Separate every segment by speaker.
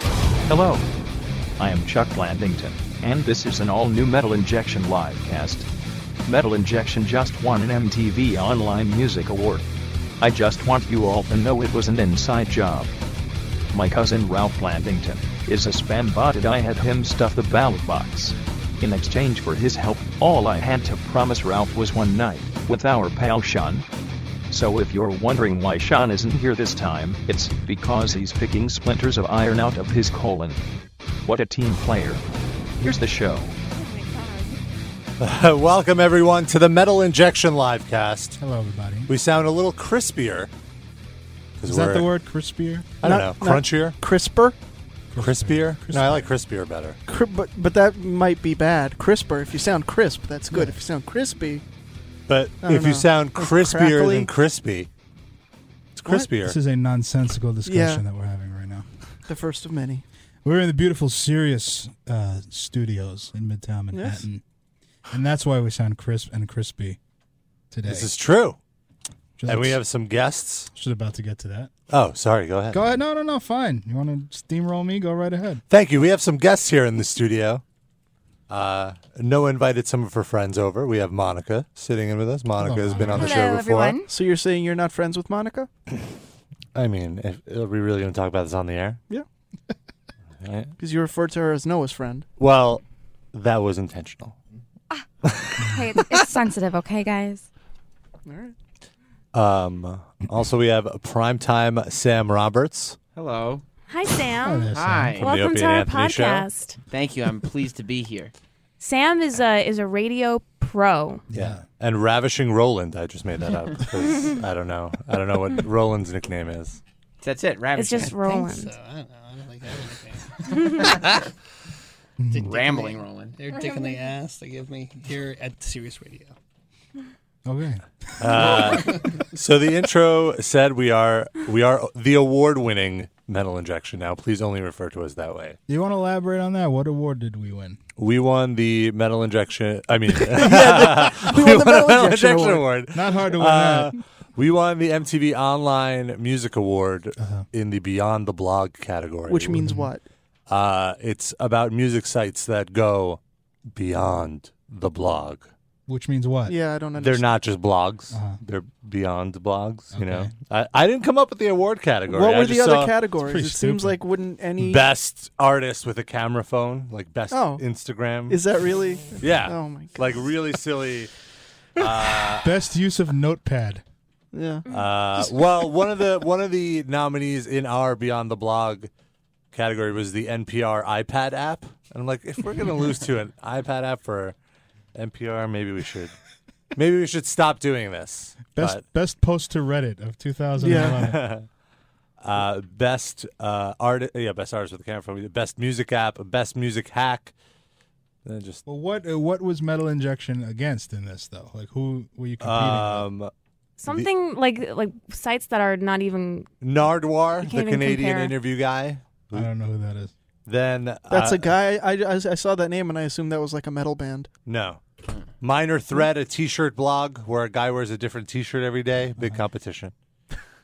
Speaker 1: Hello. I am Chuck Landington, and this is an all new Metal Injection livecast. Metal Injection just won an MTV Online Music Award. I just want you all to know it was an inside job. My cousin Ralph Landington is a spam bot, and I had him stuff the ballot box. In exchange for his help, all I had to promise Ralph was one night with our pal Sean. So if you're wondering why Sean isn't here this time, it's because he's picking splinters of iron out of his colon. What a team player. Here's the show.
Speaker 2: Welcome everyone to the Metal Injection Livecast.
Speaker 3: Hello, everybody.
Speaker 2: We sound a little crispier. 'Cause
Speaker 3: Is that
Speaker 2: we're-
Speaker 3: the word, crispier?
Speaker 2: I don't know. Crunchier,
Speaker 4: crisper.
Speaker 2: crispier. No, I like crispier better.
Speaker 4: Cri- but but that might be bad. Crisper. If you sound crisp, that's good. If you sound crispy,
Speaker 2: But
Speaker 4: I don't
Speaker 2: if you
Speaker 4: know.
Speaker 2: sound
Speaker 4: It's
Speaker 2: crispier
Speaker 4: crackly.
Speaker 2: than crispy, it's crispier.
Speaker 3: This is a nonsensical discussion
Speaker 4: Yeah.
Speaker 3: that we're having right now.
Speaker 4: the first of many.
Speaker 3: We're in the beautiful Sirius uh, studios in Midtown
Speaker 4: Yes.
Speaker 3: Manhattan, and that's why we sound crisp and crispy today.
Speaker 2: This is true.
Speaker 3: Which is-
Speaker 2: And we have some guests.
Speaker 3: just about to get to that.
Speaker 2: Oh, sorry. Go ahead.
Speaker 3: Go ahead. No, no, no. Fine. You want to steamroll me? Go right ahead.
Speaker 2: Thank you. We have some guests here in the studio. Uh, Noah invited some of her friends over. We have Monica sitting in with us. Monica
Speaker 3: Hello,
Speaker 2: has been on the
Speaker 5: Hello,
Speaker 2: show before.
Speaker 5: everyone.
Speaker 4: So you're saying you're not friends with Monica?
Speaker 2: I mean, if, are we really going to talk about this on the air?
Speaker 4: Yeah.
Speaker 2: Right.
Speaker 4: Because you referred to her as Noah's friend.
Speaker 2: Well, that was intentional.
Speaker 5: Hey, it's, it's sensitive, okay, guys?
Speaker 4: All right.
Speaker 2: Um, also, we have primetime Sam Roberts.
Speaker 6: Hello.
Speaker 5: Hi,
Speaker 3: Hi
Speaker 5: Sam.
Speaker 3: there, Sam.
Speaker 6: Hi.
Speaker 2: From the
Speaker 5: Welcome
Speaker 2: Opie
Speaker 5: to
Speaker 2: and
Speaker 5: our
Speaker 2: Anthony show.
Speaker 5: podcast.
Speaker 6: Thank you. I'm pleased to be here.
Speaker 5: Sam is a is a radio pro.
Speaker 2: Yeah. And Ravishing Roland. I just made that up because I don't know. I don't know what Roland's nickname is.
Speaker 6: That's it. Ravishing.
Speaker 5: It's just Roland.
Speaker 3: Mm-hmm.
Speaker 7: They're
Speaker 6: rambling,
Speaker 7: Dick in
Speaker 6: Roland.
Speaker 7: the- They're dick in the ass. They give me here at Sirius Radio.
Speaker 3: Okay.
Speaker 2: Uh, So the intro said we are we are the award winning metal injection. Now, please only refer to us that way.
Speaker 3: You want to elaborate on that? What award did we win?
Speaker 2: We won the metal injection. I mean,
Speaker 4: We
Speaker 2: we
Speaker 4: won the
Speaker 2: won a
Speaker 4: Metal Injection Award.
Speaker 2: award.
Speaker 3: Not hard to win
Speaker 2: Uh,
Speaker 3: that.
Speaker 2: we won the MTV Online Music Award in the Beyond the Blog category,
Speaker 4: Uh-huh. Which means what?
Speaker 2: uh, it's about music sites that go beyond the blog.
Speaker 3: Which means what?
Speaker 4: Yeah, I don't
Speaker 2: They're
Speaker 4: understand.
Speaker 2: not just blogs;
Speaker 3: Uh-huh.
Speaker 2: they're beyond blogs. You know,
Speaker 3: Okay.
Speaker 2: I, I didn't come up with the award category.
Speaker 4: What
Speaker 2: I
Speaker 4: were the
Speaker 2: just
Speaker 4: other
Speaker 2: saw
Speaker 4: categories?
Speaker 3: pretty
Speaker 4: It seems
Speaker 3: stupid.
Speaker 4: like wouldn't any.
Speaker 2: Best artist with a camera phone, like best
Speaker 4: Oh.
Speaker 2: Instagram.
Speaker 4: Is that really?
Speaker 2: yeah,
Speaker 4: Oh my god.
Speaker 2: like really silly.
Speaker 3: Best use of notepad.
Speaker 4: Yeah.
Speaker 2: Uh, well, one of the one of the nominees in our Beyond the Blog category was the NPR iPad app, and I'm like, if we're gonna lose to an iPad app for NPR, maybe we should, maybe we should stop doing this.
Speaker 3: Best best post to Reddit of 2011.
Speaker 2: But, uh, best uh, artist, yeah, best artist with the camera phone, best music app, best music hack. Then just
Speaker 3: Well, what uh, what was Metal Injection against in this though? Like who were you competing? with?
Speaker 2: um,
Speaker 5: Something like like sites that are not even
Speaker 2: Nardwar, the
Speaker 5: even
Speaker 2: Canadian
Speaker 5: compare.
Speaker 2: interview guy.
Speaker 3: I don't know who that is.
Speaker 2: Then
Speaker 4: That's
Speaker 2: uh,
Speaker 4: a guy. I, I, I saw that name and I assumed that was like a metal band.
Speaker 2: No. Minor Threat, a t-shirt blog where a guy wears a different t-shirt every day. Big competition.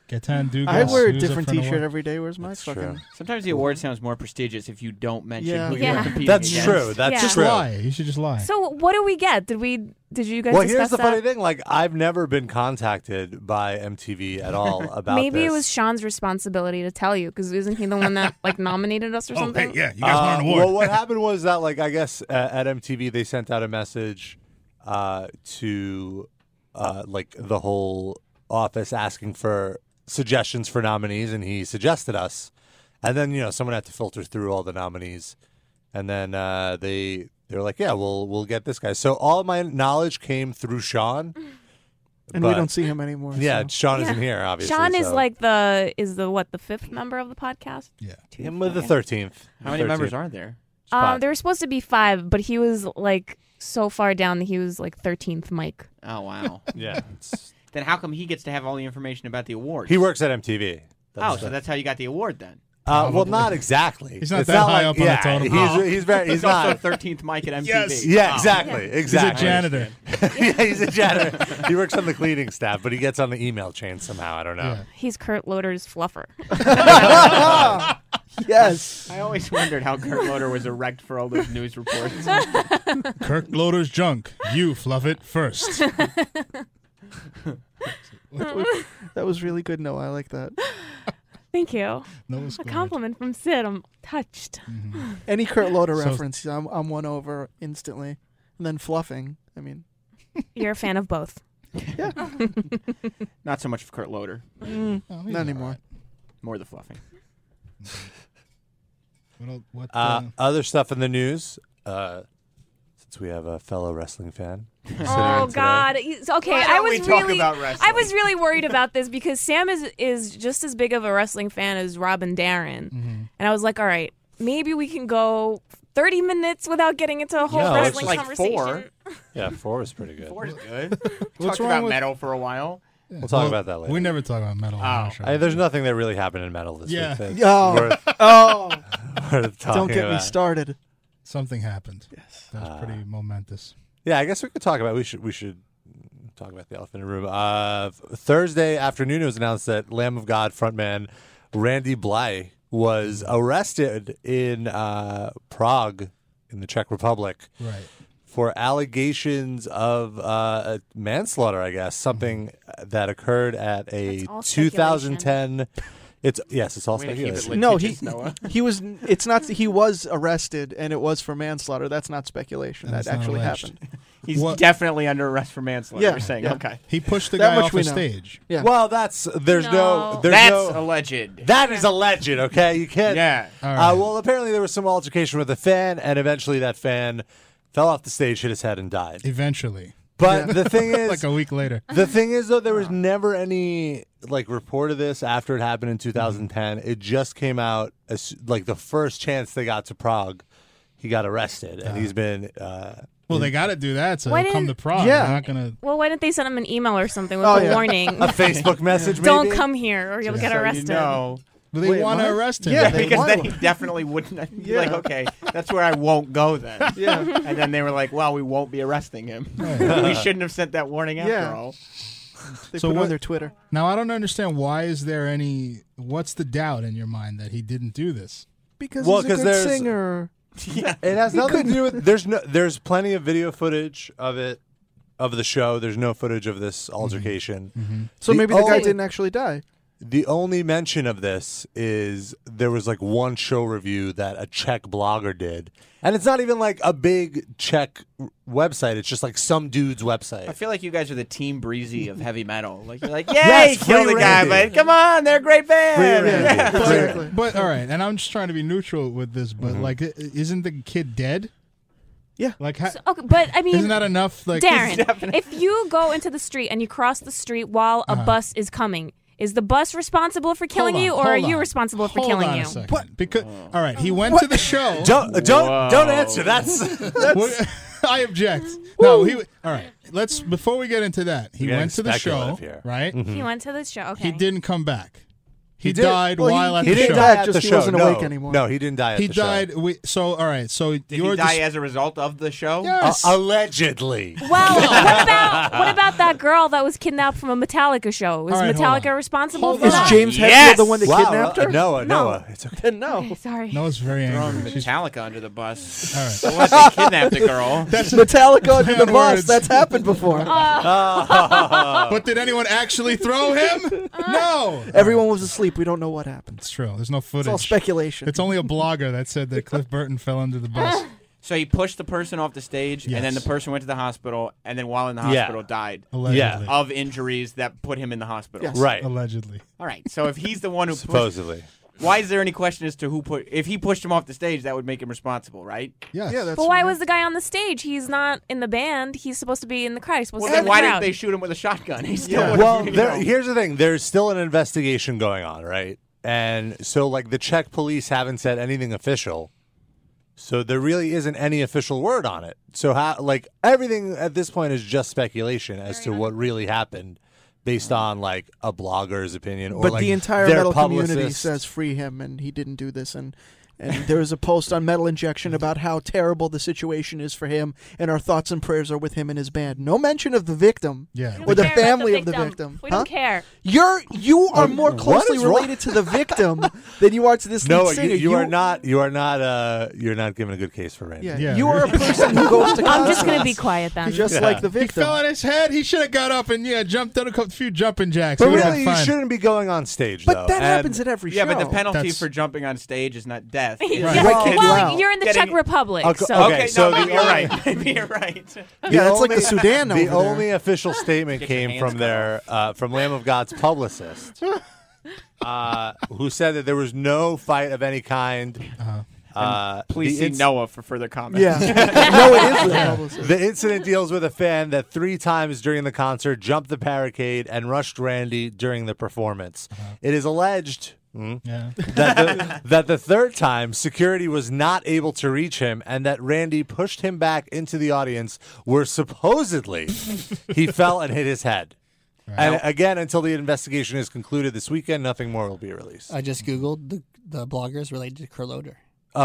Speaker 3: Gatan Dugas.
Speaker 4: I wear a
Speaker 3: who's up
Speaker 4: different
Speaker 3: for an
Speaker 4: T-shirt
Speaker 3: award?
Speaker 4: every day. Where's my fucking?
Speaker 6: Sometimes the award sounds more prestigious if you don't mention
Speaker 4: Yeah.
Speaker 6: who you're
Speaker 5: Yeah.
Speaker 6: competing
Speaker 2: That's
Speaker 6: against.
Speaker 2: true. That's
Speaker 5: Yeah. Just
Speaker 2: true.
Speaker 3: Lie. You should just lie.
Speaker 5: So what do we get? Did we did you guys
Speaker 2: Well,
Speaker 5: discuss
Speaker 2: here's the
Speaker 5: that?
Speaker 2: funny thing. Like, I've never been contacted by MTV at all about
Speaker 5: Maybe
Speaker 2: this.
Speaker 5: it was Sean's responsibility to tell you because isn't he the one that like nominated
Speaker 2: Oh,
Speaker 5: us or something?
Speaker 3: you
Speaker 2: Uh, well, what happened was that, like, I guess uh, at MTV they sent out a message uh, to uh, like the whole office asking for suggestions for nominees, and he suggested us. And then you know someone had to filter through all the nominees, and then uh, they they were like, "Yeah, we'll we'll get this guy." So all my knowledge came through Sean.
Speaker 4: And we
Speaker 2: but-
Speaker 4: don't see him anymore.
Speaker 2: Yeah,
Speaker 4: so.
Speaker 2: Sean
Speaker 5: Yeah.
Speaker 2: isn't here. Obviously,
Speaker 5: Sean is
Speaker 2: so-
Speaker 5: like the is the what the fifth member of the podcast.
Speaker 3: yeah.
Speaker 2: him with the thirteenth.
Speaker 6: How many members are there?
Speaker 5: Um, there were supposed to be five, but he was like so far down that he was like thirteenth Mike.
Speaker 6: Oh wow.
Speaker 2: Yeah, it's-
Speaker 6: then how come he gets to have all the information about the award?
Speaker 2: he works at MTV.
Speaker 6: Oh, so that's how you got the award then.
Speaker 2: Uh, well,
Speaker 3: Probably.
Speaker 2: not exactly.
Speaker 3: He's not
Speaker 2: It's
Speaker 3: that high up on the
Speaker 2: yeah,
Speaker 3: totem
Speaker 2: He's,
Speaker 3: pole.
Speaker 2: he's very. He's
Speaker 6: He's also
Speaker 2: not.
Speaker 6: 13th mic at MTV.
Speaker 7: Yes.
Speaker 2: Yeah, exactly.
Speaker 3: He's a
Speaker 2: Exactly.
Speaker 3: janitor.
Speaker 2: yeah, he's a janitor. he works on the cleaning staff, but he gets on the email chain somehow. I don't know.
Speaker 3: Yeah.
Speaker 5: He's Kurt Loder's fluffer.
Speaker 4: yes.
Speaker 6: I always wondered how Kurt Loder was erect for all those news reports.
Speaker 3: Kirk Loader's junk. You fluff it first.
Speaker 4: That was really good. No, I like that.
Speaker 5: Thank you.
Speaker 3: No, it's
Speaker 5: A
Speaker 3: good.
Speaker 5: compliment from Sid. I'm touched.
Speaker 4: Mm-hmm. Any Kurt Loder
Speaker 3: So-
Speaker 4: reference, I'm, I'm won over instantly. And then fluffing. I mean,
Speaker 5: You're a fan of both.
Speaker 6: Not so much of Kurt Loder,
Speaker 4: mm,
Speaker 3: Oh, he's
Speaker 4: not
Speaker 3: all
Speaker 4: anymore.
Speaker 3: right.
Speaker 6: more the fluffing.
Speaker 3: What, el- what,
Speaker 2: Uh,
Speaker 3: uh,
Speaker 2: other stuff in the news. Uh, since we have a fellow wrestling fan.
Speaker 5: Oh
Speaker 2: today.
Speaker 5: God. He's- Okay, I was really I was really worried about this because Sam is is just as big of a wrestling fan as Rob and Darren, and I was like, all right, maybe we can go thirty minutes without getting into a whole
Speaker 2: No, it's
Speaker 5: wrestling
Speaker 6: like
Speaker 5: conversation.
Speaker 6: four.
Speaker 2: Yeah, four is pretty good.
Speaker 6: Four's good.
Speaker 3: What's
Speaker 6: Talked
Speaker 3: wrong
Speaker 6: about
Speaker 3: with-
Speaker 6: metal for a while.
Speaker 3: yeah,
Speaker 2: we'll talk about that later.
Speaker 3: We never talk about metal. on our show.
Speaker 2: I, there's nothing that really happened in metal this
Speaker 3: Yeah.
Speaker 2: week. that's
Speaker 4: Oh.
Speaker 2: worth,
Speaker 4: Oh,
Speaker 2: worth talking
Speaker 4: don't get me
Speaker 2: about. Uh.
Speaker 4: started.
Speaker 3: Something happened. Yes. That was pretty momentous.
Speaker 2: Yeah, I guess we could talk about. We should. We should talk about the elephant in the room. Uh, Thursday afternoon, it was announced that Lamb of God frontman Randy Bly was arrested in uh, Prague, in the Czech Republic,
Speaker 3: Right.
Speaker 2: for allegations of uh, manslaughter. I guess something
Speaker 3: Mm-hmm.
Speaker 2: that occurred at a
Speaker 5: That's all
Speaker 2: 2010. It's yes, it's all
Speaker 6: Way to keep it
Speaker 2: speculation.
Speaker 6: Like
Speaker 4: no, he
Speaker 6: Peaches Noah.
Speaker 4: he was. It's not. He was arrested, and it was for manslaughter. That's not speculation.
Speaker 3: And it's
Speaker 4: that
Speaker 3: not
Speaker 4: actually
Speaker 3: alleged.
Speaker 4: happened.
Speaker 6: He's
Speaker 3: What-
Speaker 6: definitely under arrest for manslaughter.
Speaker 4: Yeah.
Speaker 6: You're saying
Speaker 4: Yeah.
Speaker 6: okay.
Speaker 3: He pushed the
Speaker 4: That
Speaker 3: guy
Speaker 4: much
Speaker 3: off
Speaker 4: we
Speaker 3: the
Speaker 4: know.
Speaker 3: stage.
Speaker 4: Yeah.
Speaker 2: Well, that's there's no,
Speaker 5: No.
Speaker 2: there's
Speaker 6: That's
Speaker 2: no
Speaker 6: alleged.
Speaker 2: That is a legend, okay? You can't.
Speaker 6: Yeah.
Speaker 3: All right.
Speaker 2: Uh, well, apparently there was some altercation with a fan, and eventually that fan fell off the stage, hit his head, and died.
Speaker 3: Eventually.
Speaker 2: But the thing is,
Speaker 3: like a week later.
Speaker 2: the thing is, though, there was never any like report of this after it happened in 2010. It just came out as like the first chance they got to Prague, he got arrested, and he's been. Uh,
Speaker 3: Well, they got to do that so
Speaker 5: Why
Speaker 3: they'll come to
Speaker 5: didn't-
Speaker 3: Prague.
Speaker 4: Yeah.
Speaker 3: They're not going to.
Speaker 5: Well, why didn't they send him an email or something with
Speaker 4: Oh,
Speaker 5: a
Speaker 4: yeah.
Speaker 5: warning?
Speaker 2: a Facebook message,
Speaker 5: Don't
Speaker 2: maybe?
Speaker 5: come here or you'll get
Speaker 6: So
Speaker 5: arrested.
Speaker 6: You know,
Speaker 3: They
Speaker 4: Wait,
Speaker 3: want to
Speaker 4: what?
Speaker 3: arrest him.
Speaker 4: Yeah,
Speaker 3: They-
Speaker 4: they-
Speaker 6: because
Speaker 4: want
Speaker 6: then he
Speaker 4: one.
Speaker 6: definitely wouldn't. I'd be Like
Speaker 4: Yeah.
Speaker 6: okay, that's where I won't go then.
Speaker 4: Yeah.
Speaker 6: And then they were like, "Well, we won't be arresting him. we shouldn't have sent that warning after
Speaker 4: Yeah.
Speaker 6: all."
Speaker 4: They
Speaker 3: So
Speaker 4: put it
Speaker 3: what-
Speaker 4: on their Twitter.
Speaker 3: now, I don't understand why is there any. What's the doubt in your mind that he didn't do this?
Speaker 4: Because
Speaker 2: Well,
Speaker 4: he's
Speaker 2: 'cause
Speaker 4: a
Speaker 2: there's-
Speaker 4: good singer.
Speaker 6: Yeah.
Speaker 2: It has nothing to do with. There's no. There's plenty of video footage of it, of the show. There's no footage of this altercation.
Speaker 4: So maybe the guy
Speaker 2: only-
Speaker 4: didn't actually die.
Speaker 2: The only mention of this is there was like one show review that a Czech blogger did, and it's not even like a big Czech website. It's just like some dude's
Speaker 6: I
Speaker 2: website.
Speaker 6: feel like you guys are the team breezy of heavy metal. Like you're like,
Speaker 2: Yes,
Speaker 6: yay, kill
Speaker 2: free
Speaker 6: the guy,
Speaker 2: Randy.
Speaker 6: but come
Speaker 4: "Ah,
Speaker 6: on, they're a great band.
Speaker 2: Free Randy.
Speaker 6: Yeah.
Speaker 2: Free Randy.
Speaker 4: Exactly. Mm-hmm.
Speaker 3: But, all right. And I'm just trying to be neutral with this, but like, i- isn't the kid dead?
Speaker 4: Yeah.
Speaker 3: Like, ha-
Speaker 5: okay, but I mean,
Speaker 3: isn't that enough? Like,
Speaker 5: Darren, if you go into the street and you cross the street while a bus is coming, is the bus responsible for killing
Speaker 3: Uh-huh. Hold
Speaker 5: you,
Speaker 3: on,
Speaker 5: or are
Speaker 3: hold
Speaker 5: you
Speaker 3: on.
Speaker 5: responsible for
Speaker 3: Hold
Speaker 5: killing
Speaker 3: on
Speaker 5: you?
Speaker 3: A second. Because
Speaker 2: Uh.
Speaker 3: all right, he went to the show.
Speaker 2: Don't don't don't
Speaker 6: Whoa.
Speaker 2: answer. That's
Speaker 3: What- I object. No, he. w- All right, let's before we get into that. He
Speaker 2: We're getting
Speaker 3: went to the show,
Speaker 2: speculative here.
Speaker 3: right?
Speaker 5: He went to the show. Okay.
Speaker 3: Mm. He didn't come back. He,
Speaker 2: did-
Speaker 3: died
Speaker 4: well, he-
Speaker 3: while at
Speaker 2: he
Speaker 3: the
Speaker 2: didn't
Speaker 3: show.
Speaker 2: die at
Speaker 4: Just
Speaker 2: the
Speaker 4: he
Speaker 2: show.
Speaker 4: wasn't
Speaker 2: no.
Speaker 4: awake anymore.
Speaker 2: No, he didn't die. At
Speaker 3: he
Speaker 2: the
Speaker 3: died.
Speaker 2: Show.
Speaker 3: We, so all right. So
Speaker 6: Did
Speaker 3: you're
Speaker 6: he die
Speaker 3: the,
Speaker 6: as a result of the show?
Speaker 2: Uh,
Speaker 3: yes.
Speaker 2: allegedly.
Speaker 5: Well, what about what about that girl that was kidnapped from a Metallica show? Is
Speaker 3: All right, hold
Speaker 5: Metallica responsible
Speaker 3: Hold
Speaker 5: for
Speaker 3: on.
Speaker 4: Is
Speaker 5: that?
Speaker 4: James
Speaker 6: Yes!
Speaker 4: Hetfield the one that
Speaker 2: wow,
Speaker 4: kidnapped
Speaker 2: uh,
Speaker 4: her?
Speaker 2: Noah,
Speaker 5: No.
Speaker 2: Noah, it's okay.
Speaker 4: Then no.
Speaker 5: Sorry.
Speaker 3: Noah's very
Speaker 6: Throwing
Speaker 3: angry. She's,
Speaker 6: Metallica under the bus.
Speaker 3: all right.
Speaker 6: Unless they kidnapped the girl.
Speaker 4: Metallica under the
Speaker 3: Bad
Speaker 4: bus.
Speaker 3: words.
Speaker 4: That's happened before.
Speaker 6: Oh.
Speaker 5: Oh.
Speaker 3: But did anyone actually throw him?
Speaker 5: Uh.
Speaker 3: no.
Speaker 4: Everyone was asleep. We don't know what happened.
Speaker 3: It's true. There's no footage.
Speaker 4: It's all speculation.
Speaker 3: It's only a blogger that said that Cliff Burton fell under the bus.
Speaker 6: So he pushed the person off the stage, and then the
Speaker 3: Yes.
Speaker 6: person went to the hospital, and then while in the
Speaker 2: Yeah.
Speaker 6: hospital, died
Speaker 3: Allegedly.
Speaker 6: of injuries that put him in the hospital.
Speaker 4: Yes.
Speaker 2: Right.
Speaker 3: Allegedly.
Speaker 6: All right. So if he's the one who pushed,
Speaker 2: Supposedly.
Speaker 6: why is there any question as to who put? If he pushed him off the stage, that would make him responsible, right?
Speaker 3: Yes.
Speaker 4: Yeah, that's
Speaker 5: But why was the guy on the stage? He's not in the band. He's supposed to be in the crowd. He's supposed
Speaker 6: Well,
Speaker 5: to be
Speaker 6: then
Speaker 5: in the
Speaker 6: why
Speaker 5: crowd.
Speaker 6: didn't they shoot him with a shotgun? He still
Speaker 4: Yeah.
Speaker 6: would've-
Speaker 2: well,
Speaker 6: you
Speaker 2: there,
Speaker 6: know.
Speaker 2: here's the thing: there's still an investigation going on, right? And so, like, the Czech police haven't said anything official, so there really isn't any official word on it. So, how, like, everything at this point is just speculation as to what really happened based on like a blogger's opinion or
Speaker 4: but
Speaker 2: like
Speaker 4: the entire
Speaker 2: their
Speaker 4: metal community
Speaker 2: publicist.
Speaker 4: says free him, and he didn't do this. And and there was a post on Metal Injection about how terrible the situation is for him, and our thoughts and prayers are with him and his band. No mention of the victim.
Speaker 3: Yeah.
Speaker 4: Or
Speaker 5: We
Speaker 4: the
Speaker 5: don't care about
Speaker 4: family of the victim,
Speaker 5: We
Speaker 4: huh?
Speaker 5: don't care.
Speaker 4: You're you are more
Speaker 2: what
Speaker 4: closely
Speaker 2: is wrong?
Speaker 4: related to the victim than you are to this
Speaker 2: No,
Speaker 4: lead
Speaker 2: you,
Speaker 4: singer.
Speaker 2: you are not. You are not. Uh, you're not giving a good case for Randy.
Speaker 4: Yeah,
Speaker 3: Yeah.
Speaker 4: you are a person who goes to.
Speaker 5: I'm just gonna
Speaker 4: concerts.
Speaker 5: be quiet then.
Speaker 4: just
Speaker 2: Yeah.
Speaker 4: like the
Speaker 3: He
Speaker 4: victim.
Speaker 3: fell on his head. He should have got up and yeah, jumped on a cou- few jumping jacks.
Speaker 2: But
Speaker 3: He would've
Speaker 2: really, you
Speaker 3: had fun.
Speaker 2: shouldn't be going on stage.
Speaker 4: But
Speaker 2: though.
Speaker 4: that
Speaker 2: And-
Speaker 4: happens at every
Speaker 6: Yeah,
Speaker 4: show.
Speaker 6: but the penalty
Speaker 3: That's-
Speaker 6: for jumping on stage is not death. It's
Speaker 5: Yeah,
Speaker 4: Right, kick you
Speaker 5: Well,
Speaker 4: out.
Speaker 5: you're in the
Speaker 6: Getting-
Speaker 5: Czech Republic,
Speaker 2: Okay,
Speaker 5: so
Speaker 2: okay.
Speaker 6: no,
Speaker 2: so the
Speaker 6: maybe you're
Speaker 2: only-
Speaker 6: right. Maybe you're right.
Speaker 4: Yeah, that's like the Sudan
Speaker 2: The
Speaker 4: over there.
Speaker 2: only official statement
Speaker 6: Get your
Speaker 2: came
Speaker 6: hands
Speaker 2: from
Speaker 6: cut
Speaker 2: their uh, from Lamb of God's publicist, uh, who said that there was no fight of any kind. uh
Speaker 6: Please
Speaker 2: the
Speaker 6: see
Speaker 2: inc-
Speaker 6: Noah for further comments.
Speaker 4: Uh-huh. Yeah. no, it is the publicist.
Speaker 2: The incident deals with a fan that three times during the concert jumped the barricade and rushed Randy during the performance. It is alleged. Hmm?
Speaker 3: Yeah.
Speaker 2: that the, that the third time security was not able to reach him and that Randy pushed him back into the audience where supposedly he fell and hit his head. And again, until the investigation is concluded this weekend, nothing more will be released.
Speaker 7: I just googled the the bloggers related to Curloader.
Speaker 6: Oh.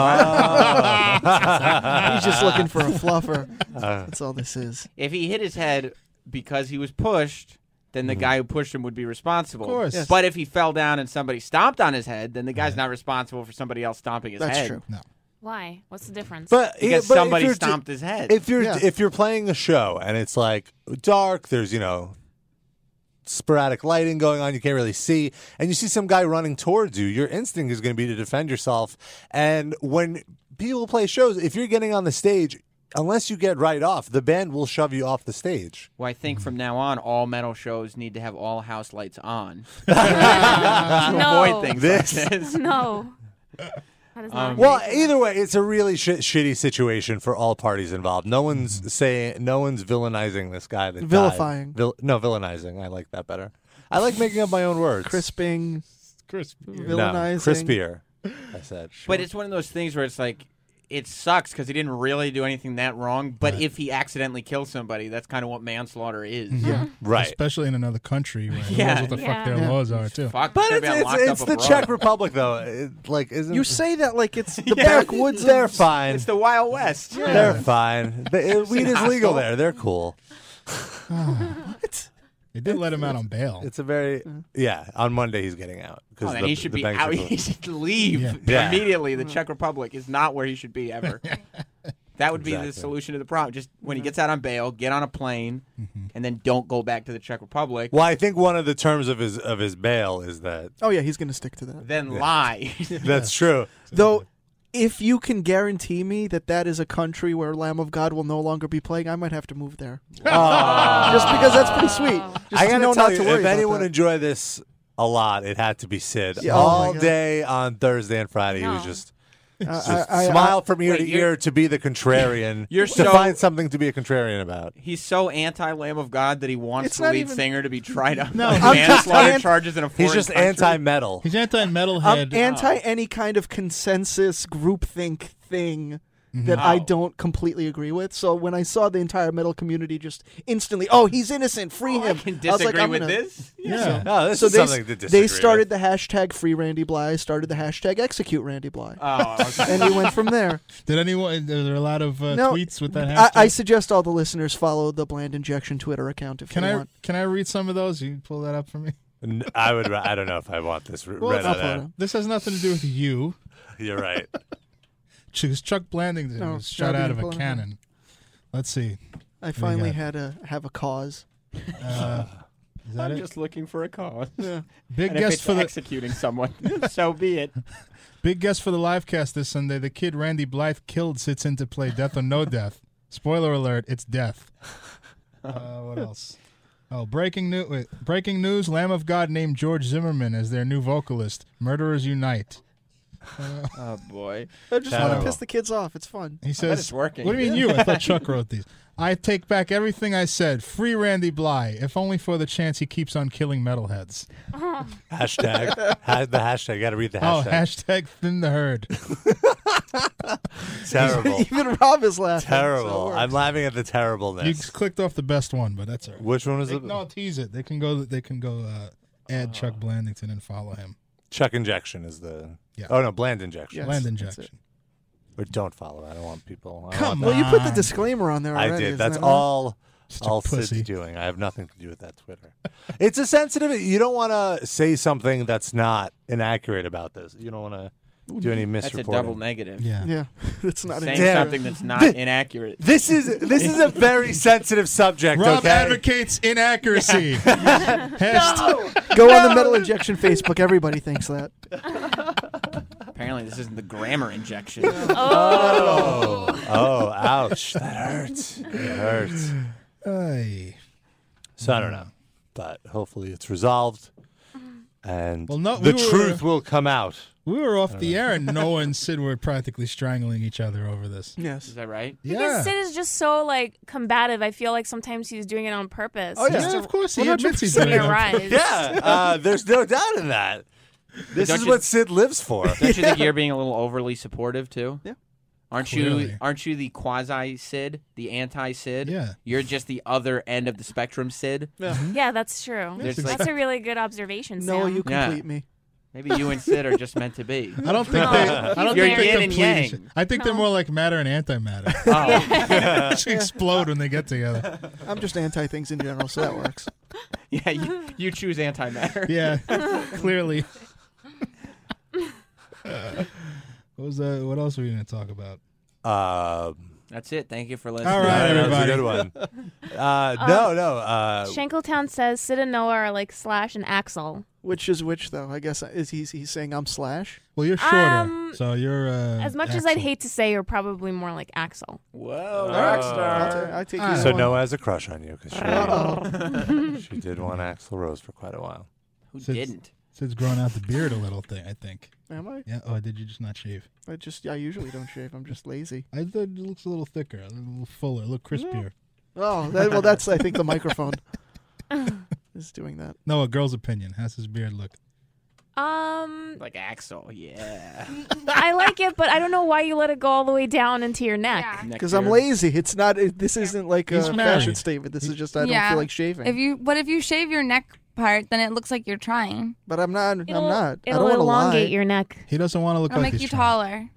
Speaker 4: He's just looking for a fluffer. That's all this is.
Speaker 6: uh, If he hit his head because he was pushed, then
Speaker 4: Mm-hmm.
Speaker 6: the guy who pushed him would be responsible. Of
Speaker 3: course. Yes.
Speaker 6: But if he fell down and somebody stomped on his head, then the guy's not responsible for somebody else stomping his
Speaker 4: That's
Speaker 6: head.
Speaker 4: true.
Speaker 3: No.
Speaker 5: why? What's the difference?
Speaker 2: But
Speaker 6: Because
Speaker 2: but if
Speaker 6: somebody
Speaker 2: you're d-
Speaker 6: stomped his head.
Speaker 2: If you're
Speaker 4: Yeah.
Speaker 2: if you're playing a show and it's like dark, there's you know sporadic lighting going on, you can't really see, and you see some guy running towards you, your instinct is going to be to defend yourself. And when people play shows, if you're getting on the stage, unless you get right off, the band will shove you off the stage.
Speaker 6: well, I
Speaker 4: Mm-hmm.
Speaker 6: think from now on, all metal shows need to have all house lights on to
Speaker 5: no,
Speaker 6: avoid things
Speaker 2: This-
Speaker 6: like this.
Speaker 5: no. That is not
Speaker 6: Um,
Speaker 5: a
Speaker 2: Well,
Speaker 5: great-
Speaker 2: either way, it's a really shit shitty situation for all parties involved. No
Speaker 6: Mm-hmm.
Speaker 2: one's saying, no one's villainizing this guy. That died.
Speaker 4: Vilifying.
Speaker 2: Vil- no, villainizing. I like that better. I like making up my own words.
Speaker 4: Crisping,
Speaker 3: Chris.
Speaker 2: No,
Speaker 4: villainizing.
Speaker 2: crispier. I said.
Speaker 6: But it's one of those things where it's like, it sucks because he didn't really do anything that wrong. But if he accidentally kills somebody, that's kind of what manslaughter is.
Speaker 4: Yeah.
Speaker 2: right.
Speaker 3: Especially in another country where who
Speaker 6: Yeah.
Speaker 3: knows what the
Speaker 5: Yeah.
Speaker 3: fuck their
Speaker 4: Yeah.
Speaker 3: laws are too.
Speaker 6: Fuck,
Speaker 2: But
Speaker 6: should've
Speaker 2: it's,
Speaker 6: been
Speaker 2: it's,
Speaker 6: locked up
Speaker 2: it's the
Speaker 6: abroad.
Speaker 2: Czech Republic, though. It, like, isn't
Speaker 4: You say that like it's the
Speaker 2: They're-
Speaker 4: backwoods. of-
Speaker 2: They're fine.
Speaker 6: It's the Wild West.
Speaker 2: They're fine. They, weed is legal
Speaker 6: hostile.
Speaker 2: there. They're cool.
Speaker 3: They did let him out on bail.
Speaker 2: It's a very yeah. On Monday he's getting out
Speaker 6: Oh,
Speaker 2: because
Speaker 6: then
Speaker 2: the,
Speaker 6: he should
Speaker 2: the
Speaker 6: be
Speaker 2: banks are
Speaker 6: out.
Speaker 2: closed.
Speaker 6: He should leave
Speaker 3: Yeah.
Speaker 2: Yeah.
Speaker 6: immediately. The Czech Republic is not where he should be ever. that would be the
Speaker 2: Exactly.
Speaker 6: solution to the problem. Just when he
Speaker 2: Mm-hmm.
Speaker 6: gets out on bail, get on a plane, and then don't go back to the Czech Republic.
Speaker 2: Well, I think one of the terms of his of his bail is that
Speaker 4: Oh yeah, he's gonna stick to that.
Speaker 6: Then lie.
Speaker 2: that's true.
Speaker 4: Though, if you can guarantee me that that is a country where Lamb of God will no longer be playing, I might have to move there. Just because that's pretty sweet. Just to
Speaker 2: I Ah. gotta
Speaker 4: know
Speaker 2: tell
Speaker 4: not
Speaker 2: you,
Speaker 4: to worry
Speaker 2: if
Speaker 4: about
Speaker 2: anyone
Speaker 4: that.
Speaker 2: enjoyed this a lot, it had to be Sid.
Speaker 4: Yeah, oh my
Speaker 2: All
Speaker 4: God.
Speaker 2: day on Thursday and Friday, he was
Speaker 5: No.
Speaker 2: just.
Speaker 4: Uh,
Speaker 2: Just
Speaker 4: I- I-
Speaker 2: smile from ear
Speaker 6: Wait,
Speaker 2: to
Speaker 6: you're-
Speaker 2: ear to be the contrarian.
Speaker 6: You're
Speaker 2: to
Speaker 6: so-
Speaker 2: find something to be a contrarian about.
Speaker 6: He's so anti Lamb of God that he wants
Speaker 4: It's
Speaker 6: the
Speaker 4: not
Speaker 6: lead
Speaker 4: even-
Speaker 6: singer to be tried on
Speaker 3: No,
Speaker 6: on
Speaker 3: I'm
Speaker 4: just
Speaker 6: manslaughter
Speaker 4: an-
Speaker 6: charges in a foreign
Speaker 2: He's just Oh.
Speaker 6: country.
Speaker 2: anti-metal.
Speaker 3: He's anti-metalhead.
Speaker 4: I'm
Speaker 2: uh,
Speaker 4: anti any kind of consensus groupthink thing that
Speaker 2: Mm-hmm.
Speaker 6: Mhm.
Speaker 4: I
Speaker 6: Oh.
Speaker 4: don't completely agree with. So when I saw the entire metal community just instantly, oh, he's innocent, free
Speaker 6: I
Speaker 4: him.
Speaker 6: can
Speaker 4: was
Speaker 6: disagree
Speaker 4: like, I'm
Speaker 6: with
Speaker 4: gonna-
Speaker 6: this.
Speaker 3: yeah.
Speaker 2: No, Oh, this
Speaker 4: So
Speaker 2: is
Speaker 4: they,
Speaker 2: something to disagree
Speaker 4: they started
Speaker 2: With.
Speaker 4: the hashtag free Randy Bly, started the hashtag execute Randy Bly.
Speaker 6: Oh, okay.
Speaker 4: and we went from there.
Speaker 3: Did anyone? There are a lot of uh,
Speaker 4: No,
Speaker 3: tweets with that.
Speaker 4: I, I
Speaker 3: hashtag.
Speaker 4: suggest all the listeners follow the Bland Injection Twitter account if
Speaker 3: can
Speaker 4: they
Speaker 3: I
Speaker 4: want.
Speaker 3: can I read some of those? You can pull that up for me.
Speaker 2: N- I would. ra- I don't know if I want this re- read
Speaker 4: it's
Speaker 2: out
Speaker 4: not
Speaker 2: loud.
Speaker 4: photo.
Speaker 3: This has nothing to do with you.
Speaker 2: You're right.
Speaker 3: Because Chuck Blandington
Speaker 4: No,
Speaker 3: was shot
Speaker 4: not
Speaker 3: out
Speaker 4: even
Speaker 3: of a
Speaker 4: pulling it.
Speaker 3: cannon. Let's see.
Speaker 4: I finally
Speaker 3: got?
Speaker 4: had to have a cause.
Speaker 3: Uh, is
Speaker 6: I'm
Speaker 3: that it?
Speaker 6: just looking for a cause.
Speaker 3: Big
Speaker 6: And if
Speaker 3: guest
Speaker 6: it's
Speaker 3: for the
Speaker 6: executing someone, so be it.
Speaker 3: Big guest for the live cast this Sunday. The kid Randy Blythe killed sits in to play Death or No Death. Spoiler alert: It's death. Uh, what else? Oh, breaking news! Wait, breaking news: Lamb of God named George Zimmerman as their new vocalist. Murderers unite!
Speaker 6: Oh boy.
Speaker 4: I just want
Speaker 2: Terrible.
Speaker 4: to piss the kids off. It's fun.
Speaker 3: He
Speaker 6: bet
Speaker 3: says,
Speaker 6: it's working.
Speaker 3: What do you mean you? I thought Chuck wrote these. I take back everything I said. Free Randy Bly, if only for the chance he keeps on killing metalheads.
Speaker 2: Hashtag. ha- the hashtag. Got to read the
Speaker 3: Oh,
Speaker 2: hashtag.
Speaker 3: hashtag thin the herd.
Speaker 2: terrible.
Speaker 4: Even Rob is laughing. so it
Speaker 2: terrible.
Speaker 4: works.
Speaker 2: I'm laughing at the
Speaker 3: You
Speaker 2: terribleness.
Speaker 3: clicked off the best one, but that's all right.
Speaker 2: Which one was
Speaker 3: They,
Speaker 2: it?
Speaker 3: no, tease it. They can go. They can go. Uh, add Chuck
Speaker 6: Ah.
Speaker 3: Blandington and follow him.
Speaker 2: Chuck injection is the.
Speaker 3: Yeah.
Speaker 2: Oh no, bland injection.
Speaker 4: Yes,
Speaker 3: Bland
Speaker 4: that's
Speaker 3: injection.
Speaker 2: Or don't follow. I don't want people. I don't
Speaker 3: Come
Speaker 2: want
Speaker 4: Well, you put the
Speaker 3: on.
Speaker 4: disclaimer on there
Speaker 2: I
Speaker 4: already.
Speaker 2: did.
Speaker 4: isn't
Speaker 2: That's
Speaker 4: that enough?
Speaker 2: all.
Speaker 3: Such a
Speaker 2: All Sid's
Speaker 3: pussy.
Speaker 2: doing. I have nothing to do with that Twitter. it's a sensitive. You don't want to say something that's not inaccurate about this. You don't want to do any
Speaker 6: That's a
Speaker 2: misreporting.
Speaker 6: double negative.
Speaker 3: Yeah.
Speaker 4: Yeah, it's not
Speaker 6: Saying
Speaker 4: an
Speaker 2: Yeah.
Speaker 6: something that's not inaccurate.
Speaker 2: This is this is a very sensitive subject.
Speaker 3: Rob
Speaker 2: okay.
Speaker 3: advocates inaccuracy. Hasht-
Speaker 4: Go on the metal injection Facebook. Everybody thinks that.
Speaker 6: Apparently, this isn't the grammar injection.
Speaker 2: Oh, oh, ouch! That hurts. It hurts.
Speaker 3: Ay.
Speaker 2: So I don't know, but hopefully it's resolved, and
Speaker 3: Well, no,
Speaker 2: the
Speaker 3: we were-
Speaker 2: truth will come out.
Speaker 3: We were off the air, and Noah and Sid were practically strangling each other over this.
Speaker 6: Is
Speaker 4: Yes.
Speaker 6: that right?
Speaker 3: Yeah.
Speaker 5: Because Sid is just so like combative. I feel like sometimes he's doing it on purpose.
Speaker 4: Oh, yeah.
Speaker 5: just
Speaker 3: Yeah,
Speaker 5: to
Speaker 3: of course. He admits he's doing it.
Speaker 5: get a
Speaker 3: on purpose.
Speaker 5: rise.
Speaker 2: Yeah, uh, there's no doubt in that. This
Speaker 6: Don't
Speaker 2: is
Speaker 6: you-
Speaker 2: what Sid lives for.
Speaker 6: Don't you think you're being a little overly supportive too?
Speaker 4: Yeah.
Speaker 6: Aren't
Speaker 3: Clearly.
Speaker 6: you? Aren't you the quasi Sid, the anti Sid?
Speaker 3: Yeah.
Speaker 6: You're just the other end of the spectrum, Sid.
Speaker 3: Mm-hmm.
Speaker 5: Yeah, that's true.
Speaker 6: There's
Speaker 5: that's
Speaker 6: like-
Speaker 5: a really good observation.
Speaker 4: No,
Speaker 5: Sam.
Speaker 4: you
Speaker 6: Yeah.
Speaker 4: complete me.
Speaker 6: Maybe you and Sid are just meant to be.
Speaker 3: I don't think
Speaker 5: No.
Speaker 3: they. I don't
Speaker 5: You're
Speaker 3: think they
Speaker 5: yin
Speaker 6: and
Speaker 3: complete
Speaker 6: yang.
Speaker 3: each- I think they're
Speaker 5: No.
Speaker 3: more like matter and antimatter.
Speaker 6: Oh,
Speaker 3: They should explode when they get together.
Speaker 4: I'm just anti things in general, so that works.
Speaker 6: yeah. You, you choose antimatter.
Speaker 3: Yeah, clearly. what was that? What else were we going to talk about?
Speaker 2: Um,
Speaker 6: That's it. Thank you for listening.
Speaker 3: All right,
Speaker 2: that was a
Speaker 3: everybody.
Speaker 2: good one. Uh, no, no. Uh,
Speaker 5: Shankletown says Sid and Noah are like Slash and Axel.
Speaker 4: Which is which, though? I guess is he's he's saying I'm slash.
Speaker 3: Well, you're shorter,
Speaker 5: Um,
Speaker 3: so you're. Uh,
Speaker 5: As much as
Speaker 3: Axel.
Speaker 5: I'd hate to say, you're probably more like Axel.
Speaker 6: Whoa,
Speaker 4: I'll ta-
Speaker 6: rockstar.
Speaker 4: I take
Speaker 3: Ah.
Speaker 4: either
Speaker 2: so
Speaker 4: one.
Speaker 2: Noah has a crush on you because
Speaker 4: Uh-oh.
Speaker 2: she, she did want Axl Rose for quite a while.
Speaker 6: Who
Speaker 3: Sid's-
Speaker 6: didn't?
Speaker 3: Sid's grown out the beard a little thing. I think.
Speaker 4: Am I?
Speaker 3: Yeah. Oh, did you just not shave?
Speaker 4: I just I usually don't shave. I'm just lazy.
Speaker 3: I thought it looks a little thicker, a little fuller, a little crispier.
Speaker 4: Oh, that, well, that's I think the microphone is doing that.
Speaker 3: No, a girl's opinion. How's his beard look?
Speaker 5: Um,
Speaker 6: Like Axel. Yeah.
Speaker 5: I like it, but I don't know why you let it go all the way down into your neck.
Speaker 6: Next
Speaker 4: Because I'm
Speaker 6: year.
Speaker 4: lazy. It's not. It, this isn't like a
Speaker 3: He's
Speaker 4: fashion
Speaker 3: married.
Speaker 4: statement. This is just I don't
Speaker 8: Yeah.
Speaker 4: feel like shaving.
Speaker 8: If you, but if you shave your neck part, then it looks like you're trying.
Speaker 4: but I'm not.
Speaker 5: It'll-
Speaker 4: I'm not. I
Speaker 5: It'll
Speaker 4: don't want to
Speaker 5: elongate
Speaker 4: lie.
Speaker 5: your neck.
Speaker 3: He doesn't want to look
Speaker 8: It'll
Speaker 3: like
Speaker 8: make
Speaker 3: he's
Speaker 8: you
Speaker 3: trying.
Speaker 8: taller.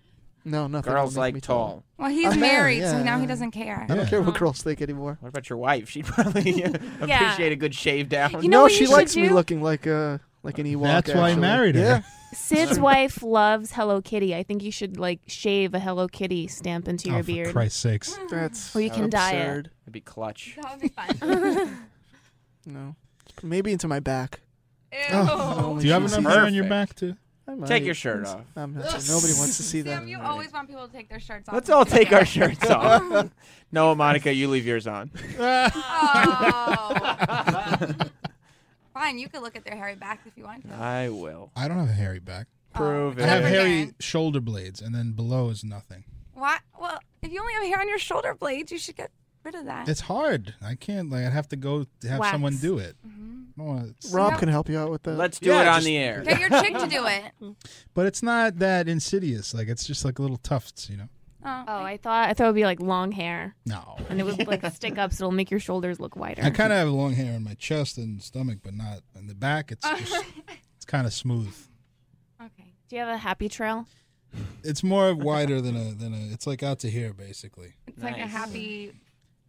Speaker 4: No, nothing.
Speaker 6: Girls
Speaker 4: will make me
Speaker 6: like tall.
Speaker 8: Well, he's
Speaker 4: I'm
Speaker 8: married,
Speaker 4: married, yeah,
Speaker 8: so now
Speaker 4: yeah.
Speaker 8: he doesn't care.
Speaker 4: I don't
Speaker 3: Yeah.
Speaker 4: care what girls think anymore.
Speaker 6: What about your wife? She'd probably appreciate a good shave down.
Speaker 5: You know
Speaker 4: no,
Speaker 5: what
Speaker 4: she
Speaker 5: you should
Speaker 4: likes me
Speaker 5: do?
Speaker 4: looking like a like an Ewok.
Speaker 3: That's why I
Speaker 4: actually.
Speaker 3: married her.
Speaker 4: Yeah.
Speaker 5: Sid's wife loves Hello Kitty. I think you should like shave a Hello Kitty stamp into
Speaker 3: Oh,
Speaker 5: your
Speaker 3: for
Speaker 5: beard.
Speaker 3: Christ's sakes!
Speaker 4: That's
Speaker 5: Or you can dye it.
Speaker 4: absurd.
Speaker 6: That'd be clutch.
Speaker 8: That would be fun.
Speaker 4: No, maybe into my back. Oh,
Speaker 3: Do you have enough hair on your
Speaker 6: Perfect.
Speaker 3: back too?
Speaker 4: I
Speaker 6: Take
Speaker 4: might.
Speaker 6: your shirt off.
Speaker 4: I'm not, nobody wants to see that.
Speaker 8: Sam, you always want people to take their shirts off.
Speaker 6: Let's all take our shirts off. Noah, Monica, you leave yours on.
Speaker 8: Oh. Fine, you could look at their hairy back if you want to.
Speaker 6: I will.
Speaker 3: I don't have a hairy back.
Speaker 6: Prove
Speaker 8: Oh,
Speaker 6: it.
Speaker 3: I have
Speaker 8: Never
Speaker 3: hairy
Speaker 8: again.
Speaker 3: shoulder blades, and then below is nothing.
Speaker 8: What? Well, if you only have hair on your shoulder blades, you should get rid of
Speaker 9: Uh,
Speaker 8: that.
Speaker 3: It's hard. I can't. Like, I'd have to go to have
Speaker 5: Wax.
Speaker 3: someone do it. I don't wanna- it's-
Speaker 4: Rob can help you out with that.
Speaker 6: Let's do
Speaker 2: Yeah,
Speaker 6: it on
Speaker 2: just-
Speaker 6: the air.
Speaker 8: Get your chick to do it. Oh,
Speaker 3: But it's not that insidious. Like, it's just like little tufts, you know.
Speaker 8: Oh,
Speaker 5: Oh, I thought I thought it would be like long hair,
Speaker 3: No,
Speaker 5: and it would like stick up, so it'll make your shoulders look wider.
Speaker 3: I kind of have long hair in my chest and stomach, but not in the back. It's just it's kind of smooth.
Speaker 8: okay.
Speaker 5: Do you have a happy trail?
Speaker 3: It's more wider than a than a. It's like out to here, basically.
Speaker 8: It's like a
Speaker 6: Nice.
Speaker 8: happy.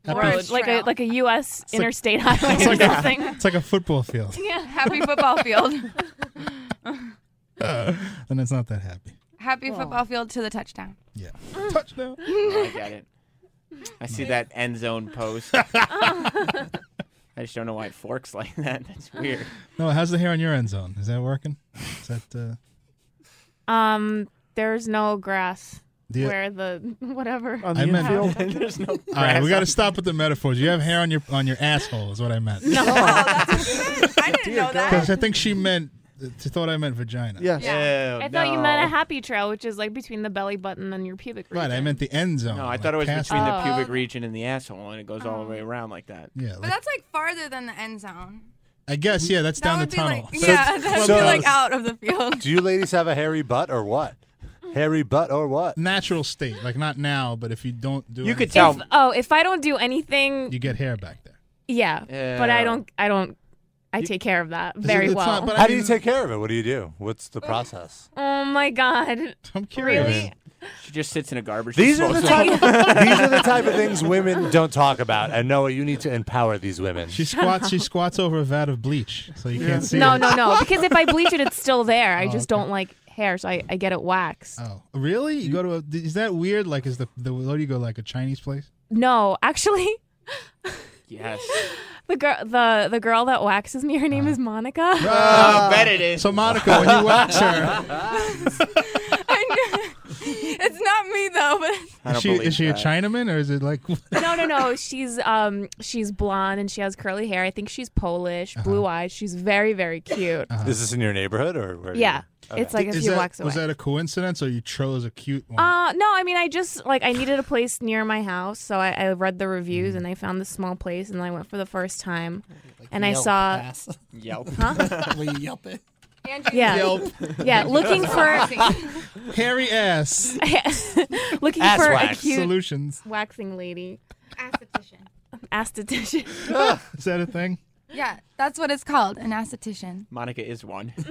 Speaker 3: Happy-
Speaker 8: Road
Speaker 5: like
Speaker 8: trail.
Speaker 5: a like a U.S. interstate highway or
Speaker 3: like a-
Speaker 5: something.
Speaker 3: It's like a football field,
Speaker 8: Yeah, happy football field.
Speaker 6: Uh,
Speaker 3: and it's not that happy.
Speaker 8: happy football field to the touchdown.
Speaker 3: Yeah, touchdown.
Speaker 6: Oh, I get it. I see that end zone post. I just don't know why it forks like that. That's weird.
Speaker 3: No, how's the hair on your end zone? Is that working? Is that uh,
Speaker 5: Um, there's no grass
Speaker 3: do you,
Speaker 5: where the whatever.
Speaker 4: on the
Speaker 3: I meant-
Speaker 4: infield.
Speaker 6: There's no
Speaker 3: All right, we got to
Speaker 6: grass
Speaker 3: stop with the metaphors. You have hair on your on your asshole, is what I meant.
Speaker 8: I didn't know that.
Speaker 3: Because I think she meant She thought I meant vagina.
Speaker 4: Yes.
Speaker 6: Yeah.
Speaker 5: I thought you meant a happy trail, which is like between the belly button and your pubic
Speaker 3: Right,
Speaker 5: region.
Speaker 3: I meant the end zone.
Speaker 6: No, I
Speaker 3: like
Speaker 6: thought it was
Speaker 3: past
Speaker 6: between the
Speaker 8: Oh.
Speaker 6: pubic region and the asshole, and it goes all the way around like that.
Speaker 3: Yeah,
Speaker 8: But
Speaker 3: like-
Speaker 8: that's like farther than the end zone.
Speaker 3: I guess yeah, that's
Speaker 8: That
Speaker 3: down the
Speaker 8: would be
Speaker 3: tunnel.
Speaker 8: like yeah,
Speaker 2: So-
Speaker 8: that would
Speaker 2: so-
Speaker 8: be like out of the field.
Speaker 2: Do you ladies have a hairy butt or what? Hairy butt or what?
Speaker 3: Natural state, like not now, but if you don't do
Speaker 6: You could tell.
Speaker 3: anything,
Speaker 5: If- oh, if I don't do anything,
Speaker 3: you get hair back there.
Speaker 5: yeah,
Speaker 6: Yeah.
Speaker 5: But I don't. I don't. I take care of that very
Speaker 3: It's
Speaker 5: well.
Speaker 3: not- but I
Speaker 2: How do you
Speaker 3: mean-
Speaker 2: take care of it? What do you do? What's the process?
Speaker 5: oh my god.
Speaker 3: I'm curious.
Speaker 5: Really?
Speaker 6: She just sits in a garbage
Speaker 2: These are the
Speaker 6: disposal.
Speaker 2: type. these are the type of things women don't talk about. And Noah, you need to empower these women.
Speaker 3: She squats. She squats over a vat of bleach, so you can't see.
Speaker 5: No,
Speaker 3: it.
Speaker 5: no, no. Because if I bleach it, it's still there. I
Speaker 3: Oh,
Speaker 5: just
Speaker 3: okay.
Speaker 5: don't like hair, so I, I get it waxed.
Speaker 3: Oh, really? You go to a? Is that weird? Like, is the the where do you go? Like a Chinese place?
Speaker 5: No, actually,
Speaker 6: yes.
Speaker 5: the girl the the girl that waxes me, her name is Monica.
Speaker 6: I bet it is.
Speaker 3: Ah. So Monica, when you wax her,
Speaker 8: I knew- it's not me though, but
Speaker 6: I
Speaker 3: is
Speaker 6: don't
Speaker 3: she
Speaker 6: believe
Speaker 3: is she a
Speaker 6: that.
Speaker 3: Chinaman or is it like?
Speaker 5: No, no, no. She's um she's blonde and she has curly hair. I think she's Polish,
Speaker 3: Uh-huh.
Speaker 5: blue eyes. She's very very cute.
Speaker 2: Is this in your neighborhood or where?
Speaker 5: Yeah, it's like a
Speaker 3: is
Speaker 5: few
Speaker 3: that,
Speaker 5: blocks away.
Speaker 3: Was that a coincidence or you chose a cute one?
Speaker 5: Uh, no, I mean, I just like I needed a place near my house, so I, I read the reviews
Speaker 6: Mm.
Speaker 5: and I found this small place, and I went for the first time, and I
Speaker 7: Yelp
Speaker 5: saw,
Speaker 7: ass.
Speaker 6: Yelp.
Speaker 5: Uh-huh.
Speaker 7: Will you yelp it?
Speaker 8: Andrew,
Speaker 5: yeah, yeah, looking for,
Speaker 3: Hairy ass
Speaker 5: looking
Speaker 2: Ass
Speaker 5: for
Speaker 2: wax.
Speaker 5: a cute
Speaker 3: solutions.
Speaker 5: waxing lady,
Speaker 8: aesthetician.
Speaker 5: esthetician.
Speaker 3: Is that a thing?
Speaker 8: Yeah, that's what it's called, an aesthetician.
Speaker 6: Monica is one.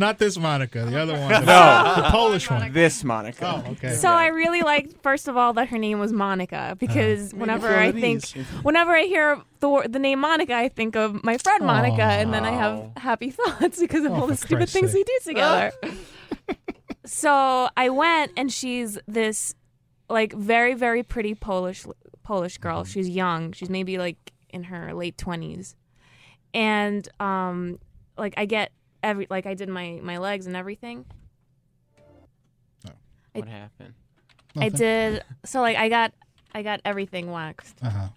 Speaker 3: Not this Monica. The other one. The,
Speaker 6: No.
Speaker 3: the Polish one.
Speaker 6: this Monica.
Speaker 3: Oh, okay.
Speaker 5: So I really liked, first of all, that her name was
Speaker 6: Uh-huh.
Speaker 5: Monica because whenever
Speaker 4: feel
Speaker 5: I
Speaker 4: at
Speaker 5: think,
Speaker 4: ease.
Speaker 5: whenever I hear the the name Monica, I think of my friend Monica, and then I have
Speaker 6: Aw.
Speaker 5: happy thoughts because of
Speaker 3: Oh,
Speaker 5: all the
Speaker 3: for
Speaker 5: stupid
Speaker 3: Christ's
Speaker 5: things
Speaker 3: sake.
Speaker 5: we do together. so I went, and she's this like very very pretty Polish Polish girl.
Speaker 3: Mm-hmm.
Speaker 5: She's young. She's maybe like in her late twenties, and um, like I get every like I did my my legs and everything.
Speaker 6: What happened?
Speaker 5: I did so like I got I got everything waxed.
Speaker 3: Uh huh.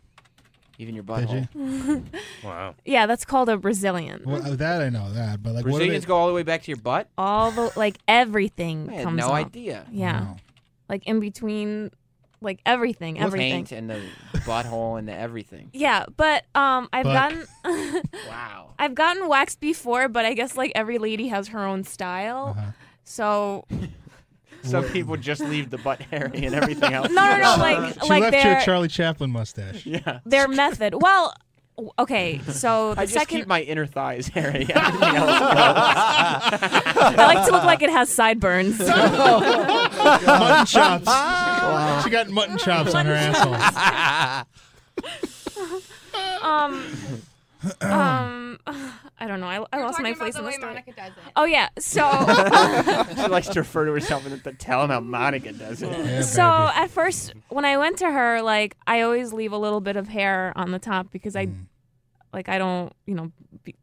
Speaker 6: Even your
Speaker 3: Did
Speaker 6: butthole.
Speaker 3: you?
Speaker 2: Wow.
Speaker 5: Yeah, that's called a Brazilian.
Speaker 3: Well, uh, that I know that, but like what? Are they,
Speaker 6: Brazilians go all the way back to your butt?
Speaker 5: All the like everything
Speaker 6: I had
Speaker 5: comes
Speaker 6: no
Speaker 5: off.
Speaker 6: idea.
Speaker 5: Yeah,
Speaker 3: Wow.
Speaker 5: like in between, like everything, everything.
Speaker 6: Paint and the butthole and the everything.
Speaker 5: Yeah, but um, I've
Speaker 3: But-
Speaker 5: gotten
Speaker 6: Wow.
Speaker 5: I've gotten waxed before, but I guess like every lady has her own style.
Speaker 3: Uh-huh.
Speaker 5: So
Speaker 6: Some people just leave the butt hairy and everything else.
Speaker 5: no, no, no, like
Speaker 3: She
Speaker 5: like
Speaker 3: left
Speaker 5: their
Speaker 3: your Charlie Chaplin mustache.
Speaker 6: Yeah.
Speaker 5: their method. Well, w- okay, so the
Speaker 6: I just
Speaker 5: second
Speaker 6: keep my inner thighs hairy. Everything else goes.
Speaker 5: I like to look like it has sideburns.
Speaker 3: mutton chops. She got mutton chops on her asshole.
Speaker 5: um, um, I don't know. I, I
Speaker 8: We're
Speaker 5: lost
Speaker 8: talking
Speaker 5: my
Speaker 8: about
Speaker 5: place
Speaker 8: the
Speaker 5: in the
Speaker 8: way
Speaker 5: story.
Speaker 8: Monica does it.
Speaker 5: Oh yeah, so.
Speaker 6: She likes to refer to herself and then tell him how Monica does it.
Speaker 3: Yeah,
Speaker 5: So
Speaker 3: baby.
Speaker 5: at first, when I went to her, like I always leave a little bit of hair on the top because I,
Speaker 3: Mm.
Speaker 5: like I don't, you know, be,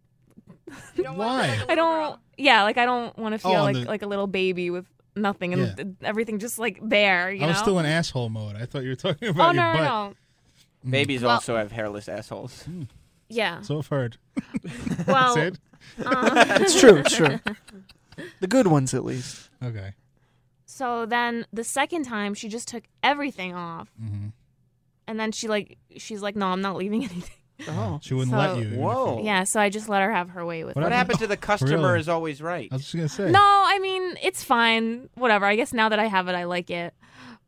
Speaker 8: You don't wanna look
Speaker 3: Why? Oh,
Speaker 8: like a
Speaker 5: I
Speaker 8: little
Speaker 5: don't. Yeah, like I don't want to feel
Speaker 3: on
Speaker 5: like
Speaker 3: the-
Speaker 5: like a little baby with nothing and
Speaker 3: Yeah.
Speaker 5: everything just like bare. You
Speaker 3: I was
Speaker 5: know.
Speaker 3: still in asshole mode. I thought you were talking
Speaker 5: oh
Speaker 3: about
Speaker 5: no,
Speaker 3: your
Speaker 5: no,
Speaker 3: butt.
Speaker 5: no.
Speaker 6: Babies also have hairless assholes.
Speaker 5: Yeah.
Speaker 3: Mm. Hmm. So I've heard.
Speaker 5: well, uh,
Speaker 3: That's it?
Speaker 4: It's true. It's true. The good ones, at least.
Speaker 3: Okay.
Speaker 5: so then the second time she just took everything off,
Speaker 3: Mm-hmm.
Speaker 5: and then she like she's like, no, I'm not leaving anything.
Speaker 3: She wouldn't
Speaker 5: So-
Speaker 3: let you. even if-
Speaker 6: Oh. Whoa.
Speaker 5: Yeah. So I just let her have her way with
Speaker 3: What
Speaker 5: it.
Speaker 6: What happened to the customer
Speaker 3: Really?
Speaker 6: is always right.
Speaker 3: I was just going to say.
Speaker 5: No, I mean it's fine. Whatever. I guess now that I have it, I like it.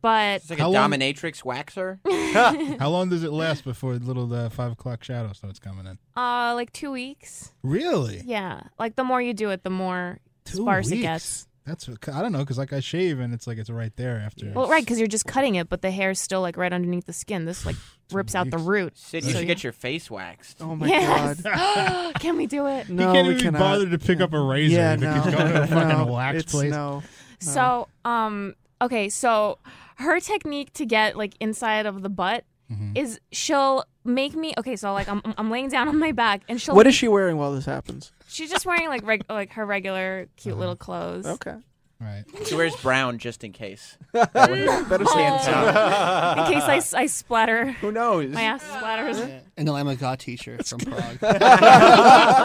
Speaker 5: But
Speaker 6: It's like
Speaker 3: How
Speaker 6: a
Speaker 3: long-
Speaker 6: dominatrix waxer.
Speaker 3: How long does it last before the little uh, 5 o'clock shadow starts coming in?
Speaker 5: uh, like two weeks.
Speaker 3: Really?
Speaker 5: Yeah, like the more you do it, the more
Speaker 3: Two
Speaker 5: sparse
Speaker 3: weeks.
Speaker 5: it gets.
Speaker 3: That's what, I don't know because like I shave and it's like it's right there after.
Speaker 5: Well, right, because you're just cutting it, but the hair's still like right underneath the skin. This like rips out the
Speaker 3: weeks.
Speaker 5: root.
Speaker 6: Sid, you
Speaker 5: So
Speaker 6: should
Speaker 5: you-
Speaker 6: get your face waxed.
Speaker 4: Oh my
Speaker 5: Yes.
Speaker 4: god.
Speaker 5: Can we do it?
Speaker 4: No,
Speaker 3: he can't
Speaker 4: we
Speaker 3: even
Speaker 4: cannot.
Speaker 3: be bothered to pick up a razor
Speaker 4: yeah,
Speaker 3: if
Speaker 4: no.
Speaker 3: he's going to a fucking
Speaker 4: no,
Speaker 3: wax
Speaker 4: it's
Speaker 3: place.
Speaker 4: No.
Speaker 5: So, um, okay, so her technique to get like inside of the butt
Speaker 4: Mm-hmm.
Speaker 5: is she'll make me okay. So like I'm I'm laying down on my back and she'll
Speaker 4: What is she wearing while this happens?
Speaker 5: she's just wearing like reg- like her regular cute little clothes.
Speaker 4: Mm-hmm. Okay.
Speaker 3: Right.
Speaker 6: She wears brown just in case.
Speaker 4: Better say
Speaker 5: Oh. In case I, s- I splatter,
Speaker 6: Who knows?
Speaker 5: my ass splatters.
Speaker 7: And the Lamb of God T-shirt from Prague.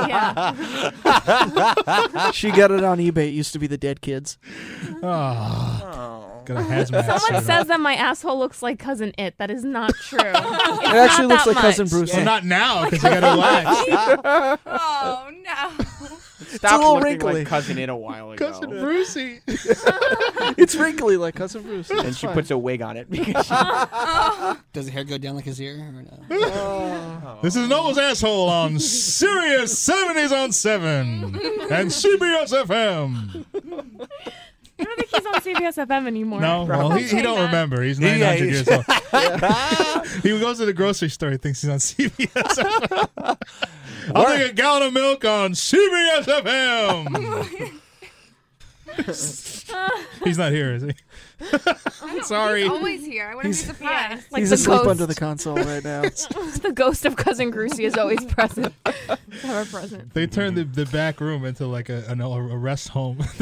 Speaker 5: yeah.
Speaker 4: she got it on eBay. It used to be the Dead Kids.
Speaker 3: Oh,
Speaker 6: Oh.
Speaker 3: got a hazmat
Speaker 5: Someone
Speaker 3: suit.
Speaker 5: says that my asshole looks like cousin it. That is not true. It's
Speaker 4: It actually looks
Speaker 5: not that
Speaker 4: like Cousin
Speaker 5: much.
Speaker 4: Bruce.
Speaker 3: Oh, not now because I got a latch.
Speaker 8: Oh no.
Speaker 6: Stop
Speaker 4: little
Speaker 6: looking
Speaker 4: wrinkly.
Speaker 6: like cousin it a while ago.
Speaker 3: Cousin Brucey.
Speaker 4: It's wrinkly like Cousin Bruce.
Speaker 6: and she puts a wig on it because she,
Speaker 7: Does the hair go down like his ear or no?
Speaker 3: This is Noel's asshole on Sirius 70s on 7 and CBS FM.
Speaker 5: I don't think he's on CBS FM anymore. Oh,
Speaker 3: No, well, he, he
Speaker 5: Probably
Speaker 3: don't
Speaker 5: not.
Speaker 3: remember. He's
Speaker 2: Yeah,
Speaker 3: 900
Speaker 2: he-
Speaker 3: years old. he goes to the grocery store. He thinks he's on CBS FM. I'll take a gallon of milk on CBS FM. he's not here, is he?
Speaker 8: I'm
Speaker 3: sorry.
Speaker 8: Oh, He's always here. I wouldn't be
Speaker 5: Yeah,
Speaker 8: surprised.
Speaker 5: like
Speaker 4: He's
Speaker 5: the
Speaker 4: asleep
Speaker 5: ghost,
Speaker 4: under the console right now.
Speaker 5: the ghost of cousin Brucey is always present, ever present.
Speaker 3: They turned the, the back room into like a, an, a rest home.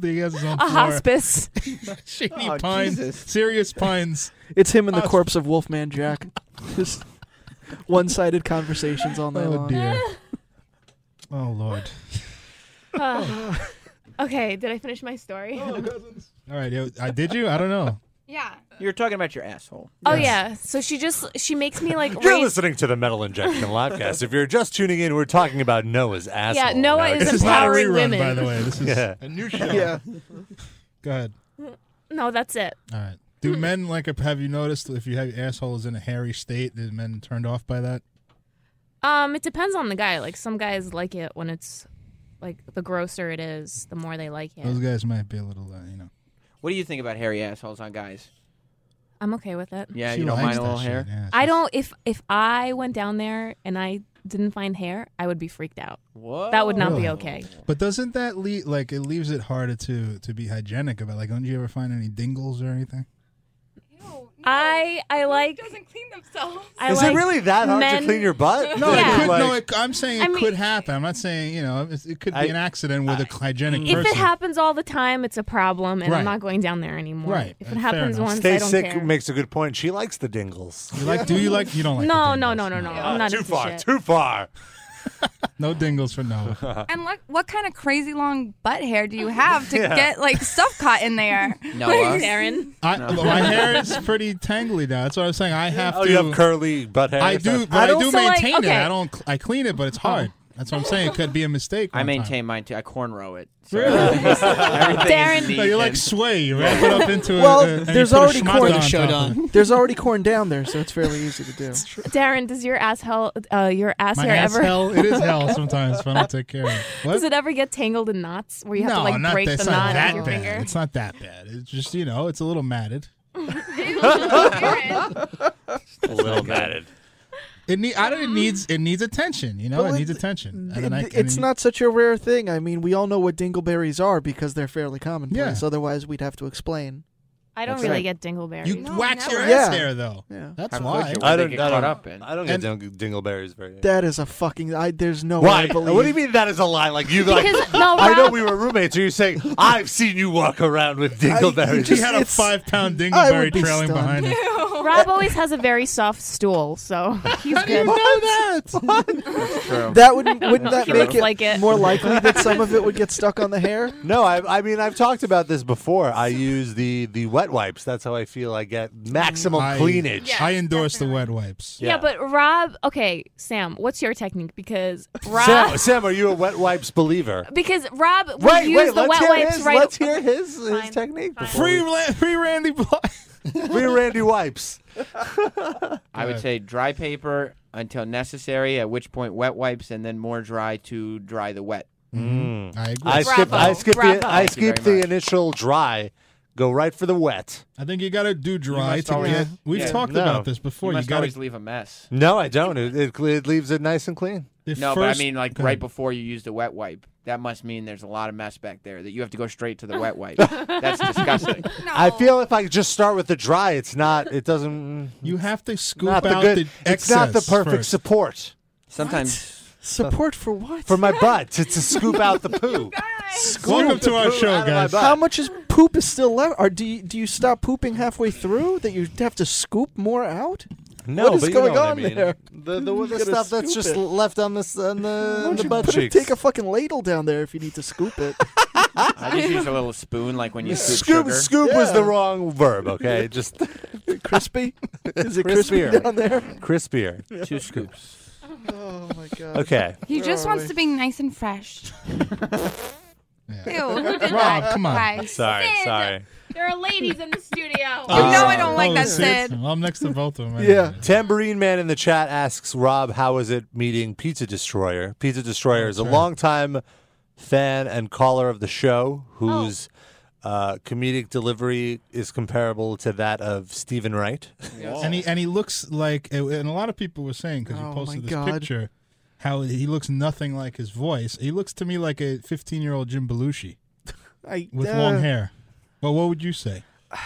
Speaker 3: he has his
Speaker 5: A
Speaker 3: own floor.
Speaker 5: hospice.
Speaker 3: Shady
Speaker 6: Oh,
Speaker 3: Pines.
Speaker 6: Jesus.
Speaker 3: Serious Pines.
Speaker 4: It's him and the corpse of Wolfman Jack. Just one-sided conversations all night
Speaker 3: Oh
Speaker 4: long.
Speaker 3: dear. oh lord.
Speaker 5: Uh, okay, did I finish my story?
Speaker 8: Oh,
Speaker 3: All right. yeah, I did you? I don't know.
Speaker 8: Yeah.
Speaker 6: you're talking about your asshole.
Speaker 5: Oh yeah. So she just she makes me like
Speaker 2: You're
Speaker 5: raise-
Speaker 2: listening to the Metal Injection Livecast. if you're just tuning in, we're talking about Noah's asshole.
Speaker 5: Yeah, Noah
Speaker 2: Now,
Speaker 5: is
Speaker 2: this
Speaker 3: This is not a
Speaker 5: Empowering
Speaker 3: rerun,
Speaker 5: women.
Speaker 3: by the way. This is
Speaker 2: Yeah.
Speaker 3: a new show.
Speaker 4: Yeah.
Speaker 3: Go ahead.
Speaker 5: No, that's it.
Speaker 3: All right.
Speaker 2: Hmm.
Speaker 3: Do men like have you noticed if you have your asshole is in a hairy state, is men turned off by that?
Speaker 5: Um, it depends on the guy. Like some guys like it when it's like the grosser it is, the more they like
Speaker 3: Those
Speaker 5: it.
Speaker 3: guys might be a little, uh, you know.
Speaker 6: What do you think about hairy assholes on guys?
Speaker 5: I'm okay with it.
Speaker 6: Yeah,
Speaker 3: She
Speaker 6: you don't mind
Speaker 3: likes
Speaker 6: a
Speaker 3: that
Speaker 6: little
Speaker 3: shit,
Speaker 6: hair.
Speaker 3: yeah,
Speaker 5: I
Speaker 3: she's-
Speaker 5: don't. If if I went down there and I didn't find hair, I would be freaked out.
Speaker 6: Whoa.
Speaker 5: That would not be
Speaker 3: Really?
Speaker 5: okay.
Speaker 3: But doesn't that lead like it leaves it harder to to be hygienic about? Like, don't you ever find any dingles or anything?
Speaker 8: Ew, no.
Speaker 5: I I like.
Speaker 8: doesn't clean themselves.
Speaker 5: I
Speaker 2: is
Speaker 5: like
Speaker 2: it really that hard
Speaker 5: men-
Speaker 2: to clean your butt?
Speaker 5: No, it Yeah.
Speaker 3: Could-
Speaker 5: Like-
Speaker 3: no, it, I'm saying it
Speaker 5: I mean-
Speaker 3: could happen. I'm not saying you know it's, it could be
Speaker 2: I-
Speaker 3: an accident with a hygienic
Speaker 5: If
Speaker 3: person.
Speaker 5: it happens all the time, it's a problem, and
Speaker 3: Right.
Speaker 5: I'm not going down there anymore.
Speaker 3: Right.
Speaker 5: If
Speaker 3: Uh,
Speaker 5: it
Speaker 3: fair
Speaker 5: happens
Speaker 3: enough.
Speaker 5: once, I
Speaker 2: Stay
Speaker 5: don't
Speaker 2: sick
Speaker 5: care.
Speaker 2: makes a good point. She likes the dingles.
Speaker 3: You like? Do you like? You don't like?
Speaker 5: no,
Speaker 3: the
Speaker 5: Oh, no,
Speaker 3: dingles.
Speaker 5: no, no, no, I'm not
Speaker 2: too
Speaker 5: into
Speaker 2: far,
Speaker 5: shit.
Speaker 2: too far.
Speaker 3: No dingles for no.
Speaker 8: And look, what kind of crazy long butt hair do you have to get like stuff caught in there?
Speaker 6: Noah.
Speaker 5: Aaron,
Speaker 3: I, My hair is pretty tangly now. That's what I was saying. I have
Speaker 2: Oh,
Speaker 3: to.
Speaker 2: you have curly butt hair.
Speaker 3: I do, but
Speaker 5: I'd
Speaker 3: I do
Speaker 5: also like-
Speaker 3: maintain it.
Speaker 5: okay.
Speaker 3: I don't. cl- I clean it, but it's hard. That's what I'm saying. It could be a mistake.
Speaker 6: I
Speaker 3: one time.
Speaker 6: maintain mine too. I cornrow it. So everything's- everything is
Speaker 5: Darren.
Speaker 6: neat
Speaker 3: No, you like
Speaker 6: and-
Speaker 3: sway. You wrap it up into
Speaker 4: Well,
Speaker 3: a. a and you
Speaker 4: there's
Speaker 3: put a
Speaker 4: already
Speaker 3: schmata
Speaker 4: corn
Speaker 3: on
Speaker 4: that
Speaker 7: showed
Speaker 3: top of
Speaker 7: on.
Speaker 3: it.
Speaker 4: There's already corn down there, so it's fairly easy to do.
Speaker 5: Darren, does your ass hell, uh, your ass
Speaker 3: My
Speaker 5: hair
Speaker 3: ass
Speaker 5: ever?
Speaker 3: hell. It is hell sometimes if I don't take care of it. What?
Speaker 5: Does it ever get tangled in knots where you have
Speaker 3: no,
Speaker 5: to like
Speaker 3: not
Speaker 5: break
Speaker 3: that, it's
Speaker 5: the
Speaker 3: not
Speaker 5: knot
Speaker 3: that
Speaker 5: with your
Speaker 3: bad.
Speaker 5: finger?
Speaker 3: It's not that bad. It's just you know, it's a little matted.
Speaker 8: Aaron.
Speaker 2: a little matted.
Speaker 3: It need, I don't. It needs. It needs attention. You know,
Speaker 4: Well,
Speaker 3: it needs
Speaker 4: it-
Speaker 3: attention. And
Speaker 4: Th-
Speaker 3: then I,
Speaker 4: th- it's
Speaker 3: and then-
Speaker 4: not such a rare thing. I mean, we all know what dingleberries are because they're fairly commonplace.
Speaker 3: Yeah.
Speaker 4: Otherwise, we'd have to explain.
Speaker 5: I don't
Speaker 6: That's
Speaker 5: really
Speaker 6: right.
Speaker 5: get dingleberries.
Speaker 3: You
Speaker 8: No,
Speaker 3: wax your
Speaker 8: never.
Speaker 3: ass
Speaker 4: Yeah.
Speaker 3: hair though.
Speaker 4: Yeah.
Speaker 3: That's
Speaker 6: How could
Speaker 3: why.
Speaker 6: you?
Speaker 2: I
Speaker 6: They
Speaker 2: don't.
Speaker 6: get
Speaker 2: I
Speaker 6: caught
Speaker 2: don't,
Speaker 6: up in.
Speaker 2: I don't get ding- dingleberries very.
Speaker 4: That is a fucking. I, there's no way
Speaker 2: Why?
Speaker 4: I believe.
Speaker 2: What do you mean that is a lie? Like you like?
Speaker 5: Because- no,
Speaker 2: I know
Speaker 5: Rob-
Speaker 2: we were roommates. So you're saying I've seen you walk around with dingleberries.
Speaker 3: She
Speaker 4: Just-
Speaker 3: had a
Speaker 4: it's-
Speaker 3: five pound
Speaker 4: I
Speaker 3: dingleberry
Speaker 4: would be
Speaker 3: trailing
Speaker 4: stunned.
Speaker 3: behind her.
Speaker 5: Rob always has a very soft stool, so he's good.
Speaker 6: True.
Speaker 4: That would wouldn't that
Speaker 5: He
Speaker 4: make
Speaker 5: looks
Speaker 4: it,
Speaker 5: like it.
Speaker 4: more likely that some of it would get stuck on the hair?
Speaker 2: No, I, I mean I've talked about this before. I use the the wet wipes. That's how I feel. I get maximum
Speaker 3: I-
Speaker 2: cleanage.
Speaker 8: Yeah.
Speaker 3: I endorse the wet wipes.
Speaker 5: Yeah. but Rob, okay, Sam, what's your technique? Because
Speaker 2: Sam,
Speaker 5: Rob,
Speaker 2: Sam, are you a wet wipes believer?
Speaker 5: because Rob would
Speaker 2: Wait,
Speaker 5: use
Speaker 2: wait.
Speaker 5: the
Speaker 2: let's
Speaker 5: wet
Speaker 2: hear
Speaker 5: wipes
Speaker 2: his,
Speaker 5: right.
Speaker 2: Let's hear his his
Speaker 5: Fine,
Speaker 2: technique.
Speaker 5: fine.
Speaker 2: before
Speaker 3: Free,
Speaker 2: we-
Speaker 3: Ra- free Randy Bly.
Speaker 2: free Randy wipes.
Speaker 6: I would say dry paper until necessary, at which point wet wipes, and then more dry to dry the wet.
Speaker 3: Mm-hmm. I agree.
Speaker 2: Mm. I
Speaker 3: I,
Speaker 2: skip. I
Speaker 5: Bravo.
Speaker 2: skip. The,
Speaker 5: Bravo.
Speaker 2: I
Speaker 6: Thank you
Speaker 2: skip
Speaker 6: very
Speaker 2: the
Speaker 6: much.
Speaker 2: initial dry. Go right for the wet.
Speaker 3: think you got to do dry
Speaker 6: must
Speaker 3: to
Speaker 6: always-
Speaker 3: get. We've
Speaker 6: Yeah.
Speaker 3: talked
Speaker 2: No.
Speaker 3: about this
Speaker 6: You
Speaker 3: before. You,
Speaker 6: must
Speaker 3: got
Speaker 6: always
Speaker 3: to.
Speaker 6: leave a mess.
Speaker 2: No, I don't. It, it, it leaves it nice and clean.
Speaker 6: No, but I mean like right before you use the wet wipe. That must mean there's a lot of mess back there that you have to go straight to the wet wipe. That's disgusting.
Speaker 8: No.
Speaker 2: I feel if I just start with the dry, it's not. It doesn't.
Speaker 3: You have to scoop
Speaker 2: not the
Speaker 3: out
Speaker 2: good.
Speaker 3: the
Speaker 2: it's not the
Speaker 3: excess
Speaker 2: perfect
Speaker 3: first.
Speaker 2: support.
Speaker 6: Sometimes
Speaker 4: Support for what?
Speaker 2: for my butt to, to scoop out the poo.
Speaker 3: Welcome to our
Speaker 2: poo
Speaker 3: show,
Speaker 2: out of my
Speaker 3: guys.
Speaker 2: butt.
Speaker 4: How much is poop is still left? Or do you, do you stop pooping halfway through that you have to scoop more out?
Speaker 2: No,
Speaker 4: what is
Speaker 2: but you know
Speaker 4: going
Speaker 2: what I
Speaker 4: on
Speaker 2: mean.
Speaker 4: there?
Speaker 2: The, the, the
Speaker 4: gotta
Speaker 2: stuff that's
Speaker 4: scoop
Speaker 2: just
Speaker 4: it.
Speaker 2: left on this on the,
Speaker 4: Why
Speaker 2: on
Speaker 4: don't
Speaker 2: the
Speaker 4: you
Speaker 2: butt
Speaker 4: put a-
Speaker 2: cheeks.
Speaker 4: take a fucking ladle down there if you need to scoop it?
Speaker 6: I just use a little spoon, like when you scoop,
Speaker 2: scoop
Speaker 6: sugar.
Speaker 2: scoop was
Speaker 4: Yeah.
Speaker 2: the wrong verb. Okay, just
Speaker 4: crispy? Is it crispy
Speaker 2: Crispier.
Speaker 4: down there?
Speaker 2: crispier.
Speaker 6: Two scoops.
Speaker 4: Oh my god.
Speaker 2: Okay,
Speaker 8: He
Speaker 4: Where
Speaker 8: just
Speaker 4: are
Speaker 8: wants
Speaker 4: we?
Speaker 8: to be nice and fresh. Ew,
Speaker 3: Yeah.
Speaker 8: who did
Speaker 3: Rob,
Speaker 8: that?
Speaker 3: come on.
Speaker 8: Guys.
Speaker 2: sorry,
Speaker 5: Sid.
Speaker 2: sorry.
Speaker 5: There are ladies in the studio.
Speaker 8: You know I don't
Speaker 3: Oh,
Speaker 8: like that,
Speaker 3: Sid.
Speaker 8: Sid.
Speaker 3: Well, I'm next to both of them.
Speaker 4: Yeah.
Speaker 2: Tambourine Man in the chat asks Rob, "How is it meeting Pizza Destroyer?" Pizza Destroyer is a longtime fan and caller of the show, whose uh, comedic delivery is comparable to that of Stephen Wright.
Speaker 3: And he and he looks like, and a lot of people were saying because you
Speaker 4: Oh,
Speaker 3: posted
Speaker 4: my
Speaker 3: this
Speaker 4: God.
Speaker 3: picture, how he looks nothing like his voice. He looks to me like a 15 year old Jim Belushi
Speaker 4: I,
Speaker 3: with
Speaker 4: uh,
Speaker 3: long hair. Well, what would you say?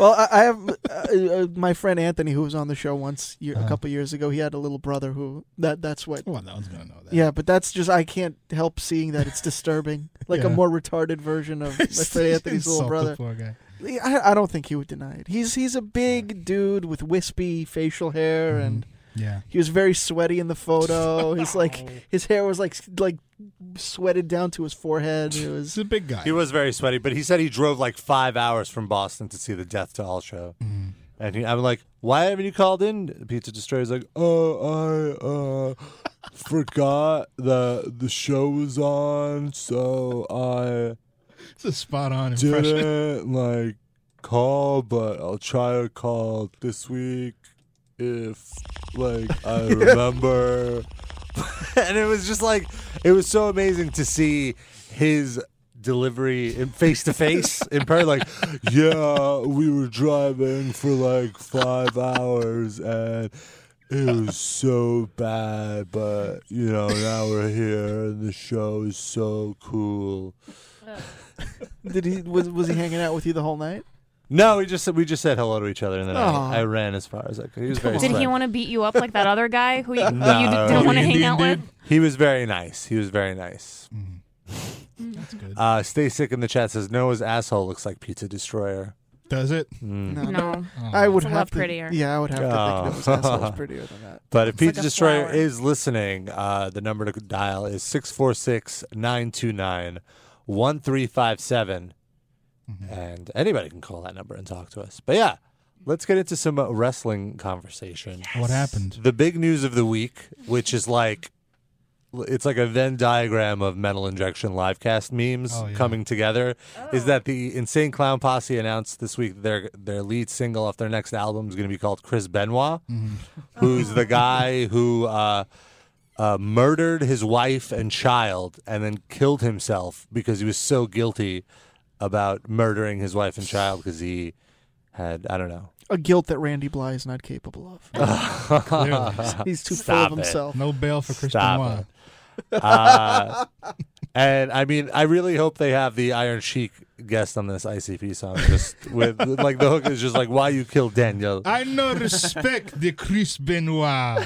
Speaker 4: Well, I, I have uh, uh, my friend Anthony, who was on the show once year, a couple years ago. He had a little brother who that that's what.
Speaker 3: Uh-huh. Well, no one's gonna know that.
Speaker 4: Yeah, but that's just I can't help seeing that it's disturbing, like a
Speaker 3: Yeah.
Speaker 4: more retarded version of my friend Anthony's
Speaker 3: Insult
Speaker 4: little
Speaker 3: the
Speaker 4: brother.
Speaker 3: poor guy.
Speaker 4: I, I don't think he would deny it. He's he's a big dude with wispy facial hair, and
Speaker 3: Mm-hmm. Yeah.
Speaker 4: he was very sweaty in the photo. His like his hair was like s- like sweated down to his forehead. It
Speaker 3: He's
Speaker 4: was
Speaker 3: a big guy.
Speaker 2: He was very sweaty, but he said he drove like five hours from Boston to see the Death to All show.
Speaker 3: Mm-hmm.
Speaker 2: And he, I'm like, why haven't you called in? Pizza Destroyer's like, oh, I uh, forgot that the show was on, so I
Speaker 3: It's a spot on impression.
Speaker 2: didn't like call, but I'll try to call this week if like I remember. and it was just like it was so amazing to see his delivery in face to face in person like yeah we were driving for like five hours and it was so bad but you know now we're here and the show is so cool
Speaker 4: did he was was he hanging out with you the whole night?
Speaker 2: No, we just we just said hello to each other, and then
Speaker 4: Aw.
Speaker 2: I, I ran as far as I could. He was very
Speaker 5: Did he
Speaker 2: sweet.
Speaker 5: want to beat you up like that other guy who you, who you
Speaker 2: No.
Speaker 5: didn't want to
Speaker 3: Oh, the
Speaker 5: hang
Speaker 3: Indian
Speaker 5: out
Speaker 3: dude? Mm-hmm.
Speaker 5: with?
Speaker 2: He was very nice. He was very nice.
Speaker 5: Mm.
Speaker 3: That's good.
Speaker 2: Uh, stay sick in the chat says Noah's asshole looks like Pizza Destroyer. Mm.
Speaker 3: Does it?
Speaker 4: No,
Speaker 5: No.
Speaker 3: Oh.
Speaker 4: I would
Speaker 5: It's a
Speaker 4: have
Speaker 5: lot
Speaker 4: to,
Speaker 5: prettier.
Speaker 4: Yeah, I would have to think
Speaker 2: Oh.
Speaker 4: that was assholes prettier than that.
Speaker 2: But if
Speaker 5: like
Speaker 2: Pizza
Speaker 5: a
Speaker 2: Destroyer
Speaker 5: flower.
Speaker 2: is listening, uh, the number to dial is 646-929-1357.
Speaker 3: Mm-hmm.
Speaker 2: And anybody can call that number and talk to us. But yeah, let's get into some uh, wrestling conversation.
Speaker 3: What happened?
Speaker 2: the big news of the week, which is like it's like a Venn diagram of metal injection livecast memes
Speaker 3: Oh, yeah.
Speaker 2: coming together, is that the Insane Clown Posse announced this week their their lead single off their next album is going to be called Chris Benoit,
Speaker 10: Mm-hmm.
Speaker 3: Mm-hmm.
Speaker 2: who's the guy who uh, uh, murdered his wife and child and then killed himself because he was so guilty about murdering his wife and child because he had I don't know.
Speaker 4: A guilt that Randy Bly is not capable of.
Speaker 3: Clearly.
Speaker 4: He's too
Speaker 2: Stop
Speaker 4: full of
Speaker 2: it.
Speaker 4: himself.
Speaker 3: No bail for Chris
Speaker 2: Stop
Speaker 3: Benoit.
Speaker 2: it. Uh, and I mean, I really hope they have the Iron Sheik guest on this ICP song. Just with like the hook is just like, "Why you kill Daniel?"
Speaker 3: I no respect the Chris Benoit.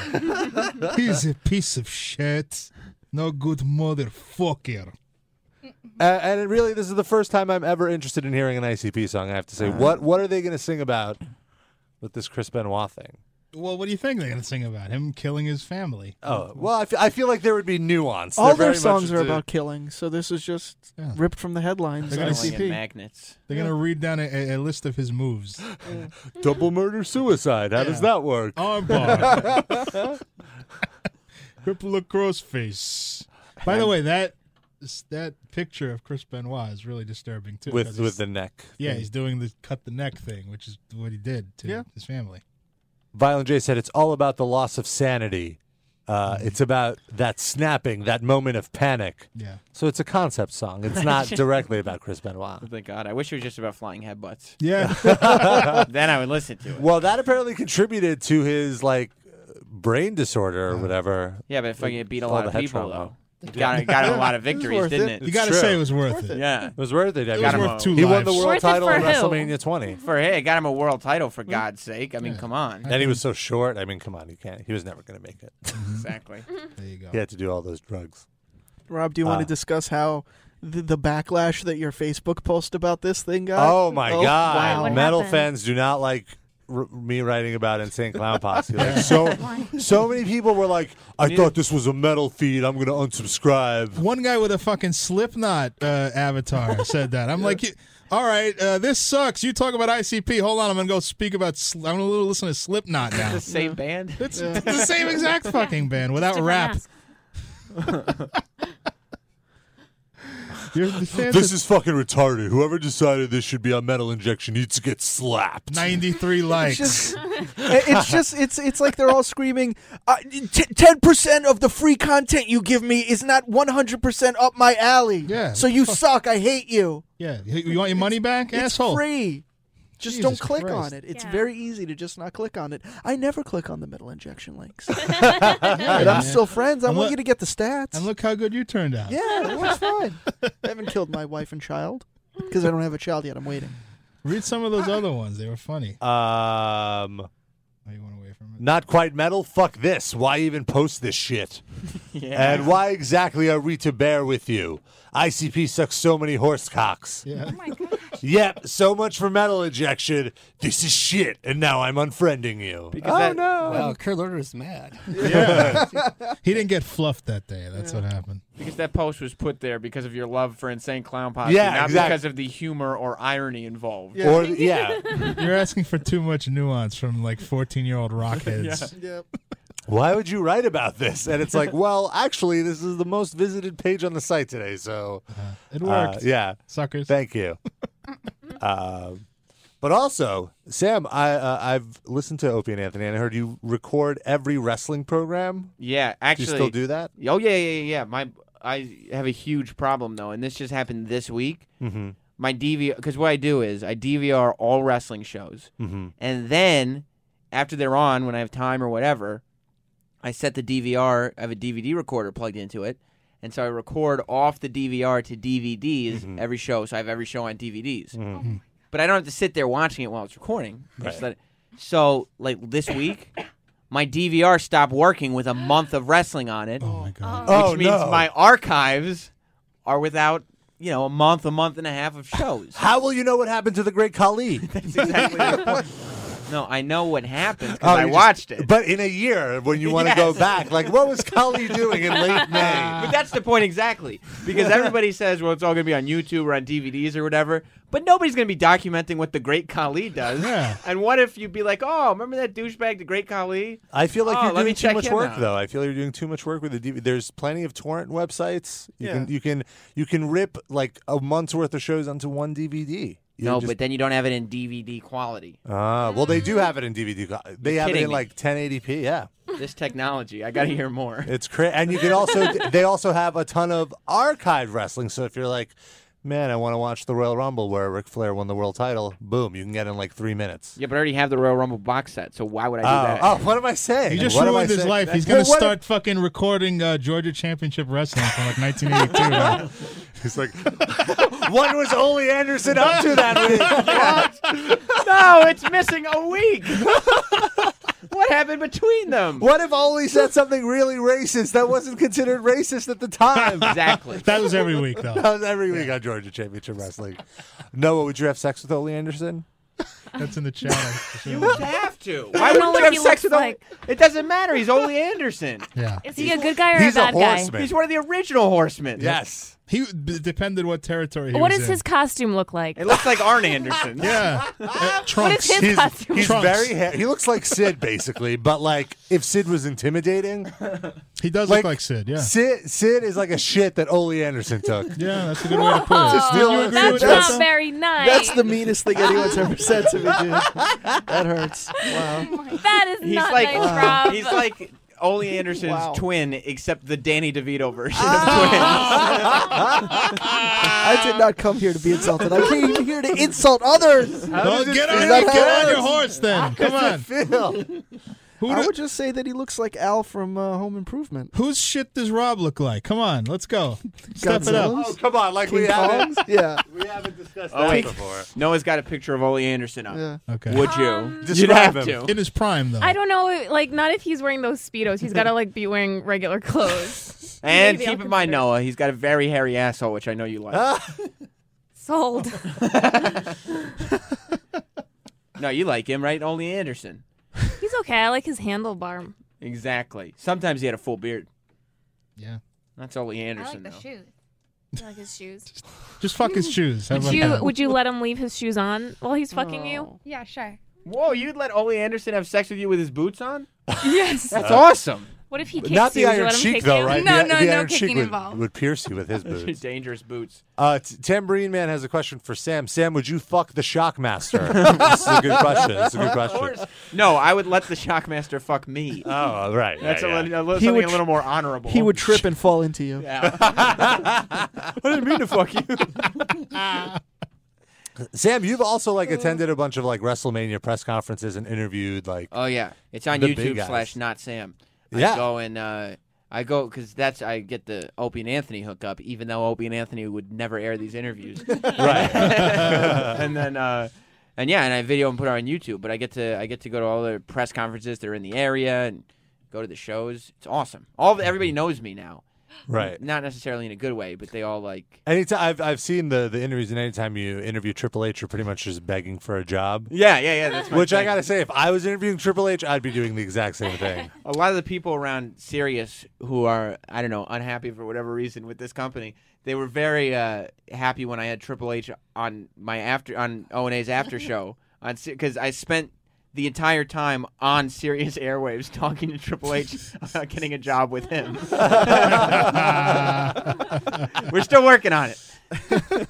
Speaker 3: He's a piece of shit. No good motherfucker.
Speaker 2: A- and it really, this is the first time I'm ever interested in hearing an ICP song. I have to say, what what are they going to sing about with this Chris Benoit thing?
Speaker 3: Well, what do you think they're gonna sing about him killing his family?
Speaker 2: Oh well, I fe- I feel like there would be nuance.
Speaker 4: All
Speaker 2: They're
Speaker 4: their
Speaker 2: very much
Speaker 4: songs are
Speaker 2: into-
Speaker 4: about killing, so this is just
Speaker 3: Yeah.
Speaker 4: ripped from the headlines.
Speaker 3: They're gonna
Speaker 4: I
Speaker 3: see-
Speaker 4: like-
Speaker 3: CP.
Speaker 6: Alien magnets.
Speaker 3: They're gonna read down a, a- a list of his moves.
Speaker 2: double murder suicide. How does
Speaker 3: Yeah.
Speaker 2: that work?
Speaker 3: Armbar. Cripple across face. By the way, that that picture of Chris Benoit is really disturbing too.
Speaker 2: With
Speaker 3: 'cause
Speaker 2: with the
Speaker 3: he's-
Speaker 2: neck.
Speaker 3: yeah, he's doing the cut the neck thing, which is what he did to
Speaker 4: Yeah.
Speaker 3: his family.
Speaker 2: Violent J said it's all about the loss of sanity. Uh, it's about that snapping, that moment of panic.
Speaker 3: Yeah.
Speaker 2: So it's a concept song. It's not directly about Chris Benoit.
Speaker 6: Oh, thank God. I wish it was just about flying headbutts.
Speaker 3: Yeah.
Speaker 6: then I would listen to it.
Speaker 2: Well, that apparently contributed to his like brain disorder or whatever.
Speaker 6: Yeah, but it fucking beat a
Speaker 2: All
Speaker 6: lot
Speaker 2: the
Speaker 6: of
Speaker 2: head
Speaker 6: people
Speaker 2: trauma.
Speaker 6: though. Got, got him a lot of victories,
Speaker 4: worth
Speaker 6: didn't
Speaker 4: it.
Speaker 6: it?
Speaker 3: You got to
Speaker 2: true.
Speaker 3: say it was worth, it.
Speaker 6: Yeah.
Speaker 2: was worth it. I
Speaker 3: It was
Speaker 2: mean,
Speaker 3: worth two
Speaker 2: he won
Speaker 3: lives.
Speaker 2: the world
Speaker 5: Worth it
Speaker 2: title
Speaker 5: for
Speaker 2: in
Speaker 5: who?
Speaker 2: WrestleMania 20.
Speaker 6: For hey, got him a world title
Speaker 3: Mm.
Speaker 6: for God's sake. I mean, come on.
Speaker 2: And he was so short. I mean, come on, you can't. He was never going to make it.
Speaker 6: Exactly.
Speaker 3: There you go. Uh,
Speaker 2: he had to do all those drugs.
Speaker 4: Rob, do you want
Speaker 2: Ah.
Speaker 4: to discuss how the, the backlash that your Facebook post about this thing got?
Speaker 2: Oh my god!
Speaker 5: wow. What
Speaker 2: Metal
Speaker 5: happened?
Speaker 2: fans do not like r- me writing about insane clown posse. Like, so, so many people were like, "I thought this was a metal feed. I'm going to unsubscribe."
Speaker 3: One guy with a fucking Slipknot uh, avatar said that. I'm like, "You- all right, uh, this sucks. You talk about ICP. Hold on, I'm gonna go speak about. Sl- I'm gonna listen to Slipknot now.
Speaker 6: the same band.
Speaker 3: It's the same exact fucking band without
Speaker 5: Different
Speaker 3: rap.
Speaker 5: mask.
Speaker 3: You're the fans
Speaker 2: This
Speaker 3: of
Speaker 2: is fucking retarded. Whoever decided this should be on metal injection needs to get slapped.
Speaker 3: 93 likes.
Speaker 4: just- It- it's just it's it's like they're all screaming "Uh, ten percent of the free content you give me is not one hundred percent up my alley.
Speaker 3: Yeah.
Speaker 4: So you suck. I hate you.
Speaker 3: yeah, you you want your money back, asshole?
Speaker 4: It's free. Just
Speaker 3: Jesus
Speaker 4: don't click
Speaker 3: Christ.
Speaker 4: on it. It's
Speaker 5: Yeah.
Speaker 4: very e- easy to just not click on it. I never click on the metal injection links. but I'm still friends. I
Speaker 3: And
Speaker 4: want
Speaker 3: look-
Speaker 4: you to get the stats.
Speaker 3: And look how good you turned out.
Speaker 4: yeah, it works fine. I haven't killed my wife and child because I don't have a child yet. I'm waiting.
Speaker 3: Read some of those other ones. They were funny.
Speaker 2: Um,
Speaker 3: Oh, you went away from it.
Speaker 2: not quite metal. Fuck this. Why even post this shit?
Speaker 6: Yeah.
Speaker 2: And why exactly are we to bear with you? ICP sucks so many horse cocks.
Speaker 5: Oh
Speaker 3: Yeah.
Speaker 2: Yep, so much for metal injection. This is shit, and now I'm unfriending you.
Speaker 3: Oh,
Speaker 2: Oh,
Speaker 6: Because that-
Speaker 7: Wow, Kurt Loder is mad.
Speaker 3: He didn't get fluffed that day. That's what happened.
Speaker 6: Because that post was put there because of your love for insane clown posse,
Speaker 2: Yeah,
Speaker 6: not
Speaker 2: exact-
Speaker 6: because of the humor or irony involved.
Speaker 2: Or yeah,
Speaker 3: You're asking for too much nuance from like 14 year old rockheads.
Speaker 4: Yep.
Speaker 2: why would you write about this? And it's like, well, actually, this is the most visited page on the site today. So,
Speaker 3: It
Speaker 2: uh,
Speaker 3: worked.
Speaker 2: yeah,
Speaker 3: Suckers.
Speaker 2: thank you. Um but also, Sam, I uh, I've listened to Opie and Anthony, and I heard you record every wrestling program.
Speaker 6: Yeah,
Speaker 2: Do
Speaker 6: actually.
Speaker 2: you still do that?
Speaker 6: Oh yeah, yeah, yeah, yeah. My I have a huge problem though, and this just happened this week. Mm-hmm. My DVR, because what I do is I DVR all wrestling shows,
Speaker 2: Mm-hmm.
Speaker 6: and then after they're on, when I have time or whatever, I set the DVR. I have a DVD recorder plugged into it, and so I record off the DVR to DVDs
Speaker 2: Mm-hmm.
Speaker 6: every show. So I have every show on DVDs, but I don't have to sit there watching it while it's recording. I just let it- so like this week. My DVR stopped working with a month of wrestling on it
Speaker 3: Oh my God.
Speaker 2: Oh,
Speaker 6: which means
Speaker 2: no.
Speaker 6: my archives are without you know a month, a month and a half of shows.
Speaker 2: How will you know what happened to the great Khali?
Speaker 6: That's exactly the point. No, I know what happened
Speaker 2: Oh,
Speaker 6: because I
Speaker 2: you just-
Speaker 6: watched it.
Speaker 2: But in a year, when you want to go
Speaker 6: Yes.
Speaker 2: back, like what was Kali doing in late May?
Speaker 6: But that's the point exactly because everybody says, well, it's all going to be on YouTube or on DVDs or whatever. But nobody's going to be documenting what the Great Khali does.
Speaker 3: Yeah.
Speaker 6: And what if you'd be like, oh, remember that douchebag, the Great Khali?
Speaker 2: I feel like
Speaker 6: Oh,
Speaker 2: you're
Speaker 6: let me
Speaker 2: doing too
Speaker 6: check
Speaker 2: much
Speaker 6: him
Speaker 2: work,
Speaker 6: out.
Speaker 2: though. I feel you're doing too much work with the DVD. There's plenty of torrent websites. You
Speaker 4: Yeah.
Speaker 2: can you can you can rip like a month's worth of shows onto one DVD. You
Speaker 6: no,
Speaker 2: just-
Speaker 6: but then you don't have it in DVD quality.
Speaker 2: ah, well, they do have it in DVD. co- They have it
Speaker 6: kidding
Speaker 2: in
Speaker 6: me.
Speaker 2: like 1080p. Yeah,
Speaker 6: this technology, I got to hear more.
Speaker 2: it's crazy. And you can also they also have a ton of archived wrestling. So if you're like, man, I want to watch the Royal Rumble where Ric Flair won the world title, boom, you can get it in like three minutes.
Speaker 6: Yeah, but I already have the Royal Rumble box set, so why would I do
Speaker 2: Oh,
Speaker 6: that?
Speaker 2: oh, what am I saying?
Speaker 3: You just
Speaker 2: What am I
Speaker 3: ruined his
Speaker 2: saying?
Speaker 3: life. He's
Speaker 2: Well,
Speaker 3: gonna
Speaker 2: what if-
Speaker 3: start fucking recording uh, Georgia Championship Wrestling from like 1982. now.
Speaker 2: He's like, what was Ole Anderson up to that week?
Speaker 6: No, it's missing a week. what happened between them?
Speaker 2: What if Ole said something really racist that wasn't considered racist at the time? that
Speaker 6: Exactly.
Speaker 3: That was every week though.
Speaker 2: was every week on Georgia Championship Wrestling. Noah, would you have sex with Ole Anderson?
Speaker 3: That's in the chat.
Speaker 6: you would have to. Why would
Speaker 5: know
Speaker 6: Ole
Speaker 5: what
Speaker 6: have
Speaker 5: he
Speaker 6: sex
Speaker 5: looks
Speaker 6: with Ole?
Speaker 5: like.
Speaker 6: It doesn't matter. He's Ole Anderson.
Speaker 3: Yeah,
Speaker 5: Is he a good guy or
Speaker 2: He's
Speaker 5: a
Speaker 2: a
Speaker 5: bad guy?
Speaker 2: horseman.
Speaker 6: He's one of the original horsemen.
Speaker 2: Yes.
Speaker 3: he b- depended what territory. He
Speaker 5: What
Speaker 3: was Ah,
Speaker 5: does
Speaker 3: in.
Speaker 5: his costume look like?
Speaker 6: It looks like Arn Anderson.
Speaker 3: Yeah, Uh,
Speaker 5: What is
Speaker 3: trunks.
Speaker 5: his costume?
Speaker 2: He's
Speaker 3: Trunks.
Speaker 2: very ha- he looks like Sid basically, but like if Sid was intimidating,
Speaker 3: He does
Speaker 2: like-
Speaker 3: look like Sid. Yeah,
Speaker 2: Sid Sid is like a shit that Ole Anderson took.
Speaker 3: yeah, that's a good way to put it.
Speaker 2: steal
Speaker 5: Oh,
Speaker 2: it.
Speaker 5: that's
Speaker 2: That's-
Speaker 5: not very nice.
Speaker 4: That's the meanest thing anyone's ever said to me, dude. That hurts. Wow.
Speaker 5: that is
Speaker 6: He's
Speaker 5: not
Speaker 6: like
Speaker 5: nice, Rob.
Speaker 6: he's like Ole Anderson's
Speaker 4: Wow.
Speaker 6: twin, except the Danny DeVito version
Speaker 5: Ah.
Speaker 4: I did not come here to be insulted. I came here to insult others.
Speaker 3: Don't get on,
Speaker 4: Is that
Speaker 3: get
Speaker 4: how it
Speaker 3: on your
Speaker 4: is?
Speaker 3: horse then. Come on.
Speaker 2: Phil.
Speaker 3: Who
Speaker 4: I
Speaker 3: do-
Speaker 4: would just say that he looks like Al from uh, Home Improvement.
Speaker 3: Whose shit does Rob look like? Come on, let's go. Step it up.
Speaker 4: Godzilla's?
Speaker 2: Oh, come on. Like, we
Speaker 4: King
Speaker 2: haven't,
Speaker 4: Kong's? Yeah.
Speaker 2: we haven't discussed
Speaker 6: Oh,
Speaker 2: that
Speaker 6: wait.
Speaker 2: before.
Speaker 6: Noah's got a picture of Ole Anderson up.
Speaker 4: Yeah.
Speaker 3: Okay.
Speaker 6: Would you?
Speaker 5: Um,
Speaker 6: You'd
Speaker 2: Describe
Speaker 6: have
Speaker 2: him.
Speaker 6: to.
Speaker 3: In his prime, though.
Speaker 5: I don't know, like not if he's wearing those speedos. He's got to like be wearing regular clothes.
Speaker 6: And
Speaker 5: Maybe I'll
Speaker 6: keep in mind,
Speaker 5: consider it.
Speaker 6: Noah, he's got a very hairy asshole, which I know you like.
Speaker 5: Sold.
Speaker 6: no, you like him, right? Ole Anderson.
Speaker 5: He's okay. I like his handlebar.
Speaker 6: Exactly. Sometimes he had a full beard.
Speaker 3: Yeah.
Speaker 6: That's Ole
Speaker 8: I like
Speaker 6: Anderson,
Speaker 8: the
Speaker 6: though.
Speaker 8: shoes.
Speaker 5: I like his shoes.
Speaker 3: Just fuck his shoes. How
Speaker 5: Would
Speaker 3: about
Speaker 5: you
Speaker 3: that?
Speaker 5: would you let him leave his shoes on while he's fucking you?
Speaker 8: Yeah, sure.
Speaker 6: Whoa, you'd let Ole Anderson have sex with you with his boots on?
Speaker 5: Yes.
Speaker 2: uh,
Speaker 6: That's awesome.
Speaker 5: What if he kicks
Speaker 2: Not
Speaker 5: you?
Speaker 2: the
Speaker 5: Would you
Speaker 2: iron
Speaker 5: let him
Speaker 2: cheek,
Speaker 5: kick
Speaker 2: though,
Speaker 5: you?
Speaker 2: right?
Speaker 8: No,
Speaker 2: the,
Speaker 8: no,
Speaker 2: the
Speaker 8: no
Speaker 2: iron
Speaker 8: kicking
Speaker 2: cheek would,
Speaker 8: involved.
Speaker 2: would pierce you with his
Speaker 6: Those are
Speaker 2: boots.
Speaker 6: dangerous boots.
Speaker 2: Uh, t- Tambourine Man has a question for Sam. Sam, would you fuck the Shockmaster? this is a good question. It's a good question.
Speaker 6: No, I would let the Shockmaster fuck me.
Speaker 2: Oh, right.
Speaker 6: That's
Speaker 2: yeah,
Speaker 6: a,
Speaker 2: yeah.
Speaker 6: little, a little-
Speaker 4: He
Speaker 6: something
Speaker 4: would
Speaker 6: a
Speaker 4: tr-
Speaker 6: little more honorable.
Speaker 4: He would trip and fall into you.
Speaker 6: Yeah. I didn't mean to fuck you.
Speaker 2: Sam, you've also like attended a bunch of like WrestleMania press conferences and interviewed like
Speaker 6: Oh yeah, it's on
Speaker 2: The big
Speaker 6: YouTube
Speaker 2: guys.
Speaker 6: slash Not Sam.
Speaker 2: Yeah.
Speaker 6: I go and uh, I go because that's I get the Opie and Anthony hookup, even though Opie and Anthony would never air these interviews. and then uh, and yeah, and I video and put it on YouTube. But I get to I get to go to all the press conferences that are in the area and go to the shows. It's awesome. All the, everybody knows me now.
Speaker 2: Mm-hmm. right.
Speaker 6: Not necessarily in a good way, but they all like.
Speaker 2: Anytime I've I've seen the the interviews, and anytime you interview Triple H, you're pretty much just begging for a job.
Speaker 6: Yeah, yeah, yeah. That's my
Speaker 2: Which I
Speaker 6: thing.
Speaker 2: gotta say, if I was interviewing Triple H, I'd be doing the exact same thing.
Speaker 6: a lot of the people around Sirius who are I don't know unhappy for whatever reason with this company, they were very uh, happy when I had Triple H on my after on O and A's after show on because I spent the entire time on Sirius airwaves talking to Triple H about getting a job with him. we're still working on it.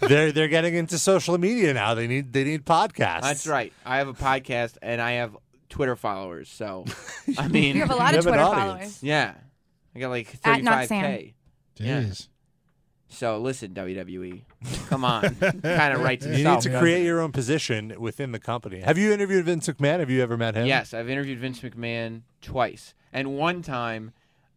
Speaker 2: they're they're getting into social media now. They need they need podcasts.
Speaker 6: That's right. I have a podcast and I have Twitter followers, so I mean,
Speaker 8: You have a lot
Speaker 2: You
Speaker 8: of
Speaker 2: have an
Speaker 8: Twitter
Speaker 2: audience.
Speaker 8: followers.
Speaker 6: yeah, I got like
Speaker 8: At Not
Speaker 6: thirty-five
Speaker 8: Sam.
Speaker 6: k. Yeah.
Speaker 3: Jeez.
Speaker 6: So listen, WWE, come on, kind of right to
Speaker 2: You need
Speaker 6: yourself.
Speaker 2: to create your own position within the company. Have you interviewed Vince McMahon? Have you ever met him?
Speaker 6: Yes, I've interviewed Vince McMahon twice, and one time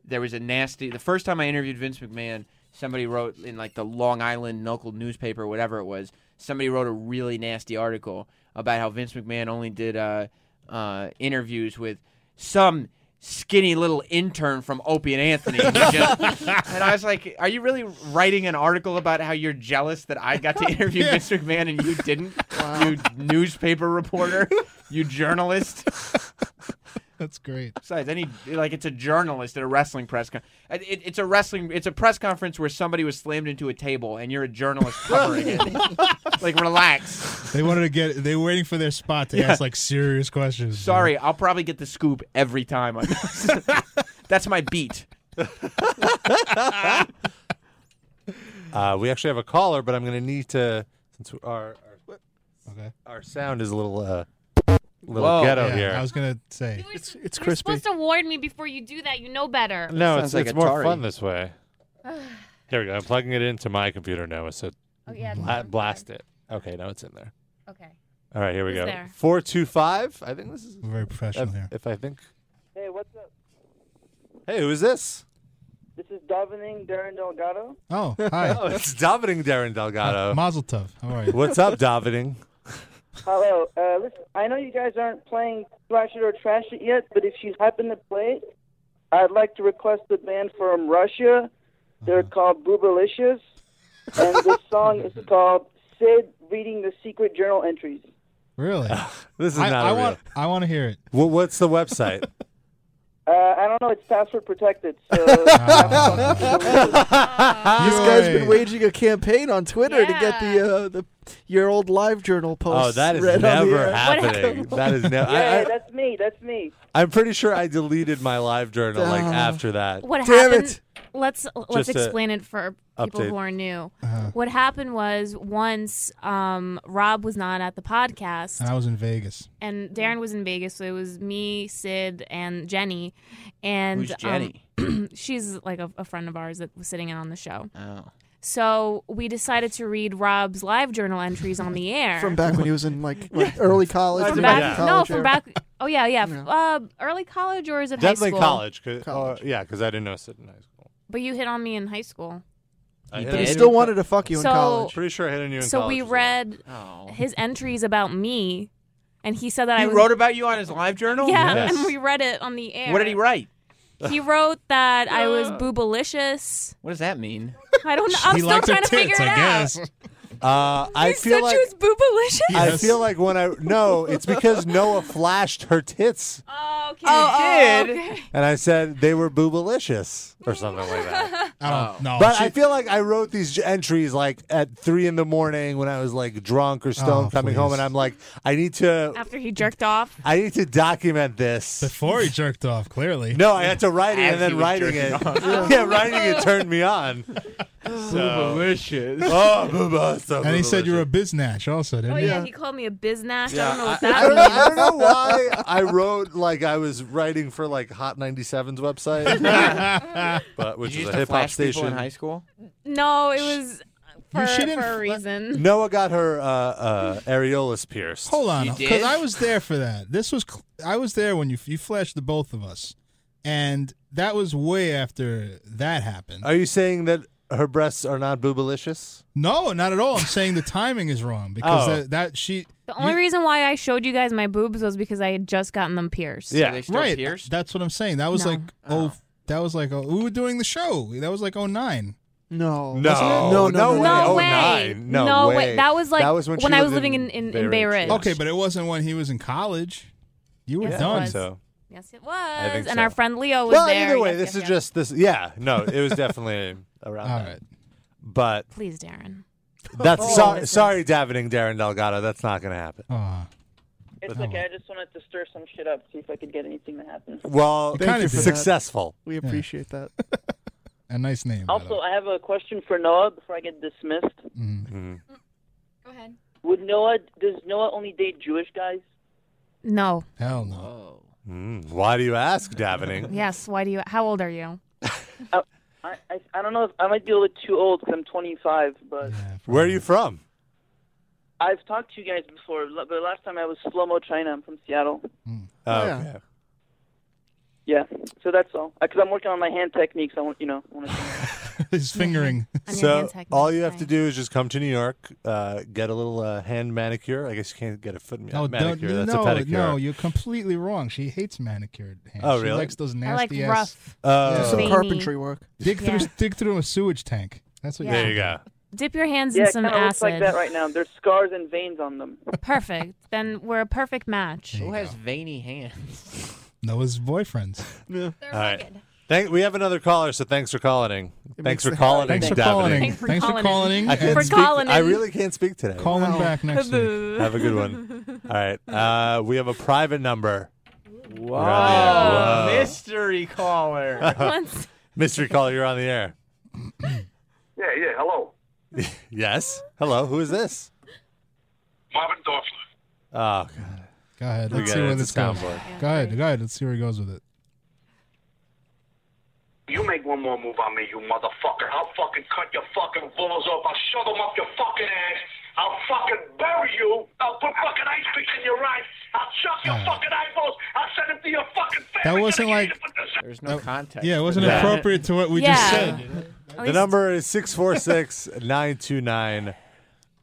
Speaker 6: there was a nasty. The first time I interviewed Vince McMahon, somebody wrote in like the Long Island local newspaper, whatever it was. Somebody wrote a really nasty article about how Vince McMahon only did uh, uh, interviews with some skinny little intern from Opie and Anthony. who just- and I was like, "Are you really writing an article about how you're jealous that I got to interview Vince McMahon and you didn't? You newspaper reporter, you journalist."
Speaker 3: That's great.
Speaker 6: Besides, any like it's a journalist at a wrestling press con- it, it- It's a wrestling. It's a press conference where somebody was slammed into a table, and you're a journalist covering it. like, relax.
Speaker 3: They wanted to get. They were waiting for their spot to ask like serious questions.
Speaker 6: Sorry, I'll probably get the scoop every time. On this. That's my beat.
Speaker 2: Uh, we actually have a caller, but I'm gonna need to since our our,
Speaker 3: Okay.
Speaker 2: our sound is a little uh, little
Speaker 6: Whoa,
Speaker 2: ghetto
Speaker 3: Yeah,
Speaker 2: here.
Speaker 3: I was gonna say.
Speaker 5: It's,
Speaker 4: it's crispy.
Speaker 5: You're supposed to warn me before you do that. You know better.
Speaker 2: No,
Speaker 6: Sounds
Speaker 2: it's,
Speaker 6: like
Speaker 2: it's
Speaker 6: a
Speaker 2: more
Speaker 6: Atari.
Speaker 2: fun this way. Here we go. I'm plugging it into my computer now, so
Speaker 5: Oh yeah.
Speaker 2: bla- blast it. Okay, now it's in there.
Speaker 5: Okay.
Speaker 2: All right, here we
Speaker 5: It's
Speaker 2: go.
Speaker 5: there.
Speaker 2: Four two five. I think this is
Speaker 3: We're very professional here.
Speaker 2: if I think. Hey, what's up? Hey, who's this?
Speaker 11: This is Davening Darren Delgado.
Speaker 3: Oh, hi.
Speaker 2: Oh, it's Davening Darren Delgado.
Speaker 3: Mazel tov. How are you?
Speaker 2: What's up, Davening?
Speaker 11: Hello. Uh, listen, I know you guys aren't playing Thrash It or Trash It yet, but if you happen to play it, I'd like to request a band from Russia.
Speaker 4: Uh-huh.
Speaker 11: They're called Boobalicious, and this song is called Sid Reading the Secret Journal Entries.
Speaker 3: Really?
Speaker 2: This is
Speaker 3: I,
Speaker 2: not
Speaker 3: I
Speaker 2: a
Speaker 3: want. I want to hear it.
Speaker 2: real. Wha- what's the website?
Speaker 11: Uh, I don't know. It's password protected, so
Speaker 4: This Ah. guy's
Speaker 3: Yay.
Speaker 4: been waging a campaign on Twitter to get
Speaker 5: Yeah.
Speaker 4: the uh, the your old live journal post.
Speaker 2: oh, that is
Speaker 4: read on the
Speaker 2: never
Speaker 4: air.
Speaker 2: happening. That is never.
Speaker 11: yeah,
Speaker 2: I,
Speaker 11: that's me. That's me.
Speaker 2: I, am pretty sure I deleted my live journal like
Speaker 4: Ah.
Speaker 2: after that.
Speaker 5: What
Speaker 4: Damn
Speaker 5: happened?
Speaker 4: it.
Speaker 5: Let's let's
Speaker 2: Just a
Speaker 5: explain it for people
Speaker 2: update.
Speaker 5: who are new.
Speaker 3: Uh-huh.
Speaker 5: What happened was once um, Rob was not at the podcast,
Speaker 3: And I was in Vegas.
Speaker 5: and Darren was in Vegas, so it was me, Sid, and Jenny. And
Speaker 6: Who's
Speaker 5: um,
Speaker 6: Jenny?
Speaker 5: she's like a, a friend of ours that was sitting in on the show.
Speaker 6: oh.
Speaker 5: So we decided to read Rob's live journal entries on the air
Speaker 4: From back when he was in like, like early college.
Speaker 5: From
Speaker 4: or
Speaker 5: back,
Speaker 4: college
Speaker 5: no, from
Speaker 4: era.
Speaker 5: back Oh yeah, yeah.
Speaker 7: No.
Speaker 5: Uh, early college or is it high
Speaker 2: Definitely
Speaker 5: school?
Speaker 2: college. 'cause-
Speaker 7: College.
Speaker 2: oh, yeah, because I didn't know Sid in high school.
Speaker 5: But you hit on me in high school.
Speaker 2: I
Speaker 6: You did?
Speaker 4: But
Speaker 2: hit
Speaker 4: he
Speaker 2: on
Speaker 6: Yeah.
Speaker 4: still wanted to fuck you
Speaker 5: So-
Speaker 4: in college.
Speaker 2: Pretty sure I hit on you in
Speaker 5: So
Speaker 2: college.
Speaker 5: we
Speaker 2: as well.
Speaker 5: read
Speaker 6: Oh.
Speaker 5: his entries about me, and he said that
Speaker 6: He
Speaker 5: I was,
Speaker 6: wrote about you on his live journal?
Speaker 5: Yeah,
Speaker 2: Yes.
Speaker 5: and we read it on the air.
Speaker 6: What did he write?
Speaker 5: He wrote that I was boobalicious.
Speaker 6: What does that mean?
Speaker 5: I don't know. I'm
Speaker 3: he
Speaker 5: still
Speaker 3: liked her
Speaker 5: trying to
Speaker 3: tits,
Speaker 5: figure it
Speaker 3: I
Speaker 5: out.
Speaker 3: guess.
Speaker 2: Uh, I
Speaker 5: You
Speaker 2: feel
Speaker 5: said
Speaker 2: like
Speaker 5: she was boobalicious.
Speaker 2: I
Speaker 3: Yes.
Speaker 2: feel like when I no, it's because Noah flashed her tits,
Speaker 5: Oh, okay.
Speaker 6: did.
Speaker 5: okay.
Speaker 2: and I said they were boobalicious or something like that.
Speaker 3: I don't
Speaker 6: Oh.
Speaker 3: know.
Speaker 2: But
Speaker 3: She-
Speaker 2: I feel like I wrote these j- entries like at three in the morning when I was like drunk or stoned
Speaker 3: Oh,
Speaker 2: coming home,
Speaker 3: please.
Speaker 2: and I'm like, I need to,
Speaker 5: After he jerked off.
Speaker 2: I need to document this.
Speaker 3: before he jerked off, clearly.
Speaker 2: No, I had to write it
Speaker 6: As
Speaker 2: and then
Speaker 6: he was
Speaker 2: writing it.
Speaker 6: jerking
Speaker 2: yeah, writing it turned me on. So.
Speaker 6: Delicious.
Speaker 2: Oh, booba, so
Speaker 3: and he said you were
Speaker 2: boobalicious.
Speaker 3: a biznatch also, didn't
Speaker 5: Oh
Speaker 3: he?
Speaker 5: yeah, he called me a biznash. I
Speaker 6: Yeah,
Speaker 5: don't know what
Speaker 6: I-
Speaker 5: that
Speaker 2: I don't, know,
Speaker 5: means.
Speaker 2: I don't know why I wrote like I was writing for like Hot 97's website, but which
Speaker 6: Did you
Speaker 2: is
Speaker 6: used
Speaker 2: a
Speaker 6: to
Speaker 2: hip hop
Speaker 6: flash people in high
Speaker 2: station.
Speaker 6: school?
Speaker 5: No, it was for,
Speaker 3: shouldn't
Speaker 5: for a
Speaker 3: fla-
Speaker 5: reason.
Speaker 2: Noah got her uh, uh, areolas pierced.
Speaker 3: Hold on,
Speaker 6: You
Speaker 3: because
Speaker 6: did?
Speaker 3: I was there for that. This was cl- I was there when you you flashed the both of us, and that was way after that happened.
Speaker 2: Are you saying that her breasts are not boobalicious?
Speaker 3: no, Oh, not at all. I'm saying the timing is wrong because
Speaker 2: Oh.
Speaker 3: that, that she
Speaker 5: The only reason why I showed you guys my boobs was because I had just gotten them pierced.
Speaker 6: Are they still
Speaker 3: right.
Speaker 6: pierced?
Speaker 3: That's what I'm saying. That was
Speaker 5: No.
Speaker 3: like oh, that was like oh, we were doing the show. That was like oh nine.
Speaker 4: No.
Speaker 2: No,
Speaker 4: Wasn't it? no, no,
Speaker 2: no
Speaker 5: No
Speaker 2: Oh,
Speaker 5: way.
Speaker 2: nine. No
Speaker 5: way.
Speaker 2: way.
Speaker 5: That was like
Speaker 2: That was when she
Speaker 5: I was
Speaker 2: lived
Speaker 5: living
Speaker 2: in
Speaker 5: in, in,
Speaker 2: Bay
Speaker 5: in Bay
Speaker 2: Ridge.
Speaker 5: Ridge.
Speaker 2: Yes.
Speaker 3: Okay, but it wasn't when he was in college. You were
Speaker 5: Yes, it
Speaker 3: done.
Speaker 5: was.
Speaker 2: So.
Speaker 5: Yes, it was.
Speaker 2: think
Speaker 5: and
Speaker 2: so.
Speaker 5: our friend Leo was
Speaker 2: Well,
Speaker 5: there.
Speaker 2: either way,
Speaker 5: Yes,
Speaker 2: this
Speaker 5: yes,
Speaker 2: is
Speaker 5: yes.
Speaker 2: just this. Yeah, no, it was definitely around.
Speaker 3: All
Speaker 2: that.
Speaker 3: right.
Speaker 2: But
Speaker 5: Please, Darren.
Speaker 2: that's
Speaker 5: Oh,
Speaker 2: sorry,
Speaker 5: this is-
Speaker 2: sorry, Davening Darren Delgado. That's not going to happen.
Speaker 3: Aw.
Speaker 11: It's
Speaker 3: But-
Speaker 11: okay. I just wanted to stir some shit up, see if I could get anything to happen.
Speaker 2: Well,
Speaker 3: Thank you for that.
Speaker 2: successful.
Speaker 4: We appreciate that.
Speaker 3: a nice name. by the
Speaker 11: Also,
Speaker 3: way.
Speaker 11: I have a question for Noah before I get dismissed.
Speaker 3: Mhm.
Speaker 2: Mm-hmm.
Speaker 5: Go ahead.
Speaker 11: Would Noah does Noah only date Jewish guys?
Speaker 5: No.
Speaker 3: hell no.
Speaker 6: Oh.
Speaker 2: Mm, why do you ask, Davening?
Speaker 5: Yes. Why do you? How old are you?
Speaker 11: I, I I don't know if I might be a little too old 'cause I'm 25, but
Speaker 3: Yeah,
Speaker 2: Where are you from?
Speaker 11: I've talked to you guys before. l- But last time I was slow mo China. I'm from Seattle.
Speaker 2: Oh,
Speaker 4: Yeah.
Speaker 2: okay.
Speaker 11: Yeah, so that's all. Because I'm working on my hand techniques. I want you know. I want to
Speaker 3: He's fingering.
Speaker 5: On your
Speaker 2: So
Speaker 5: hand technique,
Speaker 2: all you have
Speaker 5: right.
Speaker 2: to do is just come to New York, uh, get a little uh, hand manicure. I guess you can't get a foot ma-
Speaker 3: No, don't,
Speaker 2: manicure. That's
Speaker 3: no,
Speaker 2: a pedicure.
Speaker 3: no, you're completely wrong. She hates manicured hands.
Speaker 2: Oh,
Speaker 3: She
Speaker 2: really?
Speaker 3: likes those
Speaker 5: I like
Speaker 3: nasty ass.
Speaker 5: rough.
Speaker 2: Oh,
Speaker 4: Do some
Speaker 5: Veiny.
Speaker 4: carpentry work.
Speaker 3: Dig through,
Speaker 5: Yeah.
Speaker 3: dig through a sewage tank. That's what.
Speaker 5: Yeah.
Speaker 2: there you go.
Speaker 5: Dip your hands
Speaker 11: yeah,
Speaker 5: in
Speaker 11: it
Speaker 5: some
Speaker 11: kind of looks like
Speaker 5: acid.
Speaker 11: that right now. There's scars and veins on them.
Speaker 5: Perfect. Then we're a perfect match.
Speaker 3: There
Speaker 6: Who
Speaker 3: you
Speaker 6: has
Speaker 3: go.
Speaker 6: veiny hands?
Speaker 3: Noah's boyfriends.
Speaker 2: All right. Thank, we have another caller, so thanks for calling. Thanks
Speaker 4: makes
Speaker 2: for
Speaker 4: it-
Speaker 2: calling,
Speaker 3: Thanks for
Speaker 2: Davening.
Speaker 3: calling.
Speaker 5: Thanks for
Speaker 3: Thanks for
Speaker 5: calling.
Speaker 3: calling.
Speaker 2: I, can't
Speaker 5: For
Speaker 3: and
Speaker 2: speak-
Speaker 5: calling
Speaker 2: I
Speaker 5: in.
Speaker 2: really can't speak today.
Speaker 3: calling back next week.
Speaker 2: Have a good one. All right. Uh, we have a private number.
Speaker 6: Whoa.
Speaker 2: Wow.
Speaker 6: Mystery caller.
Speaker 5: Once.
Speaker 2: Mystery caller, you're on the air.
Speaker 12: Yeah, yeah. Hello,
Speaker 2: Yes. Hello. Who is this?
Speaker 12: Marvin Dorfler.
Speaker 2: Oh, God.
Speaker 3: Go ahead.
Speaker 2: We
Speaker 3: Let's
Speaker 2: got
Speaker 3: see
Speaker 2: it.
Speaker 3: where
Speaker 2: It's
Speaker 3: this
Speaker 2: a
Speaker 3: goes.
Speaker 2: soundboard.
Speaker 3: Go ahead. Go ahead. Let's see where he goes with it.
Speaker 12: You make one more move on me, you motherfucker. I'll fucking cut your fucking balls off. I'll shove them up your fucking ass. I'll fucking bury you. I'll put fucking ice picks in your eyes. I'll chuck your
Speaker 3: Ah.
Speaker 12: fucking eyeballs. I'll send them to your fucking family.
Speaker 3: That wasn't like-
Speaker 6: There's no context.
Speaker 3: Yeah, it
Speaker 6: for
Speaker 3: wasn't
Speaker 6: that.
Speaker 3: appropriate to what we just
Speaker 5: yeah.
Speaker 3: said.
Speaker 5: At
Speaker 2: The
Speaker 5: least-
Speaker 2: number is 646 929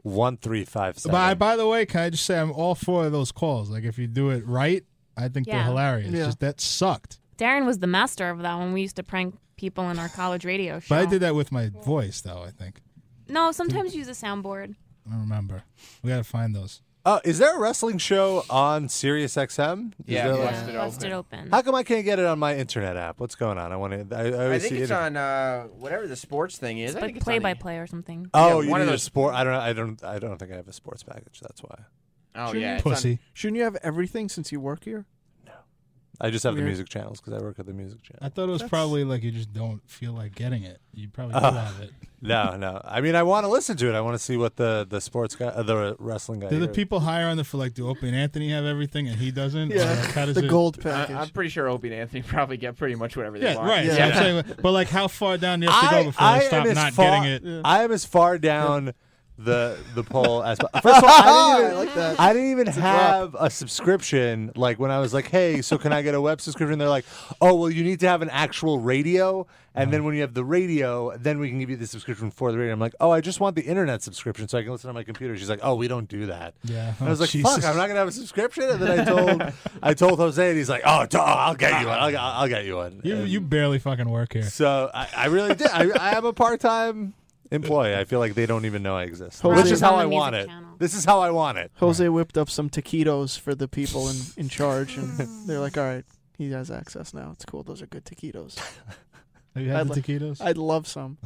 Speaker 2: 1357.
Speaker 3: By, by the way, can I just say I'm all for those calls. Like if you do it right, I think they're
Speaker 5: Yeah.
Speaker 3: hilarious.
Speaker 4: Yeah.
Speaker 3: Just that sucked.
Speaker 5: Darren was the master of that when we used to prank people in our college radio show.
Speaker 3: But I did that with my voice though. I think
Speaker 5: No, sometimes use a soundboard.
Speaker 3: I remember. We gotta find those.
Speaker 2: Oh, is there a wrestling show on Sirius XM? Is
Speaker 6: Yeah,
Speaker 2: there,
Speaker 6: yeah.
Speaker 2: like-
Speaker 6: Busted
Speaker 5: Bust
Speaker 6: open.
Speaker 5: it open.
Speaker 2: How come I can't get it on my internet app? What's going on? I want to. I, I,
Speaker 6: I
Speaker 2: always
Speaker 6: think
Speaker 2: see
Speaker 6: it's
Speaker 2: it-
Speaker 6: on uh, whatever the sports thing is. I think
Speaker 5: Like
Speaker 6: it's on
Speaker 5: play by
Speaker 6: the-
Speaker 5: play or something.
Speaker 2: Oh,
Speaker 6: Yeah,
Speaker 2: you
Speaker 6: one of
Speaker 2: need a
Speaker 6: those-
Speaker 2: sport. I don't. I don't. I don't think I have a sports package. That's why.
Speaker 6: Oh yeah, it's on-
Speaker 3: Pussy.
Speaker 4: Shouldn't you have everything since you work here?
Speaker 2: I just have the
Speaker 4: Weird.
Speaker 2: music channels because I work at the music
Speaker 3: I
Speaker 2: channel.
Speaker 3: thought it was probably like you just don't feel like getting it. You probably do
Speaker 2: Oh.
Speaker 3: have it.
Speaker 2: no, no. I mean, I want to listen to it. I want to see what the the sports guy, uh, the wrestling guy.
Speaker 3: Do the
Speaker 2: here-
Speaker 3: people higher on the for like do Opie and Anthony have everything and he doesn't? Or, like, how does
Speaker 4: the
Speaker 3: it-
Speaker 4: gold
Speaker 6: I-
Speaker 4: package.
Speaker 6: I'm pretty sure Opie and Anthony probably get pretty much whatever they
Speaker 3: Yeah,
Speaker 6: want. Oh,
Speaker 3: right.
Speaker 4: Yeah.
Speaker 3: So I'm saying, but like, how far down do you have to go before
Speaker 2: I
Speaker 3: you stop
Speaker 2: am as
Speaker 3: not
Speaker 2: far-
Speaker 3: getting it?
Speaker 2: I am as far down the the poll as first of all. I didn't even,
Speaker 4: I like that.
Speaker 2: I didn't even
Speaker 4: It's a drop.
Speaker 2: have a subscription. Like when I was like, "Hey, so can I get a web subscription?" They're like, "Oh, well, you need to have an actual radio, and
Speaker 3: Uh-huh.
Speaker 2: then when you have the radio, then we can give you the subscription for the radio." I'm like, "Oh, I just want the internet subscription so I can listen on my computer." She's like, "Oh, we don't do that."
Speaker 3: Yeah.
Speaker 2: And I was
Speaker 3: Oh,
Speaker 2: like,
Speaker 3: Jesus.
Speaker 2: "Fuck, I'm not gonna have a subscription." And then I told I told Jose, and he's like, "Oh, duh, I'll get you one. I'll, I'll get you one."
Speaker 3: You
Speaker 2: And
Speaker 3: you barely fucking work here.
Speaker 2: so I, I really did. I, I am a part time employee. I feel like they don't even know I exist,
Speaker 4: Jose-
Speaker 2: which is how
Speaker 5: On the
Speaker 2: I want
Speaker 5: music
Speaker 2: it.
Speaker 5: channel.
Speaker 2: This is how I want it.
Speaker 4: Jose whipped up some taquitos for the people in, in charge, and they're like, all right, he has access now. It's cool. Those are good taquitos.
Speaker 3: Have you had
Speaker 4: I'd
Speaker 3: the
Speaker 4: like-
Speaker 3: taquitos?
Speaker 4: I'd love some.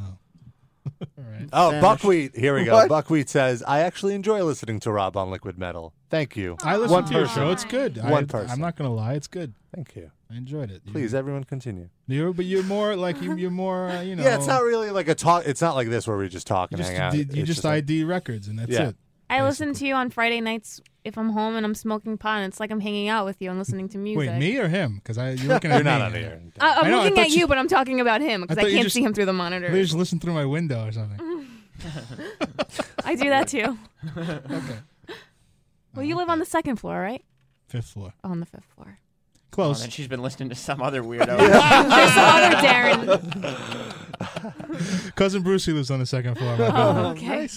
Speaker 3: All right.
Speaker 2: Oh,
Speaker 4: Sandwich.
Speaker 2: buckwheat! Here we go.
Speaker 4: What?
Speaker 2: Buckwheat says, "I actually enjoy listening to Rob on Liquid Metal. Thank you,
Speaker 3: I listen
Speaker 2: One
Speaker 3: to your
Speaker 2: person.
Speaker 3: show. It's good. I,
Speaker 2: One person.
Speaker 3: I'm not gonna lie. It's good.
Speaker 2: thank you.
Speaker 3: I enjoyed it. You-
Speaker 2: Please, everyone, continue."
Speaker 3: You, but you're more like you, you're more. Uh, you know.
Speaker 2: Yeah, it's not really like a talk. It's not like this where we just talk
Speaker 3: You
Speaker 2: and
Speaker 3: just,
Speaker 2: hang out.
Speaker 3: you you
Speaker 2: It's
Speaker 3: just
Speaker 2: like-
Speaker 3: ID records and that's
Speaker 2: Yeah.
Speaker 3: it.
Speaker 5: I listen to you on Friday nights if I'm home and I'm smoking pot. And it's like I'm hanging out with you and listening to music.
Speaker 3: Wait, me or him? Because I you're looking at
Speaker 2: You're
Speaker 3: me.
Speaker 2: not on the air.
Speaker 5: Uh, I'm
Speaker 3: I know, I
Speaker 5: looking
Speaker 3: thought
Speaker 5: at you,
Speaker 3: you-
Speaker 5: but I'm talking about him because
Speaker 3: I
Speaker 5: I,
Speaker 3: thought you
Speaker 5: can't
Speaker 3: just-
Speaker 5: see him through the
Speaker 3: They
Speaker 5: monitor.
Speaker 3: just listen through my window or something.
Speaker 5: I do that too.
Speaker 3: okay.
Speaker 5: Well, you live on the second floor, right?
Speaker 3: Fifth floor.
Speaker 5: Oh, on the fifth
Speaker 6: Oh,
Speaker 5: floor.
Speaker 3: Close.
Speaker 6: then she's been listening to some other weirdo.
Speaker 5: There's some other Darren.
Speaker 3: Cousin Brucey lives on the second floor. of my building.
Speaker 5: Oh, okay.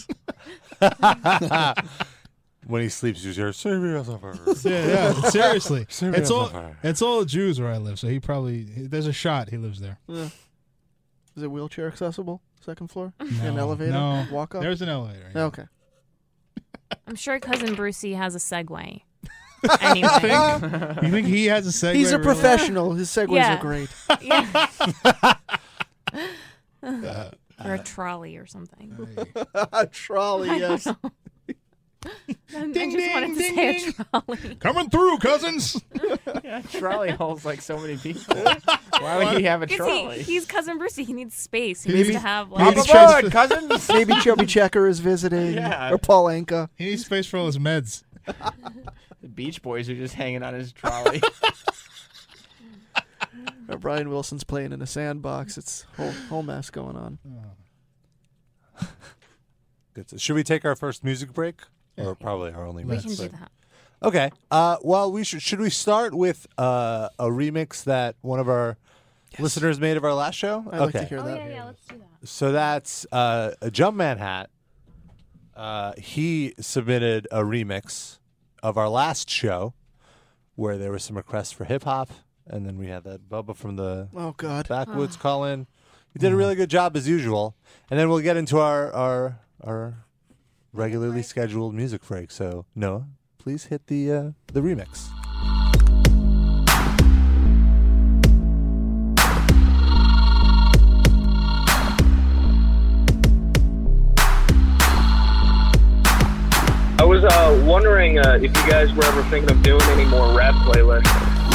Speaker 2: when he sleeps, you hear "Serious offer."
Speaker 3: Yeah, yeah. Seriously,
Speaker 2: Serious
Speaker 3: it's all
Speaker 2: offer.
Speaker 3: it's all Jews where I live. So he probably there's a shot he lives there.
Speaker 4: Is it wheelchair accessible? Second floor?
Speaker 3: No,
Speaker 4: An elevator?
Speaker 3: No,
Speaker 4: Walk up?
Speaker 3: There's an elevator. yeah.
Speaker 4: Okay.
Speaker 5: I'm sure cousin Brucey has a Segway. anyway,
Speaker 3: You think he has a segue?
Speaker 4: He's a
Speaker 3: really?
Speaker 4: professional. His segues
Speaker 5: Yeah.
Speaker 4: are great.
Speaker 5: yeah. or a trolley or something.
Speaker 4: A trolley, yes.
Speaker 5: I just
Speaker 3: Ding,
Speaker 5: wanted
Speaker 3: ding,
Speaker 5: to
Speaker 3: ding,
Speaker 5: say
Speaker 3: ding.
Speaker 5: a trolley.
Speaker 3: Coming through, cousins.
Speaker 6: trolley holds like so many people. Why would he have a
Speaker 5: Because he,
Speaker 6: trolley?
Speaker 5: he's cousin Brucey. He needs space. He
Speaker 3: He
Speaker 5: needs to
Speaker 3: needs-
Speaker 5: have
Speaker 3: he
Speaker 5: like.
Speaker 6: Hop
Speaker 3: needs space
Speaker 6: aboard,
Speaker 3: for-
Speaker 6: cousins.
Speaker 4: Maybe Chubby Checker is visiting,
Speaker 6: Yeah.
Speaker 4: or Paul Anka.
Speaker 3: He needs space for all his meds.
Speaker 6: The Beach Boys are just hanging on his trolley.
Speaker 4: Or Brian Wilson's playing in a sandbox. It's whole whole mess going on.
Speaker 2: Good. Should we take our first music break, or probably our only?
Speaker 5: we
Speaker 2: break,
Speaker 5: can do
Speaker 2: but-
Speaker 5: that.
Speaker 2: Okay. Uh, well, we should should we start with uh, a remix that one of our listeners made of our last show?
Speaker 4: I'd like
Speaker 2: okay.
Speaker 4: to hear
Speaker 5: Oh
Speaker 4: that.
Speaker 5: yeah, yeah. Let's do that.
Speaker 2: So that's uh, a Jumpman hat. Uh, he submitted a remix of our last show, where there was some requests for hip hop, and then we had that Bubba from the
Speaker 4: Oh God.
Speaker 2: Backwoods call in. You did a really good job as usual, and then we'll get into our our our regularly scheduled music break. So Noah, please hit the uh, the remix.
Speaker 12: I was uh, wondering uh, if you guys were ever thinking of doing any more rap playlists.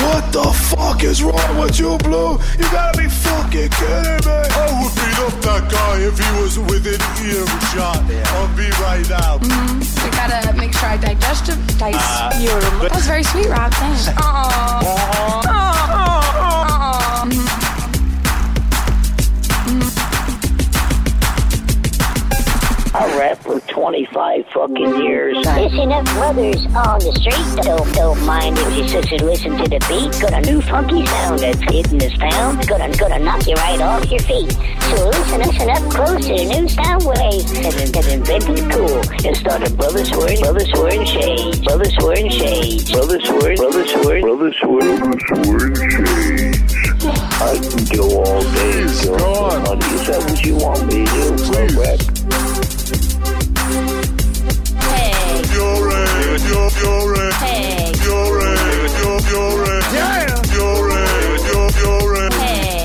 Speaker 10: What the fuck is wrong with you, Blue? Oh, You gotta be fucking kidding me. I would beat up that guy if he was within earshot. I'll be right out.
Speaker 2: Mm-hmm.
Speaker 8: We gotta make sure I digest it. Dice
Speaker 2: Uh,
Speaker 8: you. That was very sweet, Rob. Thanks. Aww. Aww. Aww.
Speaker 13: I rap for 25 fucking years. It's enough brothers on the street. Don't, don't mind if you sit and listen to the beat. Got a new funky sound that's hitting this town. Gonna, gonna knock you right off your feet. So listen, listen up close to the new sound wave. That, that invented cool. And started brothers wearing, brothers wearing shades. Brothers wearing shades. Brothers wearing, brothers wearing, brothers wearing, brothers wearing shades. I can go all day. Is that what you want me to do? Please. Rap Hey,
Speaker 10: You're in, you're, you're in,
Speaker 13: hey,
Speaker 10: you're in, you're, you're in. You're in, you're, you're in.
Speaker 13: hey.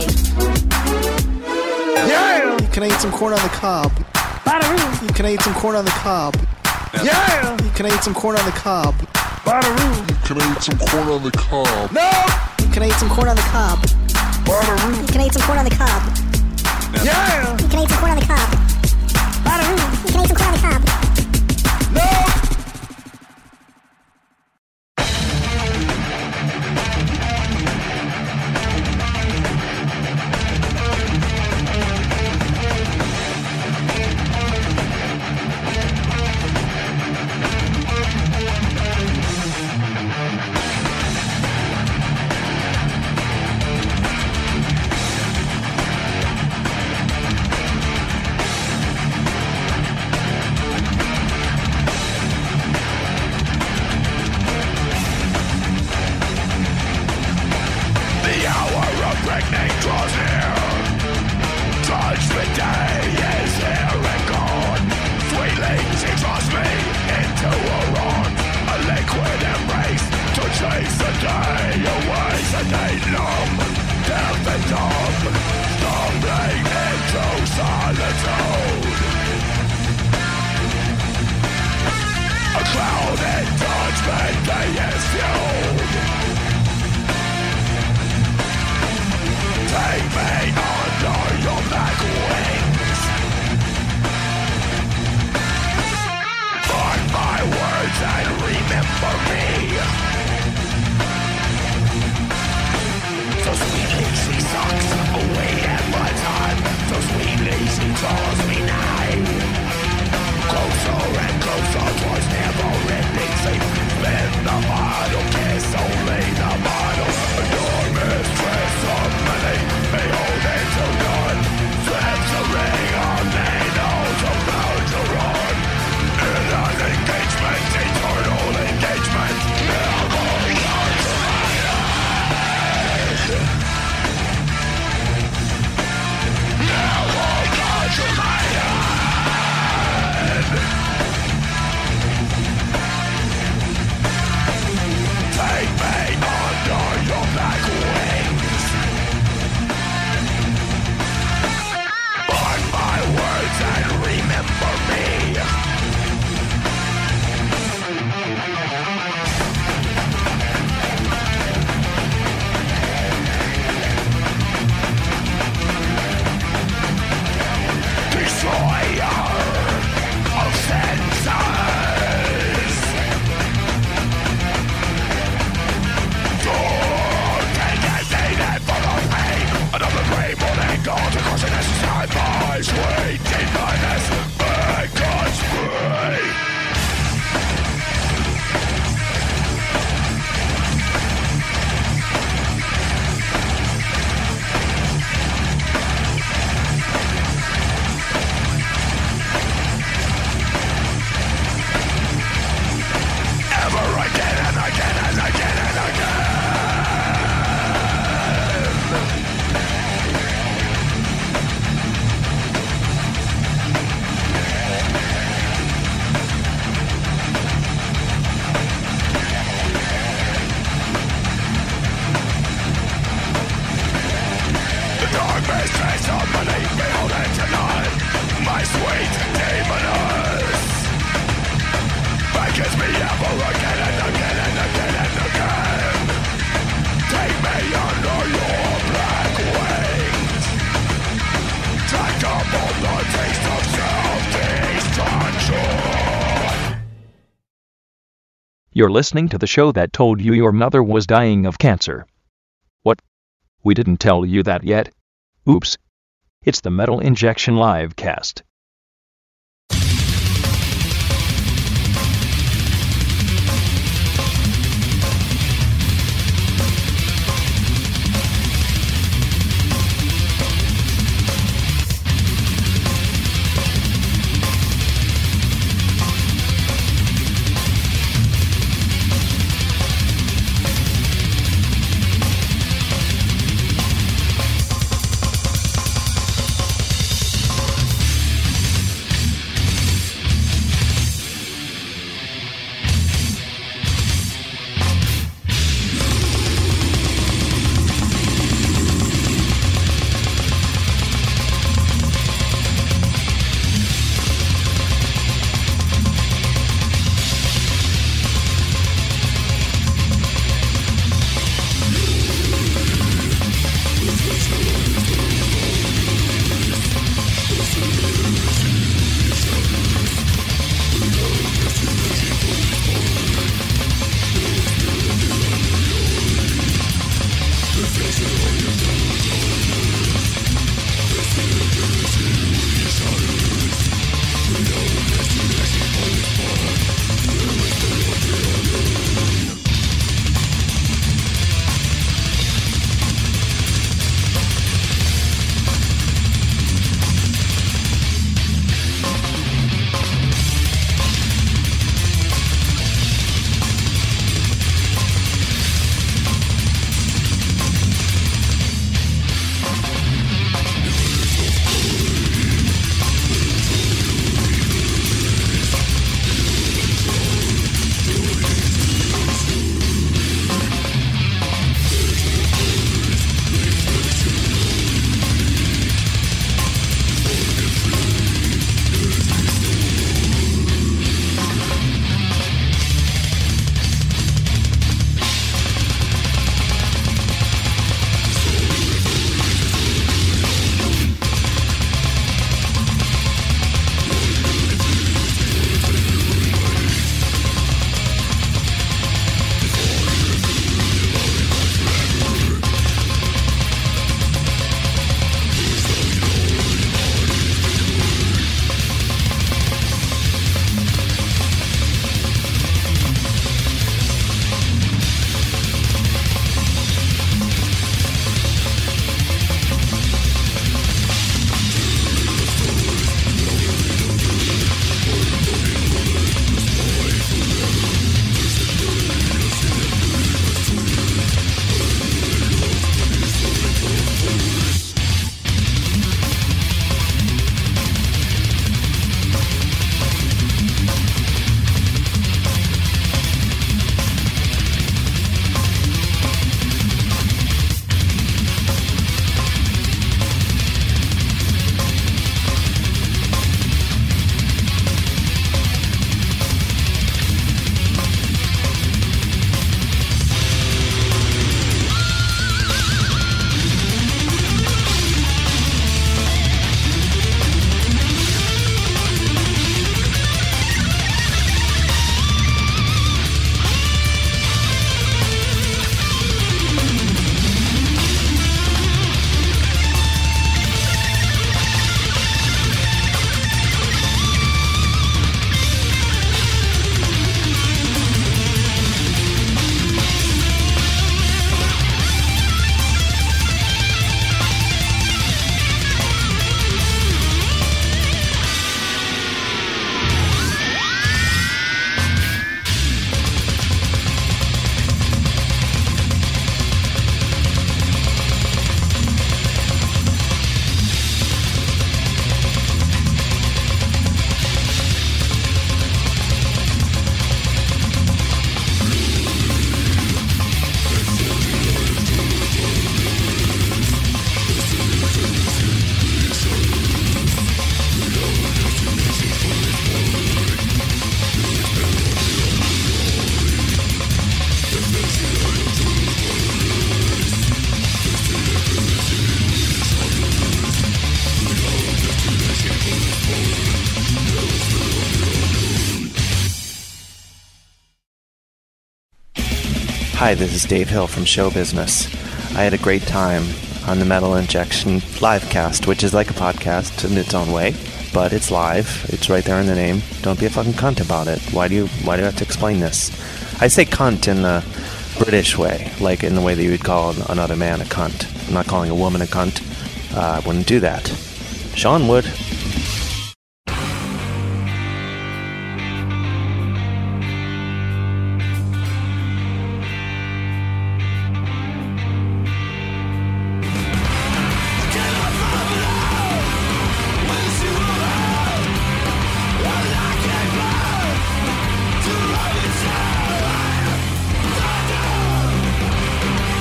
Speaker 4: Can I eat some corn on the cob? Can I eat some corn on the cob? Yeah. Can I eat some corn on the cob?
Speaker 10: Can I eat some corn on the cob? No!
Speaker 4: Can I eat some corn on the cob?
Speaker 13: Can I eat some corn on the cob? Yeah! Can I eat some corn on the cob? Can I eat some corn on the cob?
Speaker 1: You're listening to the show that told you your mother was dying of cancer. What? We didn't tell you that yet. Oops. It's the Metal Injection Live cast.
Speaker 14: Hi, this is Dave Hill from Show Business. I had a great time on the Metal Injection livecast, which is like a podcast in its own way, but it's live. It's right there in the name. Don't be a fucking cunt about it. Why do you Why do you have to explain this? I say cunt in the British way, like in the way that you would call an- another man a cunt. I'm not calling a woman a cunt. Uh, I wouldn't do that. Sean would.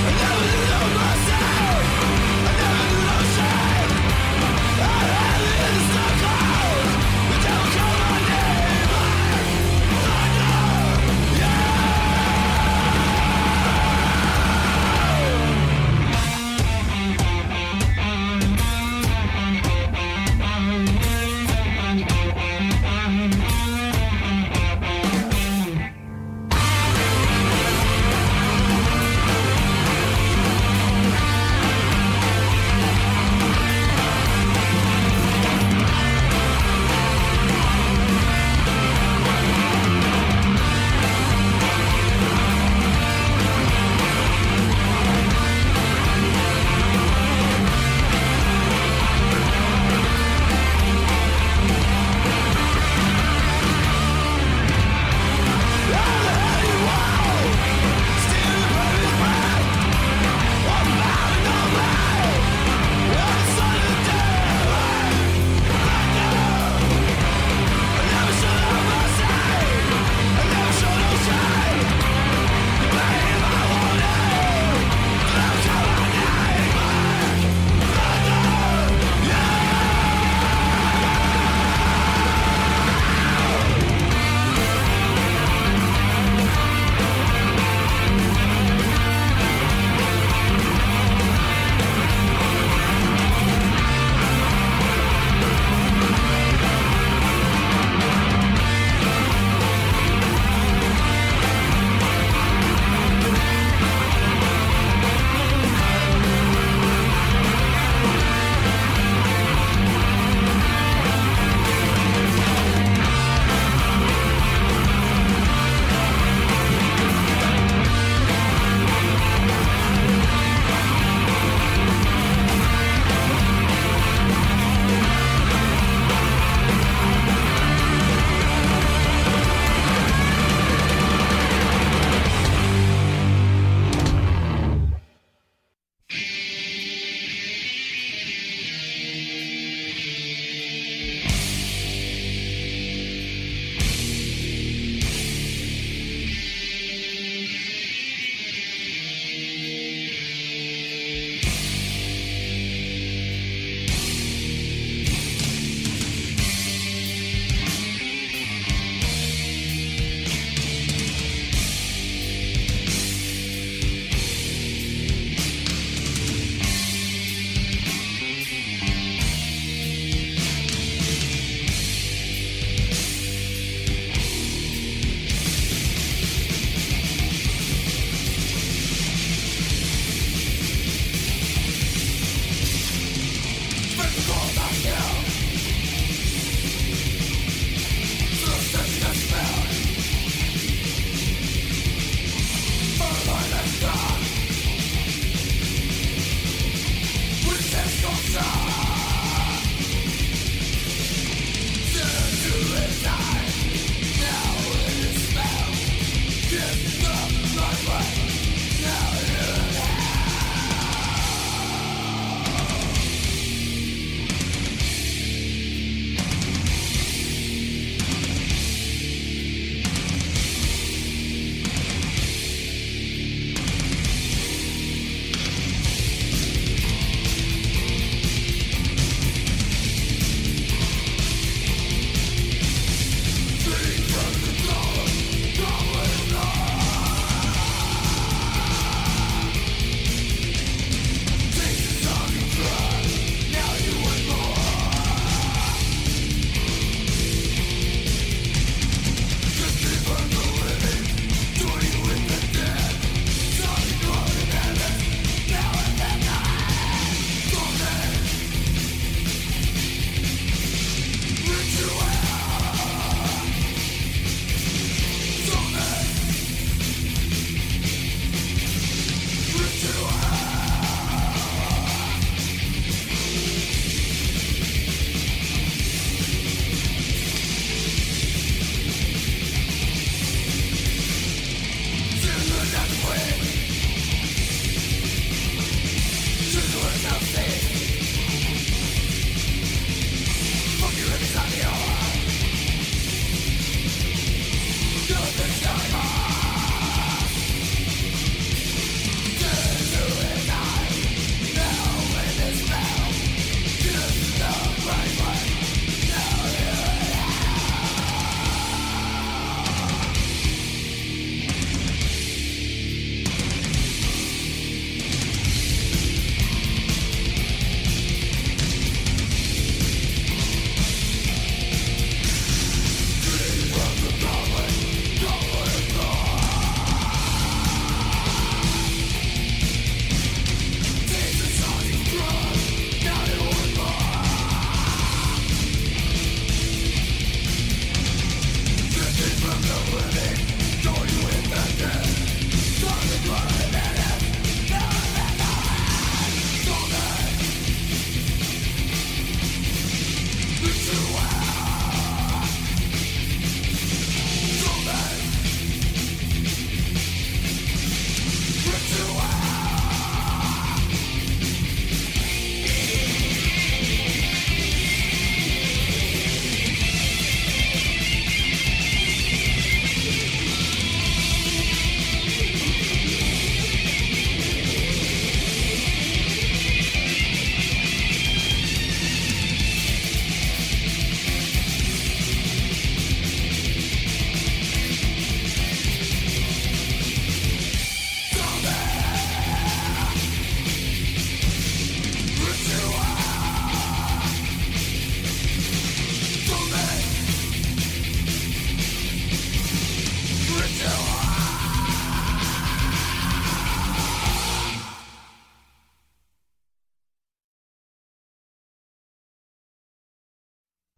Speaker 12: I never knew no mercy. I never knew no shame. I had it in the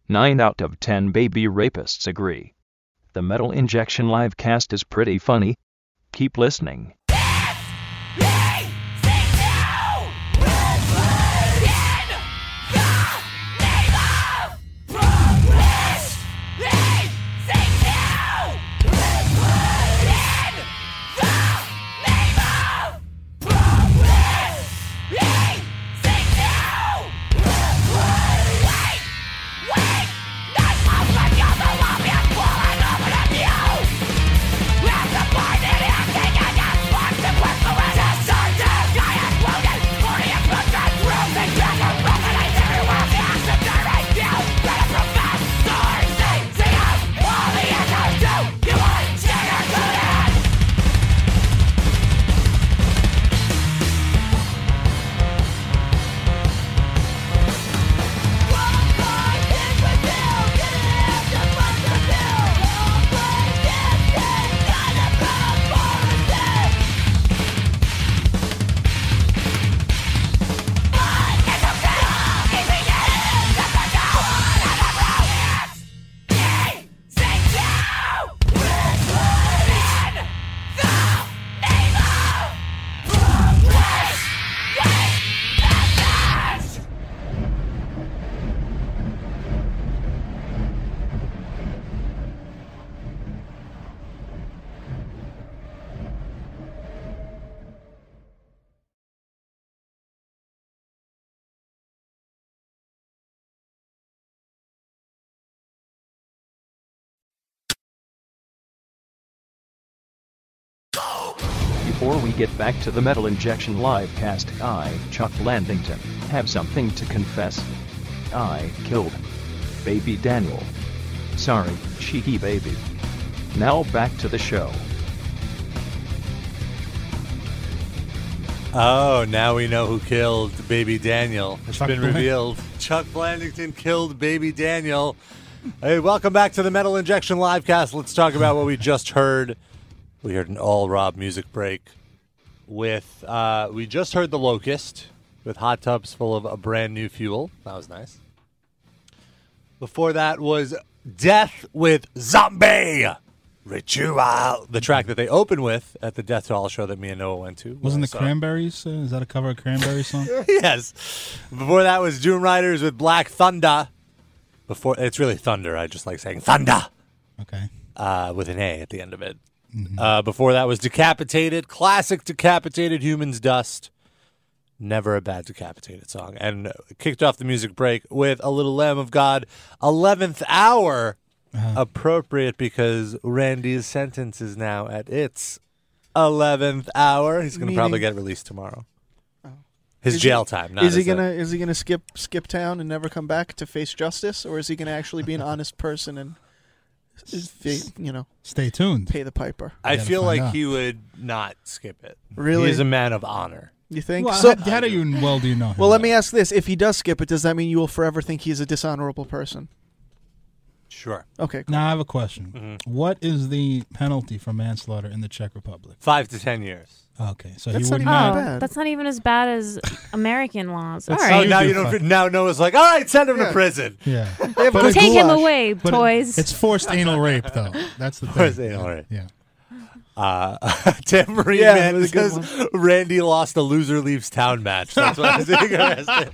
Speaker 1: 9 out of 10 baby rapists agree. The Metal Injection live cast is pretty funny. Keep listening. Before we get back to the Metal Injection live cast, I, Chuck Landington, have something to confess. I killed Baby Daniel. Sorry, cheeky baby. Now back to the show.
Speaker 2: Oh, now we know who killed baby Daniel. It's
Speaker 3: Chuck
Speaker 2: been
Speaker 3: Blan-
Speaker 2: revealed. Chuck Blandington killed baby Daniel. Hey, welcome back to the Metal Injection Livecast. Let's talk about what we just heard. We heard an all Rob music break with, uh, we just heard The Locust with hot tubs full of a brand new fuel. That was nice. Before that was Death with Zombie Ritual, the track that they opened with at the Death to All show that me and Noah went to.
Speaker 3: Wasn't
Speaker 2: I
Speaker 3: the
Speaker 2: saw-
Speaker 3: Cranberries? Uh, is that a cover of Cranberries song?
Speaker 2: yes. Before that was Doom Riders with Black Thunder. Before it's really Thunder. I just like saying Thunder.
Speaker 3: Okay.
Speaker 2: Uh, with an A at the end of it. Uh, before that was Decapitated, classic Decapitated Humans Dust. Never a bad Decapitated song. And uh, kicked off the music break with A Little Lamb of God, 11th Hour.
Speaker 4: Uh-huh.
Speaker 2: Appropriate because Randy's sentence is now at its 11th hour. He's going to probably
Speaker 4: Meaning- Oh.
Speaker 2: get released tomorrow. His
Speaker 4: Is he-
Speaker 2: jail time. Not
Speaker 4: is he
Speaker 2: his, uh,
Speaker 4: gonna is he gonna skip skip town and never come back to face justice, or is he gonna actually be an honest person and s- fa- you know
Speaker 3: Stay tuned.
Speaker 4: pay the piper?
Speaker 2: I feel like he would not skip it.
Speaker 4: Really?
Speaker 2: He's a man of honor.
Speaker 4: You think
Speaker 3: Well,
Speaker 4: so?
Speaker 3: how, how do you well do you know? him?
Speaker 4: Well, let me ask this: If he does skip it, does that mean you will forever think he's a dishonorable person?
Speaker 2: Sure.
Speaker 4: Okay.
Speaker 3: Now I have a question.
Speaker 2: Mm-hmm.
Speaker 3: What is the penalty for manslaughter in the Czech Republic?
Speaker 2: Five to ten years.
Speaker 3: Okay, so
Speaker 5: That's not
Speaker 3: he would
Speaker 5: even
Speaker 3: not.
Speaker 5: Oh, that's not even as bad as American laws. All
Speaker 3: That's
Speaker 5: right.
Speaker 2: Oh, now
Speaker 3: do
Speaker 2: you don't.
Speaker 3: fuck.
Speaker 2: Now Noah's like, all right, send him to prison.
Speaker 3: Yeah.
Speaker 5: But a Take him goulash. away,
Speaker 3: it-
Speaker 5: toys.
Speaker 3: it's forced anal rape, though. That's the thing.
Speaker 2: Forced anal rape.
Speaker 3: Yeah.
Speaker 2: Uh, Tim Marie
Speaker 3: Yeah,
Speaker 2: man,
Speaker 3: that was a good
Speaker 2: because Randy lost a loser leaves town match. That's why I was interested.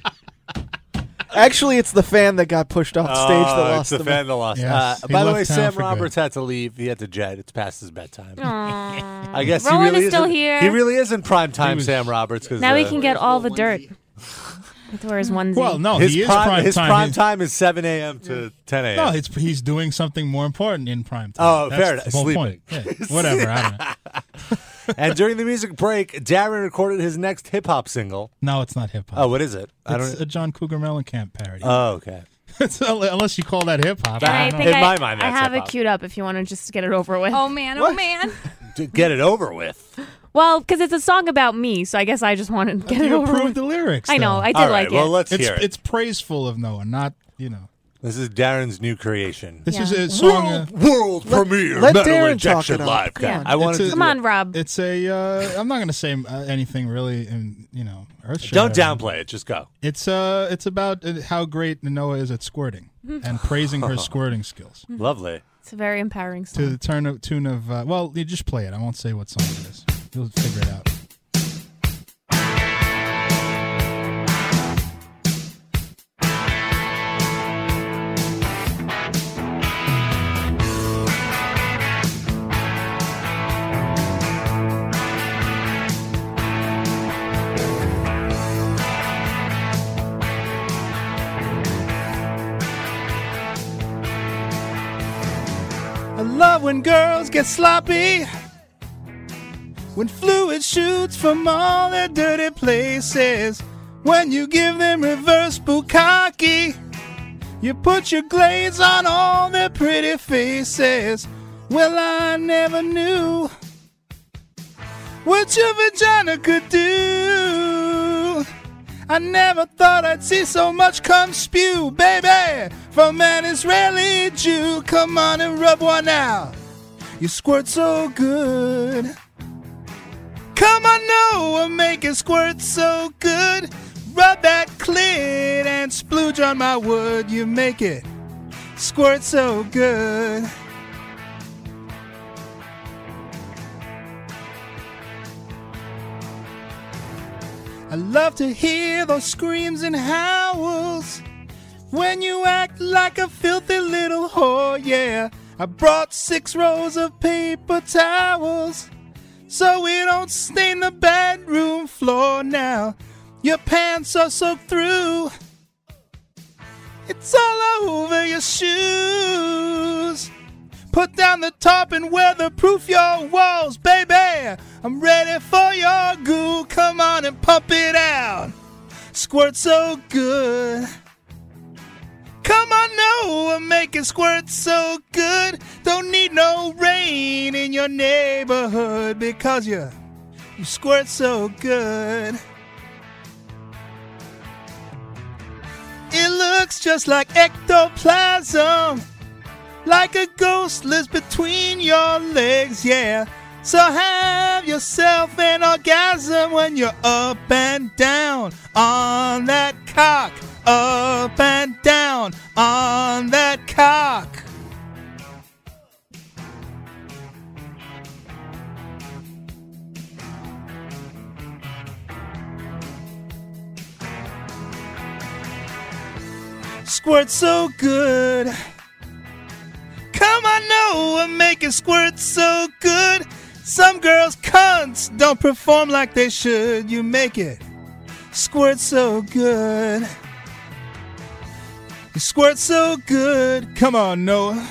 Speaker 4: Actually, it's the fan that got pushed off stage that
Speaker 2: Oh,
Speaker 4: lost
Speaker 2: it's the
Speaker 4: match.
Speaker 2: fan that lost.
Speaker 3: Yes,
Speaker 2: uh,
Speaker 3: he
Speaker 2: by the
Speaker 3: left
Speaker 2: way,
Speaker 3: town
Speaker 2: Sam
Speaker 3: for good.
Speaker 2: Roberts had to leave. He had to jet. It's past his bedtime.
Speaker 5: Aw.
Speaker 2: I guess
Speaker 5: Roland
Speaker 2: he really
Speaker 5: is still
Speaker 2: isn't-
Speaker 5: here.
Speaker 2: He really is in prime time,
Speaker 3: was-
Speaker 2: Sam Roberts. 'cause,
Speaker 5: now we
Speaker 2: uh,
Speaker 5: can get all the dirt. With his onesie.
Speaker 3: Well, no,
Speaker 2: his
Speaker 3: he is
Speaker 2: prime,
Speaker 3: prime
Speaker 2: his
Speaker 3: time.
Speaker 2: prime
Speaker 3: He-
Speaker 2: time is 7 a.m. to 10 a.m.
Speaker 3: No, it's, he's doing something more important in prime time.
Speaker 2: Oh,
Speaker 3: That's
Speaker 2: fair
Speaker 3: the
Speaker 2: enough.
Speaker 3: whole point.
Speaker 2: Sleeping.
Speaker 3: Yeah, whatever. I don't know.
Speaker 2: and during the music break, Darren recorded his next hip hop single.
Speaker 3: No, it's not hip hop.
Speaker 2: Oh, what is it? I
Speaker 3: It's
Speaker 2: don't.
Speaker 3: a John Cougar Mellencamp parody.
Speaker 2: oh, okay.
Speaker 3: It's- unless you call that hip hop.
Speaker 5: And I
Speaker 3: don't
Speaker 5: think
Speaker 2: in
Speaker 5: I,
Speaker 2: my mind,
Speaker 5: I
Speaker 2: that's
Speaker 5: have it
Speaker 2: hip-hop.
Speaker 5: queued up if you want to just get it over with.
Speaker 8: Oh man, oh man.
Speaker 2: D- Get it over with.
Speaker 5: Well, because it's a song about me, so I guess I just wanted to get it
Speaker 3: you
Speaker 5: over
Speaker 3: approved
Speaker 5: with.
Speaker 3: the lyrics.
Speaker 5: I know.
Speaker 3: though.
Speaker 5: I did
Speaker 2: All right.
Speaker 5: like
Speaker 2: well,
Speaker 5: it.
Speaker 2: let's
Speaker 3: it's
Speaker 2: hear it.
Speaker 3: it's praiseful of Noah, not you know.
Speaker 2: This is Darren's new creation.
Speaker 3: This is
Speaker 5: Yeah.
Speaker 3: a song. uh,
Speaker 2: world premiere
Speaker 4: let Darren talk it up. Come on.
Speaker 2: cast. I wanted
Speaker 3: It's a-
Speaker 2: to
Speaker 5: Come on, Rob.
Speaker 3: it's a. Uh, I'm not going to say uh, anything really, and you know, earth.
Speaker 2: Don't downplay it. Just go.
Speaker 3: It's uh, it's about uh, how great Noah is at squirting and praising her squirting skills
Speaker 2: Lovely.
Speaker 5: It's a very empowering
Speaker 3: to
Speaker 5: song.
Speaker 3: the turn of, tune of. Uh, well, you just play it. I won't say what song it is. You'll figure it out.
Speaker 7: I love when girls get sloppy. When fluid shoots from all their dirty places. When you give them reverse bukkake. You put your glaze on all their pretty faces. Well, I never knew what your vagina could do. I never thought I'd see so much cum spew, baby, from an Israeli Jew. Come on and rub one out. You squirt so good. Come on, Noah, make it squirt so good. Rub that clit and splooge on my wood. You make it squirt so good. I love to hear those screams and howls when you act like a filthy little whore, yeah. I brought six rolls of paper towels so we don't stain the bedroom floor now. Your pants are soaked through, it's all over your shoes. Put down the tarp and weatherproof your walls, baby. I'm ready for your goo. Come on and pump it out. Squirt so good. Come on, Noah, make it squirt so good. Don't need no rain in your neighborhood because you, you squirt so good. It looks just like ectoplasm like a ghost lives between your legs, yeah. So have yourself an orgasm when you're up and down on that cock, up and down on that cock. Squirt so good. Come on, know what make it squirt so good? Some girls' cunts don't perform like they should. You make it squirt so good. You squirt so good. Come on, Noah.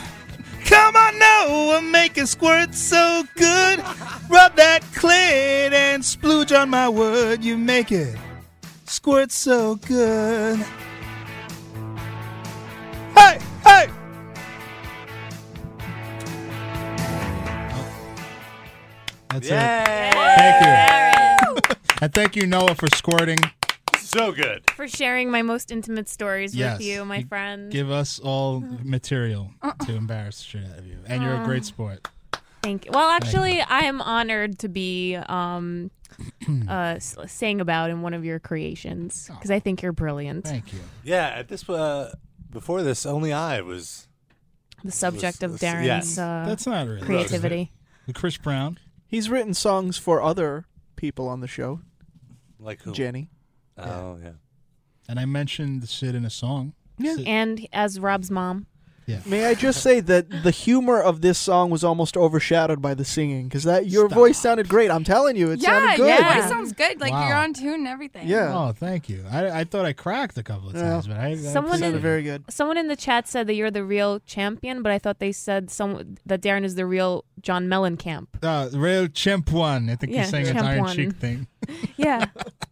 Speaker 7: Come on, Noah, make it squirt so good. Rub that clit and splooge on my wood. You make it squirt so good. Hey, hey!
Speaker 3: That's
Speaker 7: Yay!
Speaker 3: it. Thank you. and thank you, Noah, for squirting.
Speaker 2: So good.
Speaker 5: For sharing my most intimate stories
Speaker 3: Yes.
Speaker 5: with you, my friend. Uh-uh.
Speaker 3: Give us all material to embarrass the shit out of you. And you're a great sport.
Speaker 5: Thank you. Well,
Speaker 3: Thank
Speaker 5: actually, I am honored to be um, uh, s- sang about in one of your creations because I think you're brilliant.
Speaker 3: Oh. Thank you.
Speaker 2: Yeah, at this uh, before this, only I was
Speaker 5: The subject of
Speaker 2: was-
Speaker 5: Darren's
Speaker 2: yes.
Speaker 5: uh,
Speaker 2: That's not really-
Speaker 5: creativity.
Speaker 3: Chris Brown.
Speaker 4: He's written songs for other people on the show.
Speaker 2: Like who?
Speaker 4: Jenny.
Speaker 2: Oh yeah.
Speaker 3: And I mentioned the shit in a song.
Speaker 5: And as Rob's mom.
Speaker 4: May I just say that the humor of this song was almost overshadowed by the singing because that your voice sounded great. I'm telling you, it
Speaker 8: yeah,
Speaker 4: sounded good.
Speaker 8: yeah. Voice sounds good. Like
Speaker 3: Wow.
Speaker 8: you're on tune and everything.
Speaker 3: Oh, thank you. I, I thought I cracked a couple of
Speaker 4: Yeah.
Speaker 3: times, but I, I
Speaker 5: Someone
Speaker 3: appreciate
Speaker 5: in,
Speaker 3: it.
Speaker 5: Someone in the chat said that you're the real champion, but I thought they said some that Darren is the real John Mellencamp.
Speaker 3: Uh, real chimp one. I think
Speaker 5: Yeah,
Speaker 3: you're saying it's
Speaker 5: chimp
Speaker 3: Iron
Speaker 5: one.
Speaker 3: Cheek thing.
Speaker 5: Yeah,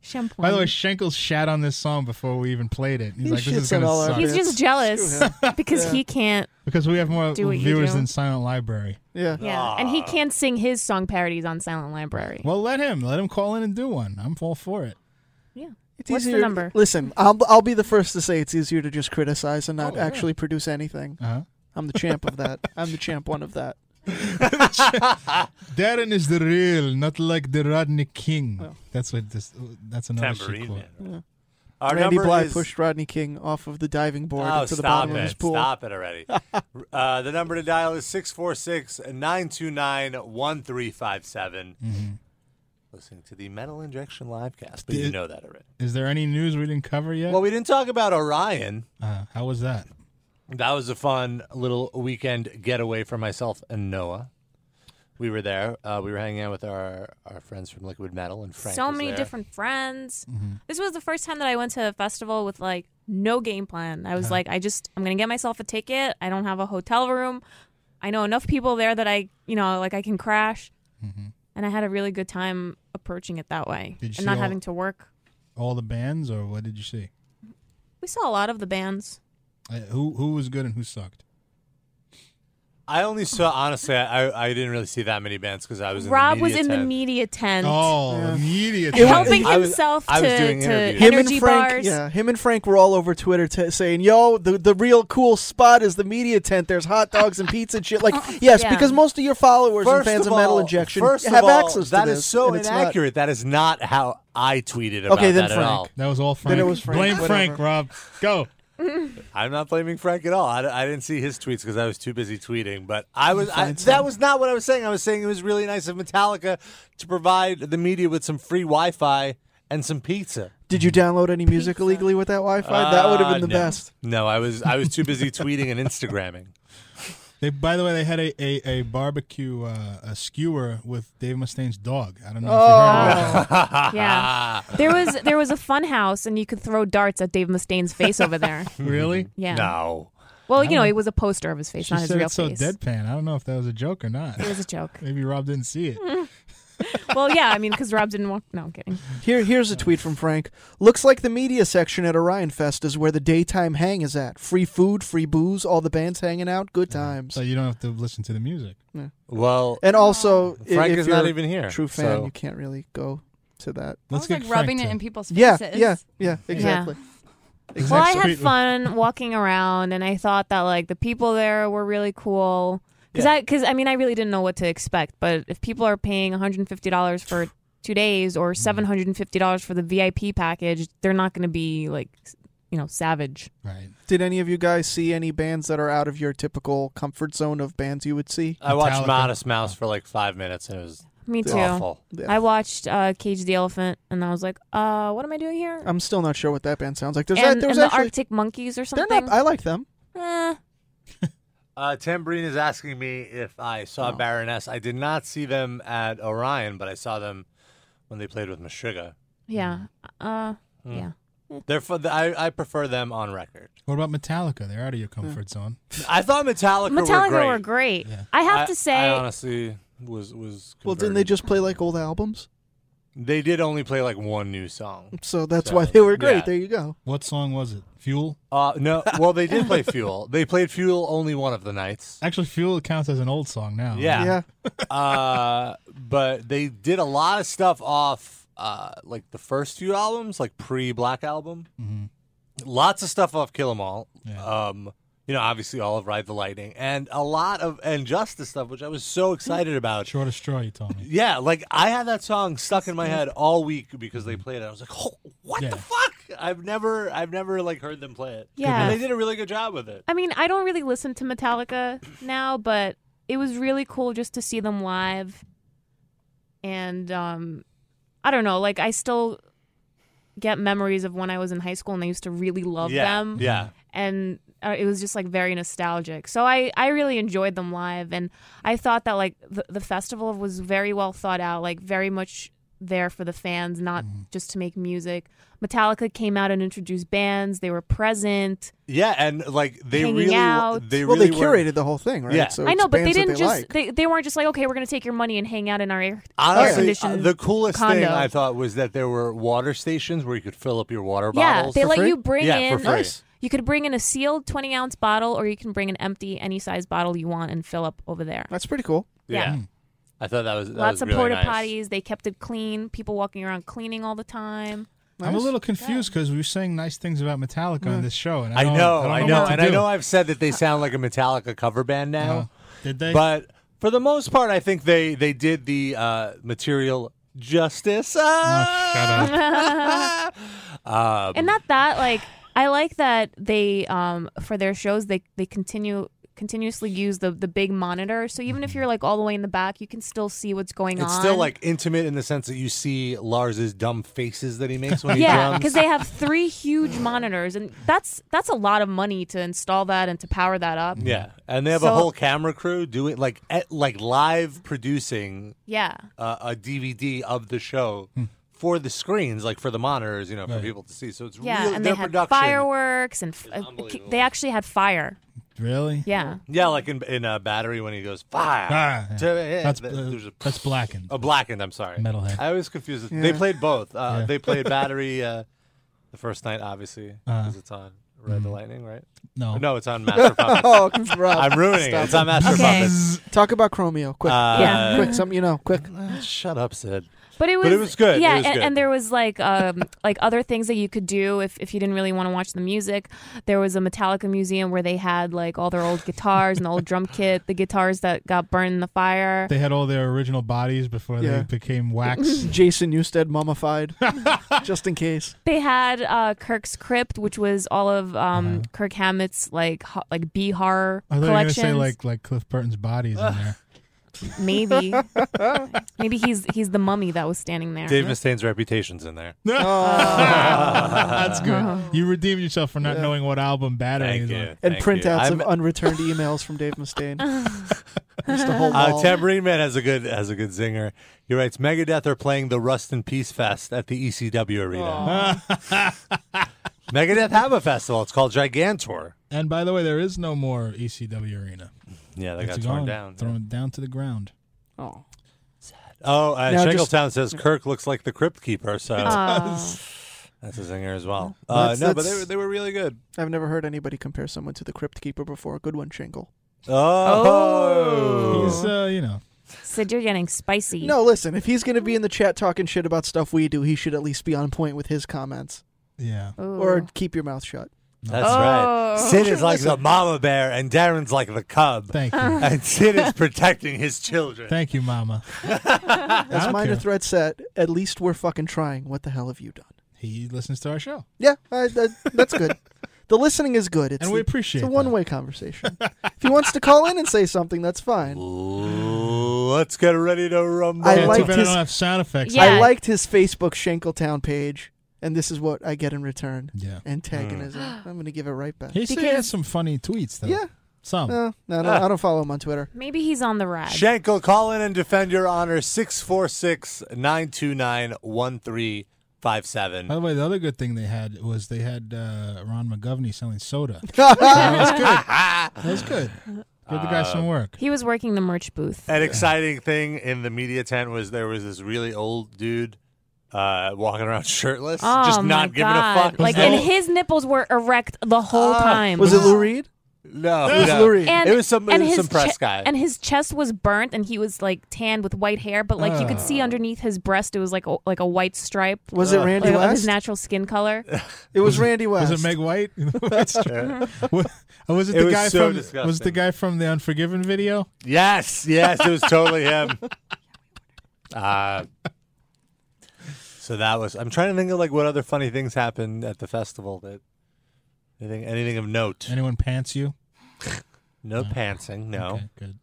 Speaker 5: Champ.
Speaker 3: By the way, Schenkel shat on this song before we even played it. He's
Speaker 5: He
Speaker 3: like, "This is
Speaker 5: shits on
Speaker 3: gonna
Speaker 5: all our
Speaker 3: suck."
Speaker 5: He's just bits. jealous Screw him. because he can't
Speaker 3: Because we have more
Speaker 5: do what you
Speaker 3: viewers
Speaker 5: do.
Speaker 3: than Silent Library.
Speaker 4: Yeah.
Speaker 5: yeah, and he can't sing his song parodies on Silent Library.
Speaker 3: Well, let him. Let him call in and do one. I'm all for it.
Speaker 5: Yeah.
Speaker 4: It's
Speaker 5: What's
Speaker 4: easier,
Speaker 5: the number?
Speaker 4: Listen, I'll I'll be the first to say it's easier to just criticize and not actually produce anything.
Speaker 3: Oh, Uh-huh.
Speaker 4: I'm the champ of that. I'm the champ one of that.
Speaker 3: Darren is the real, not like the Rodney King.
Speaker 5: Oh.
Speaker 3: That's what this. That's another shit
Speaker 2: Tambourine
Speaker 3: quote.
Speaker 4: Yeah.
Speaker 2: Our
Speaker 4: Randy
Speaker 2: number
Speaker 4: Bly
Speaker 2: is-
Speaker 4: pushed Rodney King off of the diving board
Speaker 2: Oh,
Speaker 4: into the
Speaker 2: stop
Speaker 4: bottom
Speaker 2: it.
Speaker 4: of his pool.
Speaker 2: Stop it already. uh, the number to dial is 646 929 1357.
Speaker 4: Mm-hmm.
Speaker 2: Listening to the Metal Injection Livecast, but you
Speaker 3: Did-
Speaker 2: know that already.
Speaker 3: Is there any news we didn't cover yet?
Speaker 2: Well, we didn't talk about Orion.
Speaker 3: Uh, how was that?
Speaker 2: That was a fun little weekend getaway for myself and Noah. We were there. Uh, we were hanging out with our, our friends from Liquid Metal and Frank.
Speaker 5: so
Speaker 2: was
Speaker 5: many
Speaker 2: there.
Speaker 5: different friends.
Speaker 3: Mm-hmm.
Speaker 5: This was the first time that I went to a festival with like no game plan. I was
Speaker 3: Uh-huh.
Speaker 5: like, I just I'm gonna get myself a ticket. I don't have a hotel room. I know enough people there that I you know like I can crash, and I had a really good time approaching it that way
Speaker 3: Mm-hmm. Did you
Speaker 5: and
Speaker 3: see
Speaker 5: not
Speaker 3: all-
Speaker 5: having to work.
Speaker 3: All the bands, or what did you see?
Speaker 5: We saw a lot of the bands.
Speaker 3: Uh, who who was good and who sucked?
Speaker 2: I only saw, honestly, I, I didn't really see that many bands because I was in
Speaker 5: Rob
Speaker 2: the
Speaker 5: was
Speaker 2: media
Speaker 5: in the
Speaker 2: tent.
Speaker 5: media tent.
Speaker 3: Oh, media
Speaker 5: And helping
Speaker 2: I was-
Speaker 5: himself
Speaker 2: I was
Speaker 5: to,
Speaker 2: doing
Speaker 5: to
Speaker 2: interviews.
Speaker 5: energy
Speaker 4: and Frank,
Speaker 5: bars.
Speaker 4: yeah, him and Frank were all over Twitter t- saying, "Yo, the the real cool spot is the media tent. There's hot dogs and pizza and shit." Like,
Speaker 5: Oh,
Speaker 4: yes,
Speaker 2: Yeah.
Speaker 4: because most of your followers
Speaker 2: First
Speaker 4: and fans
Speaker 2: of
Speaker 4: of, Metal
Speaker 2: all-
Speaker 4: Injection
Speaker 2: first of
Speaker 4: have
Speaker 2: all,
Speaker 4: access to
Speaker 2: That
Speaker 4: this.
Speaker 2: is so
Speaker 4: and it's not-
Speaker 2: inaccurate. That is not how I tweeted about
Speaker 4: Okay, then
Speaker 2: that at
Speaker 4: Frank.
Speaker 2: all.
Speaker 3: That was all Frank.
Speaker 4: Then it was Frank,
Speaker 3: Blame
Speaker 4: whatever.
Speaker 3: Frank, Rob. Go.
Speaker 2: I'm not blaming Frank at all. I, I didn't see his tweets because I was too busy tweeting. But I was I,
Speaker 3: find
Speaker 2: that was not what I was saying. I was saying it was really nice of Metallica to provide the media with some free Wi-Fi and some pizza.
Speaker 4: Did you download any music illegally with that Wi-Fi? that would have
Speaker 2: Ah,
Speaker 4: been the
Speaker 2: no.
Speaker 4: best.
Speaker 2: No, I was I was too busy tweeting and Instagramming.
Speaker 3: They, by the way, they had a a, a barbecue uh, a skewer with Dave Mustaine's dog. I don't know if you heard
Speaker 5: Oh.
Speaker 3: about that.
Speaker 5: Yeah. There was there was a fun house and you could throw darts at Dave Mustaine's face over there.
Speaker 3: really?
Speaker 5: Yeah.
Speaker 2: No.
Speaker 5: Well,
Speaker 3: I
Speaker 5: you
Speaker 3: don't
Speaker 5: know,
Speaker 3: know.
Speaker 5: it was a poster of his face,
Speaker 3: She
Speaker 5: not his
Speaker 3: said
Speaker 5: real
Speaker 3: it's so
Speaker 5: face.
Speaker 3: deadpan. I don't know if that was a joke or not.
Speaker 5: It was a joke.
Speaker 3: Maybe Rob didn't see it.
Speaker 5: well, yeah, I mean, because Rob didn't want. No, I'm kidding.
Speaker 4: Here, here's a tweet from Frank. Looks like the media section at Orion Fest is where the daytime hang is at. Free food, free booze, all the bands hanging out, good times.
Speaker 3: So you don't have to listen to the music.
Speaker 4: Yeah.
Speaker 2: Well,
Speaker 4: And
Speaker 5: Oh.
Speaker 4: also, i-
Speaker 2: Frank
Speaker 4: if
Speaker 2: is not
Speaker 4: you're
Speaker 2: even here,
Speaker 4: a True fan,
Speaker 2: so-
Speaker 4: you can't really go to that.
Speaker 3: Let's
Speaker 8: Like rubbing it in people's
Speaker 4: Yeah,
Speaker 8: faces.
Speaker 4: yeah, yeah, exactly.
Speaker 5: Well, I
Speaker 4: Exactly.
Speaker 5: had fun walking around, and I thought that like the people there were really cool. Because
Speaker 4: Yeah.
Speaker 5: I, because I mean, I really didn't know what to expect. But if people are paying 150 dollars for two days
Speaker 4: Mm-hmm.
Speaker 5: or 750 dollars for the VIP package, they're not going to be like, s- you know, savage.
Speaker 3: Right.
Speaker 4: Did any of you guys see any bands that are out of your typical comfort zone of bands you would see?
Speaker 2: I watched Modest Mouse for like five minutes and it was
Speaker 5: Me too.
Speaker 2: awful.
Speaker 5: I watched uh, Cage the Elephant, and I was like, uh, what am I doing here?
Speaker 4: I'm still not sure what that band sounds like. Um, There's
Speaker 5: and
Speaker 4: that, there was
Speaker 5: and the
Speaker 4: actually,
Speaker 5: Arctic Monkeys or something.
Speaker 4: they're not. I like them.
Speaker 5: Eh.
Speaker 2: Uh, Tambourine is asking me if I
Speaker 5: Oh.
Speaker 2: saw Baroness. I did not see them at Orion, but I saw them when they played with Meshuggah.
Speaker 5: Yeah. Uh,
Speaker 2: Mm.
Speaker 5: yeah.
Speaker 2: They're fun. I, I prefer them on record.
Speaker 3: What about Metallica? They're out of your comfort zone.
Speaker 2: I thought Metallica,
Speaker 5: Metallica
Speaker 2: were
Speaker 5: were
Speaker 2: great.
Speaker 5: great. I have to say,
Speaker 2: I honestly was was.
Speaker 4: Well, didn't they just play like old albums?
Speaker 2: They did only play like one new song.
Speaker 4: So that's why they were great.
Speaker 2: yeah.
Speaker 4: There you go.
Speaker 3: What song was it? Fuel?
Speaker 2: Uh, no, well, they did play Fuel. They played Fuel only one of the nights.
Speaker 3: Actually, Fuel counts as an old song now.
Speaker 2: Yeah. uh, but they did a lot of stuff off uh, like the first few albums, like pre Black Album.
Speaker 3: Mhm.
Speaker 2: Lots of stuff off Kill 'Em All. Um, you know, obviously all of Ride the Lightning and a lot of and Justice stuff, which I was so excited about.
Speaker 3: Short of straw, you told me.
Speaker 2: Yeah, like I had that song stuck in my head all week because
Speaker 4: Mm-hmm.
Speaker 2: they played it. I was like, oh, what the fuck? I've never, I've never like heard them play it.
Speaker 5: Yeah.
Speaker 2: and they did a really good job with it.
Speaker 5: I mean, I don't really listen to Metallica now, but it was really cool just to see them live. And um, I don't know, like I still get memories of when I was in high school and I used to really love
Speaker 2: Yeah,
Speaker 5: them.
Speaker 2: yeah.
Speaker 5: And uh, it was just like very nostalgic. So I, I really enjoyed them live. And I thought that like the, the festival was very well thought out, like very much there for the fans, not
Speaker 2: Mm-hmm.
Speaker 5: just to make music. Metallica came out and introduced bands, they were present.
Speaker 2: Yeah, and like they
Speaker 5: Hanging
Speaker 2: really,
Speaker 5: out.
Speaker 2: they
Speaker 4: well,
Speaker 2: really
Speaker 4: they
Speaker 2: were-
Speaker 4: curated the whole thing, right?
Speaker 2: Yeah.
Speaker 4: So
Speaker 5: I
Speaker 4: it's
Speaker 5: know, but they
Speaker 4: bands that
Speaker 5: didn't just
Speaker 4: like.
Speaker 5: they, they weren't just like okay, we're gonna take your money and hang out in our air air
Speaker 2: Honestly, uh,
Speaker 5: conditioned
Speaker 2: the coolest
Speaker 5: condo.
Speaker 2: thing I thought was that there were water stations where you could fill up your water
Speaker 5: yeah,
Speaker 2: bottles.
Speaker 5: they
Speaker 2: for
Speaker 5: let
Speaker 2: free.
Speaker 5: you bring
Speaker 2: yeah,
Speaker 5: in
Speaker 2: for free.
Speaker 5: You could bring in a sealed twenty ounce bottle, or you can bring an empty any size bottle you want and fill up over there.
Speaker 4: That's pretty cool.
Speaker 5: Hmm.
Speaker 2: Yeah. I thought that was that
Speaker 5: Lots
Speaker 2: was
Speaker 5: of
Speaker 2: really
Speaker 5: porta
Speaker 2: nice.
Speaker 5: potties. They kept it clean. People walking around cleaning all the time.
Speaker 3: I'm a little confused because we were saying nice things about Metallica on this show, and I,
Speaker 2: I
Speaker 3: don't,
Speaker 2: know,
Speaker 3: I,
Speaker 2: I
Speaker 3: don't
Speaker 2: know,
Speaker 3: what to
Speaker 2: and I
Speaker 3: do.
Speaker 2: know I've said that they sound like a Metallica cover band now.
Speaker 3: Did they?
Speaker 2: But for the most part, I think they they did the uh, material justice. Ah! Um,
Speaker 5: and not that like I like that they um for their shows they they continue continuously use the the big monitor. So even if you're like all the way in the back, you can still see what's going on.
Speaker 2: Mm-hmm. it's still like intimate in the sense that you see Lars's dumb faces that he makes when he
Speaker 5: yeah,
Speaker 2: drums.
Speaker 5: because they have three huge monitors, and that's that's a lot of money to install that and to power that up.
Speaker 2: Yeah, and they have a
Speaker 5: So-
Speaker 2: whole camera crew doing like at, like live producing
Speaker 5: Yeah.
Speaker 2: uh, a DVD of the show
Speaker 3: Hmm.
Speaker 2: for the screens, like for the monitors, you know, for people to see. So it's
Speaker 5: Yeah,
Speaker 2: really
Speaker 5: and
Speaker 2: their
Speaker 5: they had
Speaker 2: production.
Speaker 5: fireworks, and f- uh, they actually had fire.
Speaker 3: really?
Speaker 5: Yeah,
Speaker 2: Yeah, like in in uh, battery when he goes fire.
Speaker 3: Ah, yeah.
Speaker 2: to the head,"
Speaker 3: That's,
Speaker 2: th-
Speaker 3: uh,
Speaker 2: there's a,
Speaker 3: that's blackened.
Speaker 2: a blackened. I'm sorry,
Speaker 3: Metalhead.
Speaker 2: I was confused. They
Speaker 3: Yeah.
Speaker 2: played both. Uh,
Speaker 3: Yeah.
Speaker 2: They played battery uh, the first night, obviously, because it's on Red the Lightning, right?
Speaker 3: Uh-huh. Mm-hmm. No.
Speaker 2: no, it's on Master Puppet.
Speaker 4: oh, Rob,
Speaker 2: I'm ruining
Speaker 4: stop
Speaker 2: it. It's on Master Puppet.
Speaker 4: Talk about Chromeo, quick,
Speaker 2: Uh, Yeah.
Speaker 4: quick, something you know, quick.
Speaker 2: Uh, Shut up, Sid.
Speaker 5: but it was
Speaker 2: good.
Speaker 5: Yeah,
Speaker 2: it was
Speaker 5: and,
Speaker 2: good.
Speaker 5: and there was like um like other things that you could do if if you didn't really want to watch the music. There was a Metallica museum where they had like all their old guitars and the old drum kit, the guitars that got burned in the fire.
Speaker 3: They had all their original bodies before
Speaker 4: Yeah.
Speaker 3: they became wax.
Speaker 4: Jason Newstead mummified, just in case.
Speaker 5: They had uh, Kirk's crypt, which was all of um, Kirk Hammett's like ho- like B horror
Speaker 3: I thought you were gonna
Speaker 5: collections.
Speaker 3: say like like Cliff Burton's bodies in there.
Speaker 5: Maybe, maybe he's he's the mummy that was standing there.
Speaker 2: Dave Mustaine's reputation's in there.
Speaker 3: That's good.
Speaker 5: Oh.
Speaker 3: You redeemed yourself for not knowing what album battery
Speaker 2: Thank
Speaker 3: is
Speaker 2: you.
Speaker 3: on.
Speaker 4: And
Speaker 2: Thank you.
Speaker 4: printouts
Speaker 2: I'm-
Speaker 4: of unreturned emails from Dave Mustaine. Just a whole
Speaker 2: Uh,
Speaker 4: wall.
Speaker 2: Tambourine Man has a good has a good zinger. He writes, Megadeth are playing the Rust in Peace Fest at the ECW Arena. Oh. Megadeth have a festival. It's called Gigantor.
Speaker 3: And by the way, there is no more ECW arena.
Speaker 2: Yeah, they
Speaker 3: It's
Speaker 2: got torn
Speaker 3: gone,
Speaker 2: down.
Speaker 3: thrown down to the ground.
Speaker 4: Oh,
Speaker 2: Oh, uh,
Speaker 3: Now just-
Speaker 2: Shingletown says Kirk looks like the Crypt Keeper, so
Speaker 4: does.
Speaker 2: that's a zinger as well. Uh,
Speaker 4: That's-
Speaker 2: no, but they
Speaker 4: that's-
Speaker 2: were, they were really good.
Speaker 4: I've never heard anybody compare someone to the Crypt Keeper before. Good one, Shingle.
Speaker 5: Oh,
Speaker 2: Oh,
Speaker 3: He's, uh, you know,
Speaker 5: Sid, you're getting spicy.
Speaker 4: No, listen, if he's going to be in the chat talking shit about stuff we do, he should at least be on point with his comments.
Speaker 3: yeah.
Speaker 4: Or keep your mouth shut.
Speaker 2: that's
Speaker 5: Oh.
Speaker 2: right. Sid is like the
Speaker 4: Listen.
Speaker 2: mama bear, and Darren's like the cub.
Speaker 3: Thank you.
Speaker 2: and Sid is protecting his children.
Speaker 3: Thank you, Mama.
Speaker 4: As
Speaker 3: don't
Speaker 4: minor
Speaker 3: care.
Speaker 4: threat said, at least we're fucking trying. What the hell have you done?
Speaker 3: He listens to our show.
Speaker 4: Yeah, I, I- that's good. the listening is good. It's
Speaker 3: And we
Speaker 4: the-
Speaker 3: appreciate
Speaker 4: It's a
Speaker 3: that.
Speaker 4: one-way conversation. if he wants to call in and say something, that's fine.
Speaker 2: Let's get ready to rumble.
Speaker 4: I
Speaker 3: Yeah, too
Speaker 4: liked
Speaker 3: bad I
Speaker 4: his-
Speaker 3: don't have sound effects.
Speaker 4: I liked his Facebook Shankletown page, and this is what I get in return.
Speaker 3: Yeah.
Speaker 4: Antagonism. I'm going to give it right back.
Speaker 5: Hmm.
Speaker 3: He still
Speaker 4: Because-
Speaker 3: has some funny tweets though.
Speaker 4: Yeah.
Speaker 3: Some.
Speaker 4: Eh, no, no,
Speaker 5: Ah.
Speaker 4: I don't follow him on Twitter.
Speaker 5: Maybe he's on the ride.
Speaker 2: Shenkel, call in and defend your honor 646 929 1357.
Speaker 3: By the way, the other good thing they had was they had uh, Ron McGovney selling soda.
Speaker 2: that
Speaker 3: That was good. Give the guy some work.
Speaker 5: He was working the merch booth.
Speaker 2: Uh, An exciting thing in the media tent was there was this really old dude uh, walking around shirtless,
Speaker 5: Oh
Speaker 2: just
Speaker 5: my God.
Speaker 2: not giving a fuck.
Speaker 5: Like, and his nipples were erect the whole time.
Speaker 4: Was it Lou Reed?
Speaker 2: No,
Speaker 4: It was
Speaker 2: no.
Speaker 4: Lou Reed.
Speaker 5: And,
Speaker 2: Oh, it was some, it
Speaker 5: and
Speaker 2: was
Speaker 5: his
Speaker 2: some press
Speaker 5: che-
Speaker 2: guy.
Speaker 5: And his chest was burnt, and he was like tanned with white hair, but like you could
Speaker 2: Ah.
Speaker 5: see underneath his breast, it was like a, like a white stripe.
Speaker 4: Was it Randy
Speaker 5: like, of His
Speaker 4: West?
Speaker 5: natural skin color.
Speaker 4: It was Randy West.
Speaker 3: Was it Meg White? Wa- or uh, was it
Speaker 2: It
Speaker 3: the
Speaker 2: was
Speaker 3: guy from
Speaker 2: so
Speaker 3: was it the
Speaker 2: disgusting.
Speaker 3: guy from the Unforgiven video?
Speaker 2: yes, yes, it was totally him. Uh, so that was. I'm trying to think of like what other funny things happened at the festival that anything anything of note.
Speaker 3: Anyone pants you?
Speaker 2: No pantsing. No.
Speaker 3: good.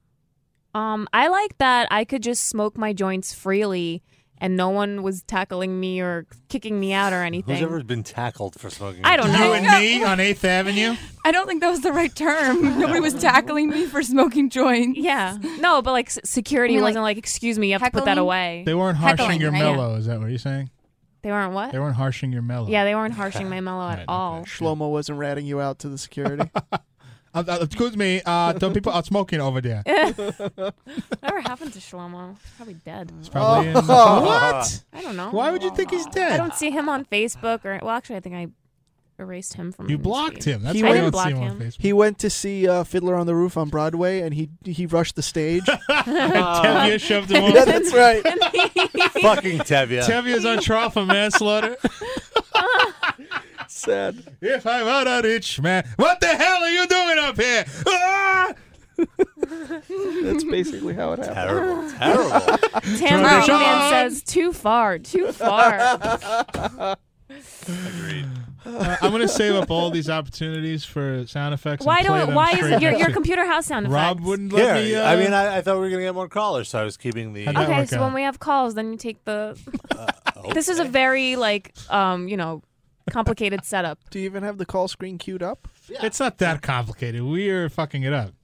Speaker 5: Um, I like that I could just smoke my joints freely, and no one was tackling me or kicking me out or anything.
Speaker 2: Who's ever been tackled for smoking?
Speaker 5: I don't know.
Speaker 3: You and me on Eighth Avenue.
Speaker 9: I don't think that was the right term. Nobody was tackling me for smoking joints.
Speaker 5: Yeah. No, but like s- security
Speaker 9: You mean, like,
Speaker 5: wasn't like, excuse me, you have to put that
Speaker 9: heckling?
Speaker 5: away.
Speaker 3: They weren't harshing
Speaker 9: Heckling,
Speaker 3: your
Speaker 9: right?
Speaker 3: mellow. Is that what you're saying?
Speaker 5: They weren't what?
Speaker 3: They weren't harshing your mellow.
Speaker 5: yeah, they weren't harshing my mellow at all.
Speaker 4: Shlomo wasn't ratting you out to the security.
Speaker 3: Uh, uh, excuse me. Uh, the people are smoking over there.
Speaker 5: Whatever happened to Shlomo? He's probably dead.
Speaker 3: It's probably in-
Speaker 4: What?
Speaker 5: I don't know.
Speaker 3: Why would you think he's dead?
Speaker 5: I don't see him on Facebook or well, actually, I think I erased him from.
Speaker 3: You
Speaker 5: my
Speaker 3: blocked
Speaker 5: feed.
Speaker 3: him. That's
Speaker 5: I
Speaker 3: why you
Speaker 5: didn't
Speaker 3: don't
Speaker 5: block
Speaker 3: see him, on
Speaker 5: him.
Speaker 3: Facebook.
Speaker 4: He went to see uh, Fiddler on the Roof on Broadway, and he he rushed the stage.
Speaker 3: Tevye shoved him
Speaker 4: yeah,
Speaker 3: off.
Speaker 4: that's right.
Speaker 2: Fucking Tevye.
Speaker 3: Tevye's on trial for manslaughter.
Speaker 4: Sad.
Speaker 3: if I'm out a rich man, what the hell are you doing up here? Ah!
Speaker 4: That's basically how it happened.
Speaker 2: Terrible. Terrible.
Speaker 5: Tambourine
Speaker 3: Sean!
Speaker 5: Man says too far, too far.
Speaker 3: Uh, I'm gonna save up all these opportunities for sound effects. and
Speaker 5: why
Speaker 3: play
Speaker 5: don't?
Speaker 3: them
Speaker 5: Why is
Speaker 3: straight
Speaker 5: your
Speaker 3: next
Speaker 5: your
Speaker 3: to-
Speaker 5: computer house sound effects?
Speaker 3: Rob wouldn't
Speaker 2: Yeah,
Speaker 3: let me. Uh,
Speaker 2: I mean, I, I thought we were gonna get more callers, so I was keeping the.
Speaker 3: I know.
Speaker 5: Okay,
Speaker 3: work
Speaker 5: so
Speaker 3: out.
Speaker 5: when we have calls, then you take the.
Speaker 2: Oh,
Speaker 5: This is a very like um you know complicated setup.
Speaker 4: Do you even have the call screen queued up?
Speaker 3: it's not that complicated. We are fucking it up.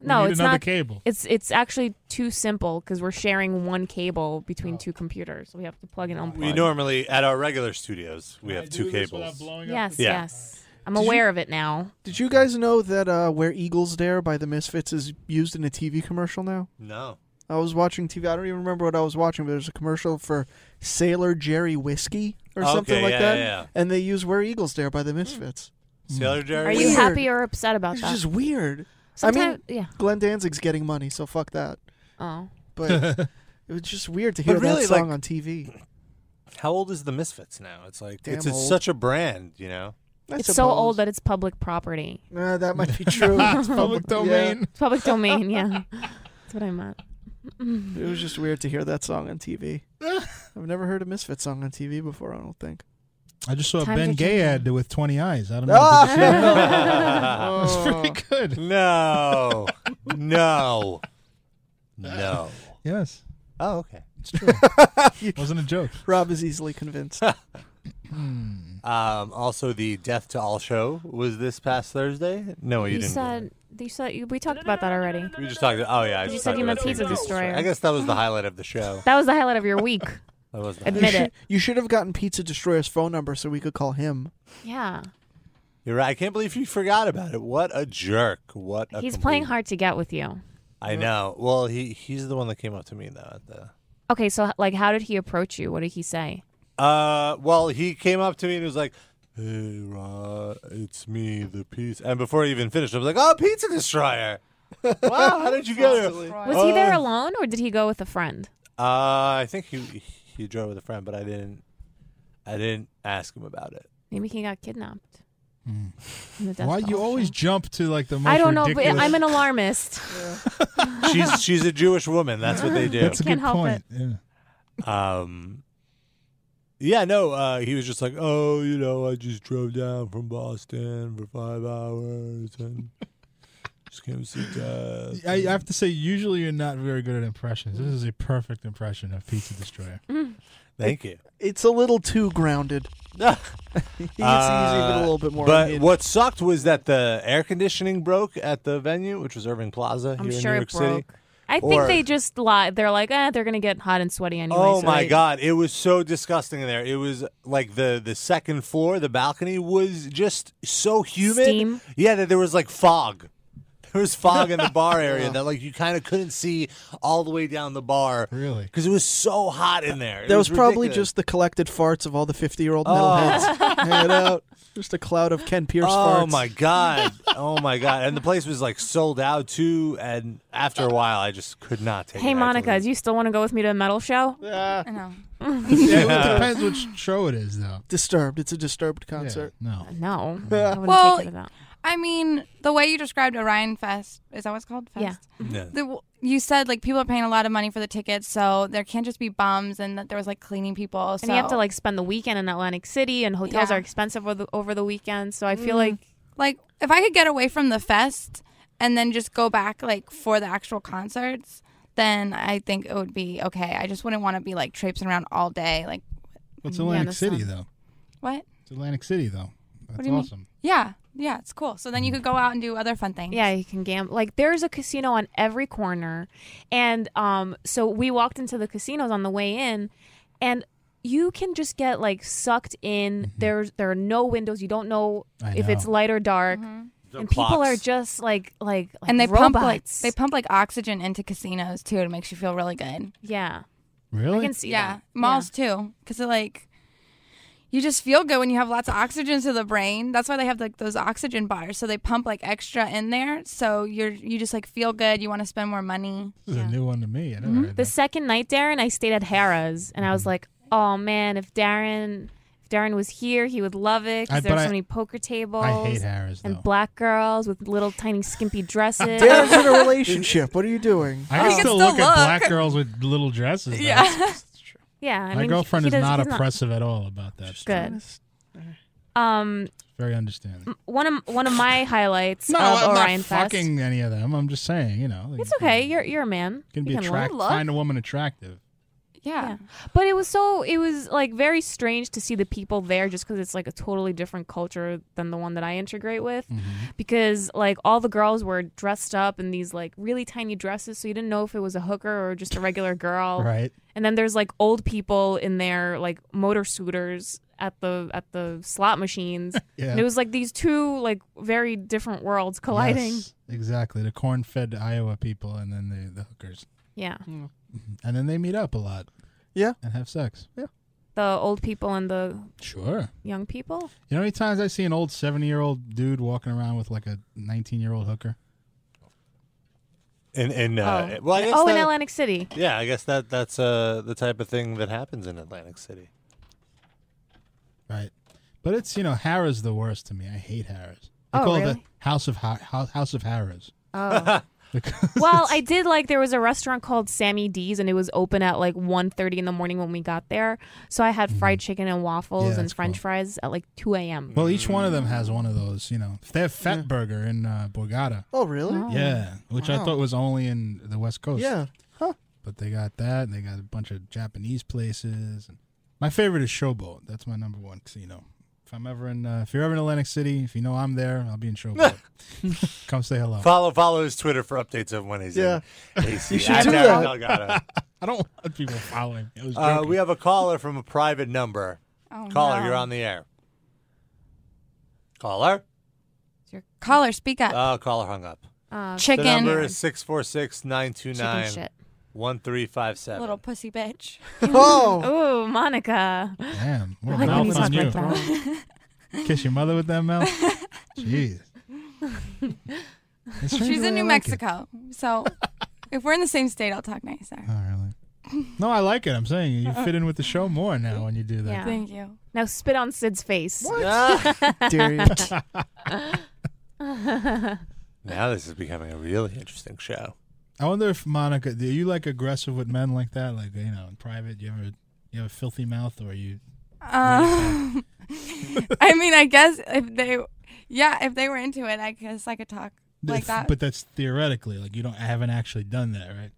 Speaker 3: We
Speaker 5: No,
Speaker 3: need
Speaker 5: it's
Speaker 3: another
Speaker 5: not.
Speaker 3: cable.
Speaker 5: It's it's actually too simple because we're sharing one cable
Speaker 4: Oh.
Speaker 5: between two computers. We have to plug and unplug.
Speaker 2: We normally at our regular studios we have two cables.
Speaker 5: Yes,
Speaker 2: Yeah.
Speaker 5: yes. I'm aware of it now.
Speaker 4: Did you guys know that uh, "Where Eagles Dare" by the Misfits is used in a TV commercial now?
Speaker 2: No.
Speaker 4: I was watching TV. I don't even remember what I was watching, but there's a commercial for Sailor Jerry whiskey or
Speaker 2: Okay,
Speaker 4: something like
Speaker 2: yeah,
Speaker 4: that,
Speaker 2: yeah, yeah. Hmm.
Speaker 4: and they use "Where Eagles Dare" by the Misfits.
Speaker 2: Sailor Jerry.
Speaker 5: Are you
Speaker 4: Weird.
Speaker 5: happy or upset about
Speaker 4: It's
Speaker 5: that?
Speaker 4: just weird. I mean,
Speaker 5: Sometime- yeah.
Speaker 4: Glenn Danzig's getting money, so fuck that.
Speaker 5: Oh,
Speaker 4: But it was just weird to hear
Speaker 2: But really,
Speaker 4: that song
Speaker 2: like-
Speaker 4: on TV.
Speaker 2: How old is the Misfits now? It's like
Speaker 4: Damn
Speaker 2: it's, it's
Speaker 4: old.
Speaker 2: such a brand, you know.
Speaker 4: I
Speaker 5: it's so old
Speaker 4: suppose.
Speaker 5: that it's public property.
Speaker 4: Nah, that might be true.
Speaker 3: It's public domain.
Speaker 5: It's public domain. Yeah, that's what I meant.
Speaker 4: It was just weird to hear that song on TV. I've never heard a Misfit song on TV before. I don't think.
Speaker 3: I just saw a
Speaker 5: Times are
Speaker 3: Ben Gay
Speaker 5: changing.
Speaker 3: ad with 20 eyes. I don't know. Did you see that? It's pretty good.
Speaker 2: No, no, no.
Speaker 3: Yes,
Speaker 2: Oh, okay.
Speaker 3: it's true. Wasn't a joke.
Speaker 4: Rob is easily convinced.
Speaker 2: Um, also, the Death to All show was this past Thursday. No, you,
Speaker 5: You
Speaker 2: didn't.
Speaker 5: said you said you, we talked about that already.
Speaker 2: we just talked. Oh yeah, I
Speaker 5: You
Speaker 2: just
Speaker 5: said
Speaker 2: talked
Speaker 5: you meant
Speaker 2: about
Speaker 5: Pizza
Speaker 2: Pizza
Speaker 5: Destroyer.
Speaker 2: I guess that was the highlight of the show.
Speaker 5: That was the highlight of your week.
Speaker 2: That was the
Speaker 5: Admit
Speaker 4: you
Speaker 5: it.
Speaker 4: Should, you should have gotten Pizza Destroyer's phone number so we could call him.
Speaker 5: Yeah,
Speaker 2: You're right. I can't believe you forgot about it. What a jerk. What a
Speaker 5: he's playing
Speaker 2: complete-
Speaker 5: hard to get with you.
Speaker 2: I know. Well, he he's the one that came up to me though. At the
Speaker 5: Okay, so like, how did he approach you? What did he say?
Speaker 2: Uh, well, he came up to me and was like, "Hey, Rod, it's me, the pizza." And before he even finished, I was like, "Oh, pizza destroyer! Wow, how did you get here?" Uh,
Speaker 5: Was he there alone or did he go with a friend?
Speaker 2: I think he he drove with a friend, but I didn't. I didn't ask him about it.
Speaker 5: Maybe he got kidnapped. in the death
Speaker 3: Why
Speaker 5: call.
Speaker 3: you always jump to like the most
Speaker 5: I don't know. But
Speaker 3: ridiculous-
Speaker 5: I'm an alarmist.
Speaker 2: She's she's a Jewish woman. That's what they do.
Speaker 3: That's a
Speaker 5: Can't
Speaker 3: good
Speaker 5: help
Speaker 3: point. Yeah.
Speaker 2: Um, yeah, no. Uh, he was just like, "Oh, you know, I just drove down from Boston for five hours and just came to see Dad."
Speaker 3: I I have to say,
Speaker 5: Mm.
Speaker 3: usually you're not very good at impressions. This is a perfect impression of Pizza Destroyer.
Speaker 2: Thank you.
Speaker 4: It's a little too grounded.
Speaker 2: Uh,
Speaker 4: he's, he's even a little bit more.
Speaker 2: But
Speaker 4: hidden.
Speaker 2: what sucked was that the air conditioning broke at the venue, which was Irving Plaza
Speaker 5: I'm
Speaker 2: here
Speaker 5: sure
Speaker 2: in New
Speaker 5: it
Speaker 2: York City.
Speaker 5: broke. I think
Speaker 2: Or-
Speaker 5: they just lie. They're like, eh, they're gonna get hot and sweaty anyway.
Speaker 2: Oh
Speaker 5: so
Speaker 2: my
Speaker 5: they-
Speaker 2: god, it was so disgusting in there. It was like the the second floor, the balcony was just so humid.
Speaker 5: Steam?
Speaker 2: Yeah, that there was like fog. There was fog in the bar area that like you kind of couldn't see all the way down the bar. Really? Because it was so hot in there. It
Speaker 4: that was, probably
Speaker 2: ridiculous. Oh.
Speaker 4: just the collected farts of all the fifty-year-old metalheads hanging out. Just a cloud of Ken Pierce farts.
Speaker 2: Oh my god! Oh my god! And the place was like sold out too. And after a while, I just could not take
Speaker 5: Hey
Speaker 2: it.
Speaker 5: Monica, do you still want to go with me to a metal show?
Speaker 9: Yeah. I know.
Speaker 3: It depends which show it is, though.
Speaker 4: Disturbed. It's a disturbed concert.
Speaker 3: no.
Speaker 5: No.
Speaker 9: well, I mean, the way you described Orion Fest is that what it's called? Fest?
Speaker 5: Yeah.
Speaker 2: Yeah.
Speaker 9: The, you said like people are paying a lot of money for the tickets, so there can't just be bums, and that there was like cleaning people.
Speaker 5: And you have to like spend the weekend in Atlantic City, and hotels
Speaker 9: Yeah. Mm.
Speaker 5: are expensive over the, over the weekend. So I feel like
Speaker 9: like if I could get away from the fest and then just go back like for the actual concerts, then I think it would be okay. I just wouldn't want to be like traipsing around all day. Like
Speaker 3: What's
Speaker 9: Yeah,
Speaker 3: Atlantic
Speaker 9: that's
Speaker 3: City,
Speaker 9: not-
Speaker 3: though?
Speaker 9: what?
Speaker 3: It's Atlantic City, though. That's
Speaker 9: do you mean?
Speaker 3: awesome.
Speaker 9: Yeah, yeah, it's cool. So then you could go out and do other fun things.
Speaker 5: Yeah, you can gamble. Like there's a casino on every corner, and um, so we walked into the casinos on the way in, and you can just get like sucked in.
Speaker 2: Mm-hmm.
Speaker 5: There's there are no windows. You don't know
Speaker 9: I
Speaker 5: if it's
Speaker 9: know.
Speaker 5: light or dark, and people
Speaker 9: clocks.
Speaker 5: are just like like, like
Speaker 9: Mm-hmm. and they pump like
Speaker 5: robots.
Speaker 9: they pump like oxygen into casinos too. It makes you feel really good.
Speaker 5: Yeah,
Speaker 3: Really?
Speaker 5: I can see
Speaker 9: yeah,
Speaker 5: that.
Speaker 9: malls too, because like you just feel good when you have lots of oxygen to the brain. That's why they have like those oxygen bars, so they pump like extra in there, so you're you just like feel good. You want to spend more money.
Speaker 3: This is a new one to me. I never heard
Speaker 5: Mm-hmm. The second night, Darren, I stayed at Harrah's, and I
Speaker 3: Mm-hmm.
Speaker 5: was like, oh man, if Darren. if Darren was here, he would love it
Speaker 3: I-
Speaker 5: because
Speaker 3: but
Speaker 5: there's
Speaker 3: I-
Speaker 5: so many poker tables
Speaker 3: Harrah's,
Speaker 5: and black girls with little tiny skimpy dresses.
Speaker 4: Darren's in a relationship. What are you doing?
Speaker 3: I can
Speaker 5: can
Speaker 3: still
Speaker 5: still
Speaker 3: look, at
Speaker 5: look.
Speaker 3: black girls with little dresses. though.
Speaker 5: Yeah, I
Speaker 3: My
Speaker 5: mean,
Speaker 3: girlfriend
Speaker 5: he
Speaker 3: is
Speaker 5: does-
Speaker 3: not
Speaker 5: he's
Speaker 3: oppressive at all about that. stuff.
Speaker 5: Good. Um,
Speaker 3: Very understanding.
Speaker 5: one of one of my highlights
Speaker 3: No,
Speaker 5: of
Speaker 3: I'm
Speaker 5: Oh, Orion
Speaker 3: not
Speaker 5: Fest.
Speaker 3: fucking any of them. I'm just saying, you know, like,
Speaker 5: It's okay. You're you're a man.
Speaker 3: can be
Speaker 5: you
Speaker 3: attractive.
Speaker 5: look.
Speaker 3: Find a woman attractive.
Speaker 9: Yeah.
Speaker 5: But it was so it was like very strange to see the people there just cuz it's like a totally different culture than the one that I integrate with
Speaker 3: Mm-hmm.
Speaker 5: because like all the girls were dressed up in these like really tiny dresses so you didn't know if it was a hooker or just a regular girl.
Speaker 3: Right.
Speaker 5: And then there's like old people in their like motor scooters at the at the slot machines.
Speaker 3: Yeah.
Speaker 5: And it was like these two like very different worlds colliding.
Speaker 3: Yes, exactly. The corn-fed Iowa people, and then the, the hookers, Mm-hmm.
Speaker 5: Yeah.
Speaker 3: Mm. and then they meet up a lot.
Speaker 4: Yeah.
Speaker 3: And have sex.
Speaker 4: Yeah.
Speaker 5: The old people and the
Speaker 3: Sure.
Speaker 5: young people.
Speaker 3: You know how many times I see an old 70 year old dude walking around with like a 19 year old hooker?
Speaker 2: And and uh,
Speaker 5: oh,
Speaker 2: well, I guess
Speaker 5: oh in
Speaker 2: that-
Speaker 5: Atlantic City.
Speaker 2: Yeah, I guess that that's uh, the type of thing that happens in Atlantic City.
Speaker 3: Right. But it's, you know, Harrah's the worst to me. I hate Harrah's. They
Speaker 5: Oh,
Speaker 3: call it
Speaker 5: really?
Speaker 3: the House of ha- Hou- House of Harrah's.
Speaker 5: Oh. well, I did like there was a restaurant called Sammy D's and it was open at like 1.30 in the morning when we got there. So I had fried chicken and
Speaker 3: Mm-hmm. Yeah,
Speaker 5: waffles and
Speaker 3: that's
Speaker 5: french fries at like 2 a.m.
Speaker 3: Well, each one of them has one of those, you know. They have Fat Burger in uh, Borgata.
Speaker 4: Oh, really?
Speaker 3: Yeah, which I thought was only in the West Coast.
Speaker 4: Yeah. Huh.
Speaker 3: But they got that, and they got a bunch of Japanese places. And my favorite is Showboat. That's my number one casino. If I'm ever in, uh, if you're ever in Atlantic City, if you know I'm there, I'll be in Showboat. Come say hello.
Speaker 2: Follow follow his Twitter for updates of when he's
Speaker 3: Oh. Yeah.
Speaker 2: in. AC.
Speaker 3: You should
Speaker 2: At
Speaker 3: do
Speaker 2: Darren
Speaker 3: that.
Speaker 2: Delgado.
Speaker 3: I don't want people following. me. I was
Speaker 2: Uh,
Speaker 3: joking.
Speaker 2: we have a caller from a private number.
Speaker 9: Oh,
Speaker 2: caller,
Speaker 9: no.
Speaker 2: you're on the air. Caller?
Speaker 9: Caller, speak up.
Speaker 2: Oh, caller hung up.
Speaker 9: Uh,
Speaker 2: The
Speaker 9: Chicken.
Speaker 2: number is 646
Speaker 9: Chicken shit.
Speaker 2: 1357.
Speaker 9: Little pussy bitch.
Speaker 5: Oh. Ooh, Monica.
Speaker 3: Damn.
Speaker 5: I
Speaker 3: What
Speaker 5: like
Speaker 3: a
Speaker 5: when
Speaker 3: mouth on
Speaker 5: you
Speaker 3: you.
Speaker 5: talk like that.
Speaker 3: Kiss your mother with that mouth? Jeez. It's strange
Speaker 9: She's
Speaker 3: the way
Speaker 9: in
Speaker 3: I
Speaker 9: New
Speaker 3: like it.
Speaker 9: Mexico, so if we're in the same state, I'll talk nicer.
Speaker 3: No, I like it. I'm saying you fit in with the show more now when you do that.
Speaker 5: Yeah.
Speaker 9: Thank you.
Speaker 5: Now spit on Sid's face.
Speaker 9: What?
Speaker 4: Dare you.
Speaker 2: Now this is becoming a really interesting show.
Speaker 3: I wonder if Monica, do you like aggressive with men like that? Like you know, in private, you ever you have a filthy mouth, or you?
Speaker 9: Um, I mean, I guess if they, yeah, if they were into it, I guess I could talk like
Speaker 3: If-
Speaker 9: that.
Speaker 3: But that's theoretically. Like you don't. I haven't actually done that, right?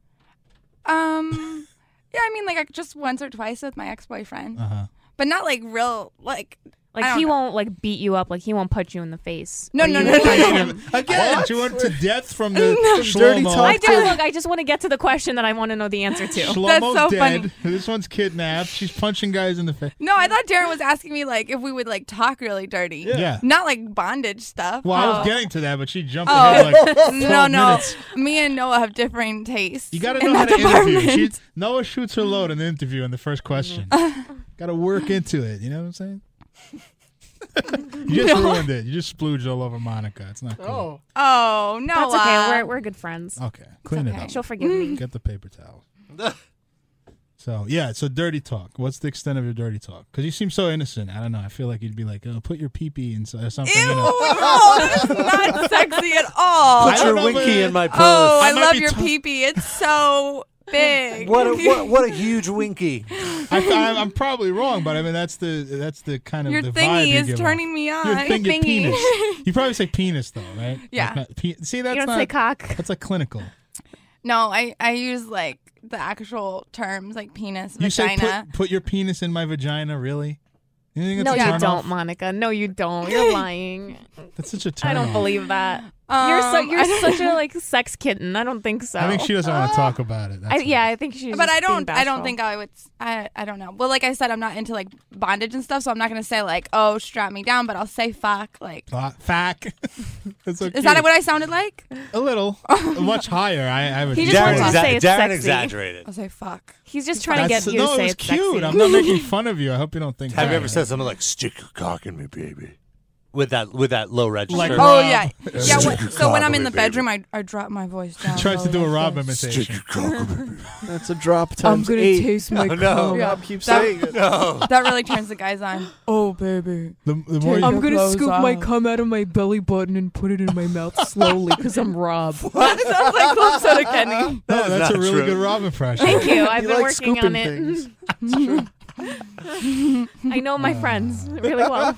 Speaker 9: Um, Yeah, I mean, like I- just once or twice with my ex boyfriend,
Speaker 3: Uh-huh.
Speaker 9: but not like real, like I
Speaker 5: Like
Speaker 9: don't
Speaker 5: he
Speaker 9: know.
Speaker 5: won't like beat you up. Like he won't punch you in the face.
Speaker 9: No,
Speaker 5: Or
Speaker 9: no,
Speaker 5: you
Speaker 9: no,
Speaker 5: won't-
Speaker 9: no, no,
Speaker 3: Again, you went to death from the
Speaker 5: No.
Speaker 3: slow
Speaker 5: I do. Look, I just want to get to the question that I want to know the answer to.
Speaker 3: Shlomo's dead. This one's kidnapped. She's punching guys in the face.
Speaker 9: No, I thought Darren was asking me like if we would like talk really dirty.
Speaker 3: Yeah. Yeah.
Speaker 9: Not like bondage stuff.
Speaker 3: Well, I
Speaker 9: Oh.
Speaker 3: was getting to that, but she jumped
Speaker 9: Oh
Speaker 3: ahead like 12
Speaker 9: no no!
Speaker 3: minutes.
Speaker 9: Me and Noah have different tastes.
Speaker 3: You got to
Speaker 9: in
Speaker 3: know how
Speaker 9: that
Speaker 3: to interview.
Speaker 9: department.
Speaker 3: She, Noah shoots her load in the interview in the first question. got to work into it. You know what I'm saying? you just
Speaker 9: No.
Speaker 3: ruined it. You just splooged all over Monica. It's not cool.
Speaker 9: Oh no!
Speaker 5: That's okay.
Speaker 9: uh,
Speaker 5: We're we're good friends.
Speaker 3: Okay, clean it up. Mm.
Speaker 5: She'll forgive
Speaker 2: Mm-hmm.
Speaker 5: me.
Speaker 3: Get the paper towel. So yeah, so dirty talk. What's the extent of your dirty talk? Because you seem so innocent. I don't know. I feel like you'd be like, oh, put your pee pee in so- or something. you know.
Speaker 9: Oh, no, that's not sexy at all.
Speaker 2: Put your winky in my purse.
Speaker 9: Oh, I,
Speaker 2: might
Speaker 9: love
Speaker 2: be
Speaker 9: your
Speaker 2: t-
Speaker 9: pee pee. It's so big.
Speaker 2: What a, what, what a huge winky.
Speaker 3: I, I, I'm probably wrong, but I mean that's the that's the kind of
Speaker 9: Your
Speaker 3: the vibe
Speaker 9: thingy
Speaker 3: you
Speaker 9: is
Speaker 3: give
Speaker 9: turning
Speaker 3: off.
Speaker 9: me
Speaker 3: Your
Speaker 9: on.
Speaker 3: thing, your
Speaker 9: Thingy.
Speaker 3: penis. You probably say penis though, right?
Speaker 9: Yeah.
Speaker 3: Like not pe- See, that's
Speaker 9: don't
Speaker 3: not
Speaker 9: say cock.
Speaker 3: That's a clinical.
Speaker 9: No, I I use like the actual terms like penis,
Speaker 3: You say
Speaker 9: vagina.
Speaker 3: put, put your penis in my vagina, really? You think that's
Speaker 5: No,
Speaker 3: a
Speaker 5: you
Speaker 3: turn
Speaker 5: don't,
Speaker 3: off?
Speaker 5: Monica. No, you don't. You're lying.
Speaker 3: That's such a turn.
Speaker 5: I don't
Speaker 3: off.
Speaker 5: believe that. you're so
Speaker 9: Um, I
Speaker 5: you're
Speaker 9: don't-
Speaker 5: such a like sex kitten. I don't think so.
Speaker 3: I think she doesn't
Speaker 9: Ah.
Speaker 3: want to talk about it.
Speaker 5: I, yeah, I think she's.
Speaker 9: but
Speaker 5: just
Speaker 9: I
Speaker 5: being
Speaker 9: don't. I
Speaker 5: bashful.
Speaker 9: don't think I would. s- I I don't know. Well, like I said, I'm not into like bondage and stuff, so I'm not gonna say like, oh, strap me down. But I'll say fuck. Like,
Speaker 3: Thought, fact. That's so
Speaker 9: is that
Speaker 3: cute.
Speaker 9: what I sounded like? Oh
Speaker 3: A little, much higher. I, I would.
Speaker 5: He just
Speaker 3: say.
Speaker 5: wants you to Darren say exa- it's Darren sexy.
Speaker 2: exaggerated.
Speaker 9: I'll say fuck.
Speaker 5: He's just trying
Speaker 3: That's-
Speaker 5: to get you
Speaker 3: no,
Speaker 5: to say
Speaker 3: it was
Speaker 5: it's
Speaker 3: cute.
Speaker 5: sexy.
Speaker 3: I'm not making fun of you. I hope you don't think.
Speaker 2: Have
Speaker 3: that.
Speaker 2: you ever said something like "stick your cock in me, baby"? With that with that low register.
Speaker 3: Like
Speaker 9: Oh
Speaker 3: Rob.
Speaker 9: yeah, yeah.
Speaker 2: Stick
Speaker 9: When,
Speaker 2: your
Speaker 9: so when
Speaker 2: cock
Speaker 9: I'm
Speaker 2: in
Speaker 9: in the
Speaker 2: me, baby.
Speaker 9: bedroom, I, I drop my voice down.
Speaker 3: tries to
Speaker 9: low
Speaker 3: do a
Speaker 9: like
Speaker 3: Rob
Speaker 9: this.
Speaker 2: Stick
Speaker 3: imitation.
Speaker 2: your cock in me.
Speaker 4: That's a drop
Speaker 9: I'm
Speaker 4: times
Speaker 9: gonna
Speaker 4: eight.
Speaker 9: taste my
Speaker 2: Oh, no.
Speaker 9: cum.
Speaker 4: Rob keeps
Speaker 9: That-
Speaker 4: saying it.
Speaker 2: No.
Speaker 9: That really turns the guys on. Oh baby,
Speaker 3: The, the more you,
Speaker 9: gonna scoop my
Speaker 15: Come out of my belly button and put it in my mouth slowly because I'm Rob.
Speaker 9: that sounds like club soda Kenny.
Speaker 3: no, that's a
Speaker 2: not
Speaker 3: really
Speaker 2: true.
Speaker 3: good Rob impression.
Speaker 5: Thank you. I've
Speaker 4: You
Speaker 5: been
Speaker 4: like
Speaker 5: working on
Speaker 4: scooping
Speaker 5: it.
Speaker 4: things.
Speaker 5: I know
Speaker 9: Uh.
Speaker 5: my friends really well.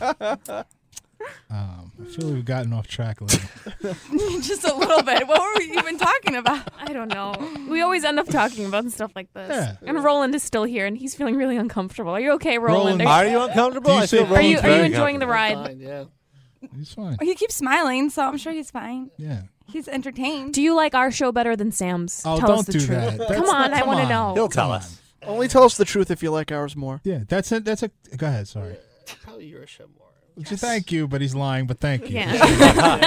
Speaker 3: Um, I feel we've gotten off track a little.
Speaker 9: Just a little bit. What were we even talking about?
Speaker 5: I don't know. We always end up talking about stuff like this.
Speaker 3: Yeah.
Speaker 5: And Roland is still here, and he's feeling really uncomfortable. Are you okay, Roland?
Speaker 3: Roland,
Speaker 5: are,
Speaker 2: Are you uncomfortable?
Speaker 3: Do you
Speaker 2: I feel
Speaker 3: say-
Speaker 5: are you
Speaker 2: Roland's
Speaker 5: are you
Speaker 2: very
Speaker 5: enjoying the ride?
Speaker 15: Fine, yeah.
Speaker 3: He's fine.
Speaker 9: He keeps smiling, so I'm sure he's fine.
Speaker 3: Yeah.
Speaker 9: He's entertained.
Speaker 5: Do you like our show better than Sam's?
Speaker 3: Oh,
Speaker 5: Tell
Speaker 3: don't
Speaker 5: us the
Speaker 3: do
Speaker 5: truth.
Speaker 3: that. That's
Speaker 5: come on,
Speaker 3: not-
Speaker 5: I
Speaker 3: come
Speaker 5: want to
Speaker 3: on.
Speaker 5: know.
Speaker 2: He'll tell
Speaker 3: Come
Speaker 2: us.
Speaker 4: Only tell us the truth if you like ours more.
Speaker 3: Yeah, that's a that's a. Go ahead. Sorry.
Speaker 15: Probably you're a shit more.
Speaker 3: Just Thank you, but he's lying. But thank you.
Speaker 5: Yeah.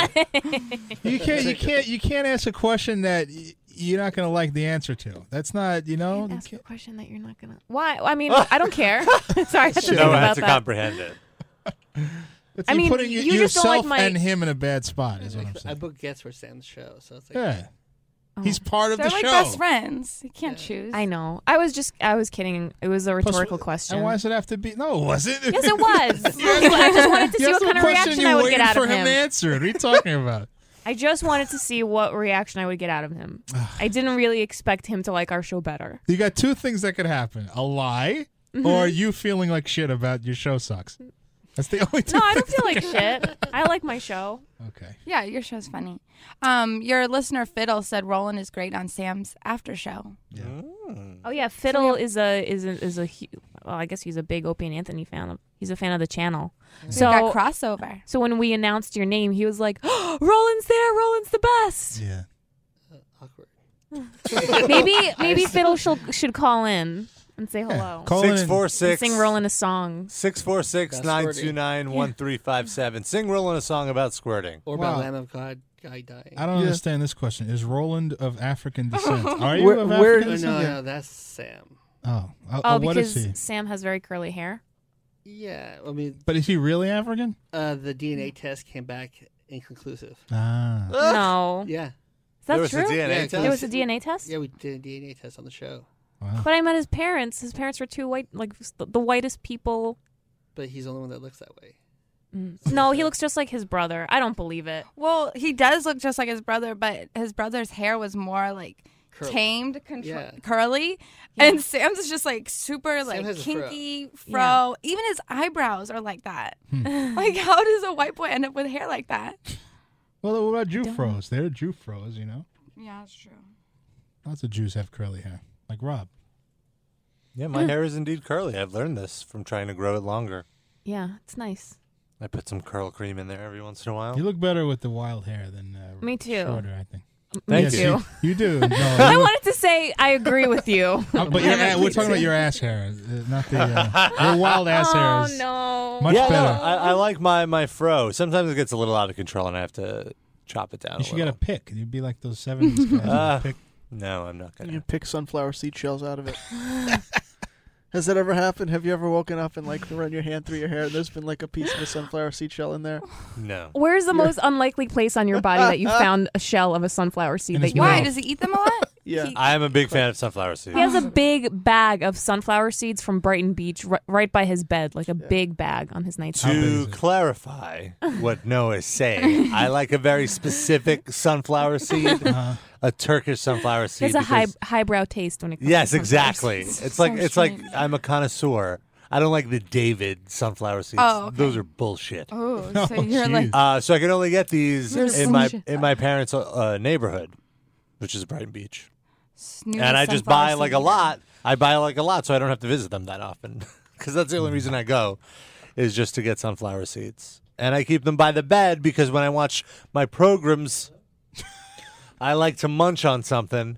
Speaker 3: You can't. You can't. You can't ask a question that y- you're not going to like the answer to. That's not. You know. you
Speaker 5: Ask a
Speaker 3: can't-
Speaker 5: question that you're not gonna. Why? I mean, I don't care. Sorry, I have to think
Speaker 2: No, I
Speaker 5: about
Speaker 2: have to
Speaker 5: that.
Speaker 2: comprehend it.
Speaker 3: That's
Speaker 5: I
Speaker 3: you
Speaker 5: mean,
Speaker 3: putting y-
Speaker 5: you just don't
Speaker 3: yourself
Speaker 5: like my-
Speaker 3: and him in a bad spot is what I'm
Speaker 15: I
Speaker 3: saying.
Speaker 15: booked guests for Sam's show, so it's like
Speaker 3: Yeah.
Speaker 5: Oh.
Speaker 3: He's part of
Speaker 9: They're
Speaker 3: the
Speaker 9: like
Speaker 3: show.
Speaker 9: best friends. You can't choose.
Speaker 5: I know. I was just. I was kidding. It was a
Speaker 3: Plus,
Speaker 5: rhetorical
Speaker 3: wh-
Speaker 5: question.
Speaker 3: And why does it have to be? No, it wasn't.
Speaker 5: Yes, it was. I just wanted to see what
Speaker 3: Yes, the
Speaker 5: kind of
Speaker 3: question
Speaker 5: reaction
Speaker 3: you
Speaker 5: I would
Speaker 3: waited
Speaker 5: get out
Speaker 3: for
Speaker 5: of
Speaker 3: him.
Speaker 5: him.
Speaker 3: to answer it. What are you talking about?
Speaker 5: I just wanted to see what reaction I would get out of him. I didn't really expect him to like our show better.
Speaker 3: You got two things that could happen: a lie,
Speaker 5: Mm-hmm.
Speaker 3: or you feeling like shit about your show sucks. That's the only two.
Speaker 5: No, I don't
Speaker 3: things
Speaker 5: feel like
Speaker 3: that
Speaker 5: shit. I like my show.
Speaker 3: could- Okay.
Speaker 9: Yeah, your show's funny. Um, your listener Fiddle said Roland is great on Sam's after show.
Speaker 3: Mm.
Speaker 5: Oh yeah, Fiddle is a is a, is a hu- well, I guess he's a big Opie and Anthony fan. Of, he's a fan of the channel.
Speaker 9: So you got
Speaker 5: So
Speaker 9: crossover.
Speaker 5: so when we announced your name, he was like, oh, "Roland's there. Roland's the best."
Speaker 3: Yeah.
Speaker 15: awkward.
Speaker 5: Maybe maybe Fiddle should should call in and say hello.
Speaker 3: Call in
Speaker 2: Six
Speaker 3: and-
Speaker 2: four
Speaker 5: And
Speaker 2: six.
Speaker 5: sing Roland a song.
Speaker 2: Six four six
Speaker 15: That's
Speaker 2: nine
Speaker 15: squirting.
Speaker 2: two nine one three five seven. Sing Roland a song about squirting.
Speaker 15: Or
Speaker 3: Wow.
Speaker 15: about Lamb of God guy dying.
Speaker 3: I don't understand this question. Is Roland of African descent? Are you
Speaker 4: Where-
Speaker 3: of
Speaker 4: where-
Speaker 3: African
Speaker 15: no,
Speaker 3: descent?
Speaker 15: no,
Speaker 3: Yeah.
Speaker 15: no, that's Sam.
Speaker 3: Oh, oh,
Speaker 5: Oh,
Speaker 3: oh, what is he?
Speaker 5: because Sam has very curly hair.
Speaker 15: Yeah, I mean,
Speaker 3: But is he really African?
Speaker 15: uh, the DNA test came back inconclusive.
Speaker 3: Ah,
Speaker 5: No,
Speaker 15: Yeah,
Speaker 5: is
Speaker 2: there
Speaker 5: that
Speaker 2: was
Speaker 5: true?
Speaker 2: a DNA
Speaker 15: Yeah,
Speaker 2: test.
Speaker 5: There was a DNA test.
Speaker 15: yeah, we did a DNA test on the show,
Speaker 3: wow.
Speaker 5: But I met his parents. His parents were two white, like s- the whitest people.
Speaker 15: but he's the only one that looks that way.
Speaker 3: Mm.
Speaker 5: No, he looks just like his brother. I don't believe it.
Speaker 9: Well, he does look just like his brother, but his brother's hair was more like
Speaker 15: Curly.
Speaker 9: tamed, contro-
Speaker 15: Yeah.
Speaker 9: curly,
Speaker 5: Yeah.
Speaker 9: and Sam's is just like super like
Speaker 15: has a fro.
Speaker 9: kinky fro. Even his eyebrows are like that.
Speaker 5: Hmm.
Speaker 9: like, how does a white boy end up with hair like that?
Speaker 3: Well, what about Jew froze? They're Jew froze, you know.
Speaker 9: Yeah, that's true.
Speaker 3: Lots of Jews have curly hair, like Rob.
Speaker 2: Yeah, my hair is indeed curly. I've learned this from trying to grow it longer.
Speaker 5: Yeah, it's nice.
Speaker 2: I put some curl cream in there every once in a while.
Speaker 3: You look better with the wild hair than uh,
Speaker 5: Me too.
Speaker 3: shorter, I think.
Speaker 5: Me
Speaker 2: Thank
Speaker 5: too.
Speaker 3: you. You do. No,
Speaker 5: I
Speaker 3: you-
Speaker 5: wanted to say I agree with you.
Speaker 3: Uh, but your, a- we're talking about your ass hair, uh, not the uh, your wild ass hair. Is
Speaker 5: Oh, no.
Speaker 3: much
Speaker 2: yeah, no,
Speaker 3: better.
Speaker 2: I, I like my, my fro. Sometimes it gets a little out of control and I have to chop it down.
Speaker 3: You
Speaker 2: a
Speaker 3: should
Speaker 2: little.
Speaker 3: get a pick. You'd be like those '70s guys.
Speaker 2: Ah.
Speaker 3: with pick.
Speaker 2: No, I'm not gonna.
Speaker 4: You pick sunflower seed shells out of it. Has that ever happened? Have you ever woken up and like run your hand through your hair and there's been like a piece of a sunflower seed shell in there?
Speaker 2: No.
Speaker 5: Where's the most unlikely place on your body that you found a shell of a sunflower seed that you
Speaker 9: Why
Speaker 5: ate?
Speaker 9: does he eat them a lot?
Speaker 4: Yeah.
Speaker 2: I am a big fan of sunflower seeds.
Speaker 5: He has a big bag of sunflower seeds from Brighton Beach ri- right by his bed, like a big bag on his nightstand.
Speaker 2: To clarify what Noah is saying, I like a very specific sunflower seed,
Speaker 3: Uh-huh.
Speaker 2: a Turkish sunflower seed.
Speaker 5: It's a high
Speaker 2: because-
Speaker 5: highbrow taste when it comes
Speaker 2: Yes,
Speaker 5: to sunflower
Speaker 2: exactly.
Speaker 5: seeds.
Speaker 2: It's like it's like I'm a connoisseur. I don't like the David sunflower seeds.
Speaker 9: Oh, okay.
Speaker 2: Those are bullshit.
Speaker 9: Oh, so you're like
Speaker 2: Uh, so I can only get these
Speaker 9: You're
Speaker 2: in my
Speaker 9: bullshit.
Speaker 2: in my parents' uh, neighborhood, which is Brighton Beach,
Speaker 9: snooty
Speaker 2: and I just
Speaker 9: sunflower
Speaker 2: buy like
Speaker 9: seed
Speaker 2: a
Speaker 9: eater.
Speaker 2: lot. I buy like a lot, so I don't have to visit them that often, because that's the only reason I go, is just to get sunflower seeds, and I keep them by the bed because when I watch my programs, I like to munch on something,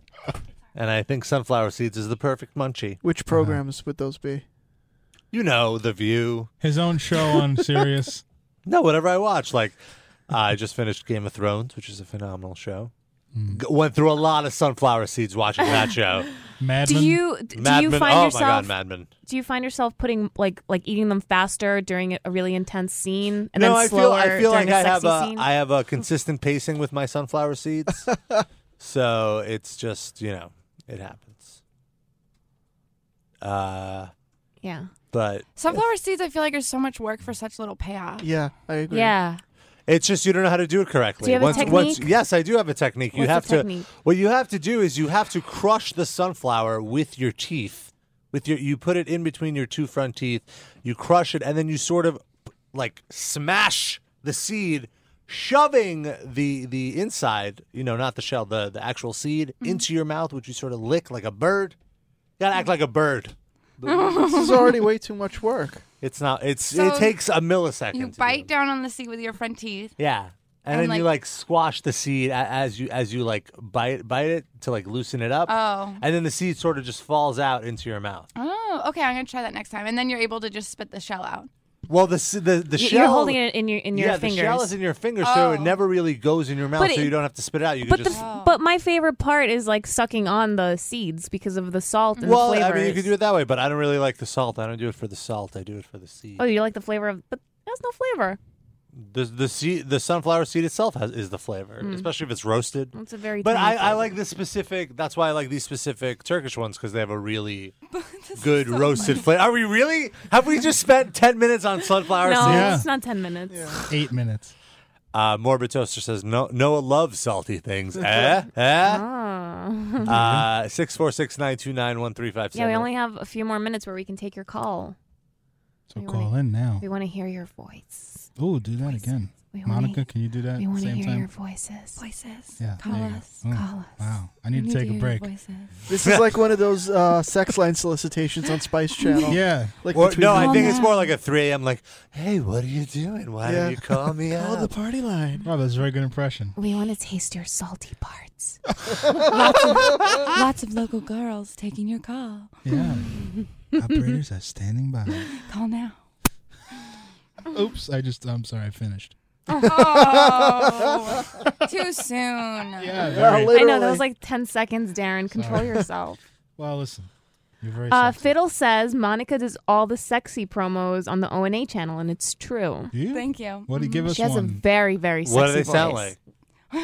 Speaker 2: and I think sunflower seeds is the perfect munchie.
Speaker 3: Uh-huh.
Speaker 4: Which programs would those be?
Speaker 2: You know, The View.
Speaker 3: His own show on Sirius.
Speaker 2: No, whatever I watch. Like, I just finished Game of Thrones, which is a phenomenal show.
Speaker 3: Hmm.
Speaker 2: G- went through a lot of sunflower seeds watching that show.
Speaker 3: Mad
Speaker 5: Do
Speaker 3: Men.
Speaker 5: you d- do
Speaker 2: Mad
Speaker 5: you
Speaker 2: Men-
Speaker 5: find
Speaker 2: oh
Speaker 5: yourself
Speaker 2: my God, Mad Men.
Speaker 5: do you find yourself putting like like eating them faster during a really intense scene and
Speaker 2: no,
Speaker 5: then
Speaker 2: I feel
Speaker 5: slower
Speaker 2: I feel
Speaker 5: during
Speaker 2: like
Speaker 5: a
Speaker 2: I have
Speaker 5: sexy
Speaker 2: a
Speaker 5: scene?
Speaker 2: I have a consistent pacing with my sunflower seeds, so it's just you know it happens. Uh,
Speaker 5: yeah.
Speaker 2: but
Speaker 9: Sunflower seeds, I feel like, are so much work for such little payoff.
Speaker 4: Yeah, I agree.
Speaker 5: Yeah.
Speaker 2: It's just you don't know how to do it correctly.
Speaker 9: Do you have a technique?
Speaker 2: yes, I do have a technique. you
Speaker 9: What's the
Speaker 2: have
Speaker 9: technique?
Speaker 2: to. What you have to do is you have to crush the sunflower with your teeth. With your, you put it in between your two front teeth. You crush it, and then you sort of like smash the seed, shoving the the inside. You know, not the shell, the the actual seed
Speaker 9: Mm-hmm.
Speaker 2: into your mouth, which you sort of lick like a bird. You gotta act like a bird.
Speaker 4: this is already way too much work.
Speaker 2: It's not. It's
Speaker 9: So
Speaker 2: it takes a millisecond.
Speaker 9: You bite down on the seed with your front teeth.
Speaker 2: Yeah. And,
Speaker 9: And,
Speaker 2: then you like squash the seed a- as you as you like bite bite it to like loosen it up.
Speaker 9: Oh.
Speaker 2: And then the seed sort of just falls out into your mouth.
Speaker 9: Oh, okay. I'm gonna try that next time. And then you're able to just spit the shell out.
Speaker 2: Well, the s- the
Speaker 5: Y-
Speaker 2: the shell
Speaker 5: you're holding it in your in your
Speaker 2: yeah,
Speaker 5: fingers. Oh.
Speaker 2: the shell is in your finger, so it never really goes in your mouth,
Speaker 5: But
Speaker 2: so
Speaker 5: it-
Speaker 2: you don't have to spit it out. You
Speaker 5: but
Speaker 2: can
Speaker 5: the
Speaker 2: just
Speaker 5: f- but my favorite part is like sucking on the seeds because of the salt and
Speaker 2: well,
Speaker 5: the flavor.
Speaker 2: I mean, you could do it that way, but I don't really like the salt. I don't do it for the salt. I do it for the seed.
Speaker 5: oh, you like the flavor of but that's no flavor.
Speaker 2: The the seed, the sunflower seed itself has, is the flavor,
Speaker 5: Mm.
Speaker 2: especially if it's roasted.
Speaker 5: That's a very
Speaker 2: But
Speaker 5: tiny
Speaker 2: I, I
Speaker 5: flavor.
Speaker 2: like the specific. That's why I like these specific Turkish ones because they have a really good roasted flavor. Are we really? Have we just spent ten minutes on sunflower
Speaker 5: No,
Speaker 2: seeds?
Speaker 5: it's not 10 minutes.
Speaker 3: Eight minutes.
Speaker 2: Uh, Morbid Toaster says no. Noah loves salty things. eh? Eh?
Speaker 5: Ah.
Speaker 2: Uh, six four six nine two nine one three five
Speaker 5: yeah,
Speaker 2: seven.
Speaker 5: we only have a few more minutes where we can take your call.
Speaker 3: So call in now.
Speaker 5: We want to hear your voice.
Speaker 3: Oh, do that again.
Speaker 5: We wanna
Speaker 3: Monica, can you do that
Speaker 5: We
Speaker 3: at the
Speaker 5: want to
Speaker 3: same
Speaker 5: hear
Speaker 3: time?
Speaker 5: your voices. Voices.
Speaker 3: Yeah.
Speaker 5: Call
Speaker 3: there you go.
Speaker 5: us.
Speaker 3: Oh,
Speaker 5: Call us.
Speaker 3: Wow. I need,
Speaker 5: need
Speaker 3: to
Speaker 5: to
Speaker 3: take a
Speaker 5: hear your
Speaker 3: break.
Speaker 4: This is like one of those uh, sex line solicitations on Spice Channel.
Speaker 3: Yeah.
Speaker 4: Like
Speaker 2: Or-
Speaker 4: between
Speaker 2: no, I
Speaker 4: the-
Speaker 2: think it's more like a three a.m. Like, hey, what are you doing? Why
Speaker 4: Yeah.
Speaker 2: don't you call me
Speaker 4: Call the
Speaker 2: up?
Speaker 4: party line.
Speaker 3: Wow, that's a very good impression.
Speaker 5: We want to taste your salty parts.
Speaker 9: lots, of, lots of local girls taking your call.
Speaker 3: Yeah. Operators are standing by.
Speaker 9: Call now.
Speaker 3: Oops, I just, I'm sorry, I finished.
Speaker 9: Oh, too soon. Yeah,
Speaker 5: I know, that was like 10 seconds, Darren. Control
Speaker 3: Sorry.
Speaker 5: yourself.
Speaker 3: Well, listen, you're very
Speaker 5: Uh,
Speaker 3: uh,
Speaker 5: Fiddle says Monica does all the sexy promos on the O and A channel, and it's true.
Speaker 9: Thank you.
Speaker 3: What do you give us
Speaker 5: She has a
Speaker 3: one?
Speaker 5: very, very sexy
Speaker 2: What do they sound
Speaker 5: voice.
Speaker 2: like?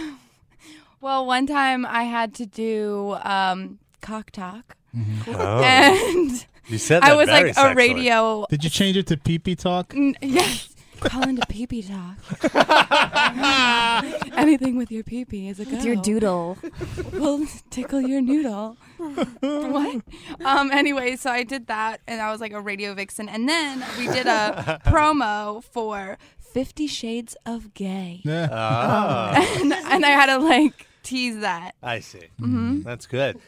Speaker 9: Well, one time I had to do um, cock talk,
Speaker 3: Mm-hmm.
Speaker 2: Oh.
Speaker 9: and
Speaker 2: You said
Speaker 9: I
Speaker 2: that
Speaker 9: was
Speaker 2: very
Speaker 9: like
Speaker 2: sexily.
Speaker 9: a radio.
Speaker 3: Did you change it to pee pee talk?
Speaker 9: N- yes, call into pee pee talk. Anything with your pee pee is a go.
Speaker 5: With your doodle.
Speaker 9: will tickle your noodle. what? Um. Anyway, so I did that, and I was like a radio vixen, and then we did a promo for Fifty Shades of Gay,
Speaker 3: Uh.
Speaker 2: Ah,
Speaker 9: and, and I had to like tease that.
Speaker 2: I see.
Speaker 9: Mhm.
Speaker 5: Mm-hmm.
Speaker 2: That's good.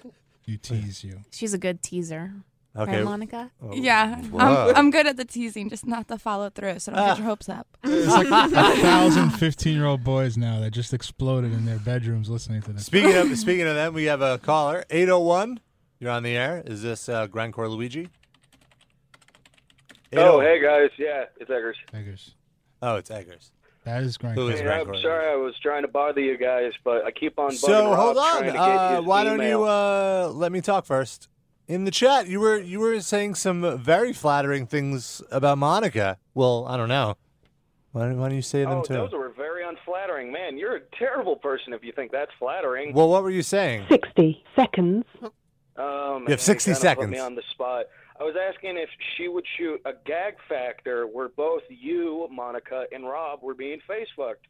Speaker 3: You tease you.
Speaker 5: She's a good teaser.
Speaker 2: Okay.
Speaker 5: Harmonica?
Speaker 2: Oh,
Speaker 9: yeah,
Speaker 2: whoa.
Speaker 9: I'm, I'm good at the teasing, just not the follow through. So don't get your hopes up.
Speaker 3: There's Ah. like a thousand 15 year old boys now that just exploded in their bedrooms listening to this.
Speaker 2: Speaking of speaking of them, we have a caller eight zero one. You're on the air. Is this uh, Grandcore Luigi?
Speaker 16: Oh,
Speaker 12: Oh,
Speaker 2: 801.
Speaker 16: hey guys, yeah, it's Eggers.
Speaker 3: Eggers.
Speaker 2: Oh, it's Eggers.
Speaker 3: That is Grandcore.
Speaker 2: Who is
Speaker 16: Hey, I'm
Speaker 2: Grandcore?
Speaker 16: sorry I was trying to bother you guys, but I keep on.
Speaker 2: So
Speaker 16: bugging
Speaker 2: hold
Speaker 16: Rob
Speaker 2: on.
Speaker 16: trying to get
Speaker 2: Uh,
Speaker 16: his
Speaker 2: why don't
Speaker 16: email.
Speaker 2: you uh, let me talk first? In the chat, you were you were saying some very flattering things about Monica. Well, I don't know. Why don't, why don't you say them
Speaker 16: Oh,
Speaker 2: too?
Speaker 16: those were very unflattering, man. You're a terrible person if you think that's flattering.
Speaker 2: well, what were you saying?
Speaker 17: Sixty seconds.
Speaker 16: Um,
Speaker 2: You have 60
Speaker 16: Put me
Speaker 2: seconds.
Speaker 16: on the spot. I was asking if she would shoot a gag factor where both you, Monica, and Rob were being face fucked.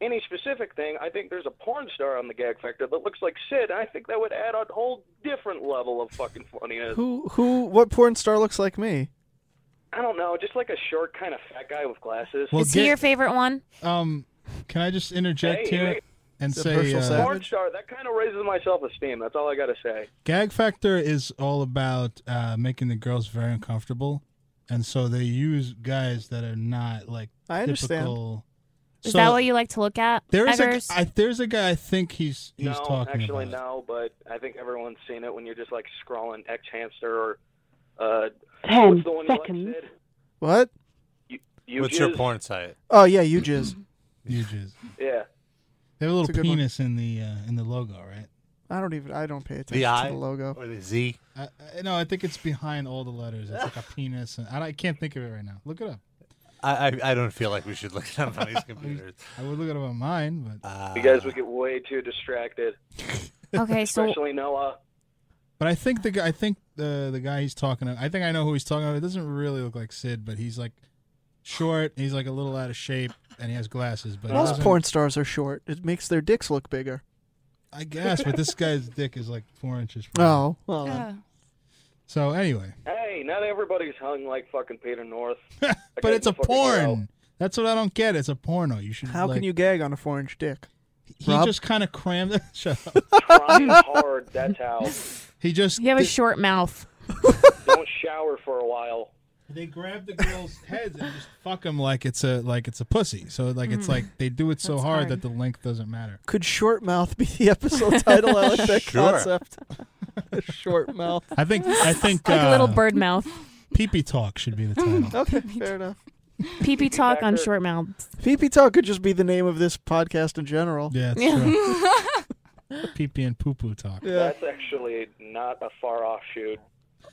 Speaker 16: Any specific thing? I think there's a porn star on the gag factor that looks like Sid, and I think that would add a whole different level of fucking funniness.
Speaker 4: Who who what porn star looks like me?
Speaker 16: I don't know, just like a short, kind of fat guy with glasses.
Speaker 5: Is he your favorite one?
Speaker 3: Um, can I just interject
Speaker 16: Hey,
Speaker 3: here
Speaker 16: hey.
Speaker 3: and say uh,
Speaker 16: porn star. That kind of raises my self-esteem. That's all I gotta say.
Speaker 3: Gag factor is all about uh, making the girls very uncomfortable, and so they use guys that are not like
Speaker 5: I understand.
Speaker 3: typical.
Speaker 5: Is
Speaker 3: So
Speaker 5: that what you like to look at?
Speaker 3: there is a,
Speaker 5: Eggers?
Speaker 3: I, there's a guy I think he's he's
Speaker 16: no,
Speaker 3: talking
Speaker 16: actually
Speaker 3: about.
Speaker 16: no, but I think everyone's seen it when you're just like scrolling X hamster or uh,
Speaker 3: Ten
Speaker 16: what's the one you
Speaker 3: seconds.
Speaker 16: like, Sid?
Speaker 4: What?
Speaker 16: You
Speaker 2: What's your
Speaker 16: jizz?
Speaker 2: porn site?
Speaker 4: Oh yeah, you jizz.
Speaker 3: you jizz.
Speaker 16: Yeah.
Speaker 3: They have a little
Speaker 4: It's a good one.
Speaker 3: penis in the uh, in the logo, right?
Speaker 4: I don't even I don't pay attention
Speaker 3: The
Speaker 4: to
Speaker 3: eye
Speaker 4: the logo.
Speaker 2: or the Z.
Speaker 3: I, I, no, I think it's behind all the letters. It's like a penis, and I, I can't think of it right now. Look it up.
Speaker 2: I, I I don't feel like we should look it up on these computers.
Speaker 3: I would look it up on mine, but
Speaker 2: Ah.
Speaker 16: You guys would get way too distracted.
Speaker 5: Okay, so-
Speaker 16: especially Noah.
Speaker 3: But I think the guy, I think the the guy he's talking about, I think I know who he's talking about. It doesn't really look like Sid, but he's like short. He's like a little out of shape, and he has glasses. But it
Speaker 4: Most
Speaker 3: doesn't-
Speaker 4: porn stars are short. It makes their dicks look bigger.
Speaker 3: I guess. But this guy's dick is like four inches. From
Speaker 4: Oh, well then.
Speaker 3: So anyway,
Speaker 16: Hey, not everybody's hung like fucking Peter North.
Speaker 3: but it's a porn. That's what I don't get. It's a porno. You should.
Speaker 4: How
Speaker 3: like-
Speaker 4: can you gag on a four inch dick?
Speaker 3: He
Speaker 4: Rob?
Speaker 3: just kind of crammed. Shut up.
Speaker 16: Trying hard. That's how.
Speaker 3: He just.
Speaker 5: You have a short mouth.
Speaker 16: Don't shower for a while.
Speaker 3: They grab the girls' heads and just fuck him like it's a like it's a pussy. So like it's like they do it so
Speaker 4: That's
Speaker 3: hard,
Speaker 4: hard.
Speaker 3: that the length doesn't matter.
Speaker 4: Could short mouth be the episode title? I like that
Speaker 3: Sure.
Speaker 4: concept. short mouth.
Speaker 3: I think I think
Speaker 5: Like a little
Speaker 3: uh,
Speaker 5: bird mouth.
Speaker 3: Pee-pee talk should be the title.
Speaker 4: Okay, fair enough.
Speaker 5: Pee pee talk on short mouth.
Speaker 4: PP Talk could just be the name of this podcast in general.
Speaker 3: Yeah,
Speaker 5: it's true.
Speaker 3: Pee-pee and poo-poo talk.
Speaker 16: That's actually not a far off shoot.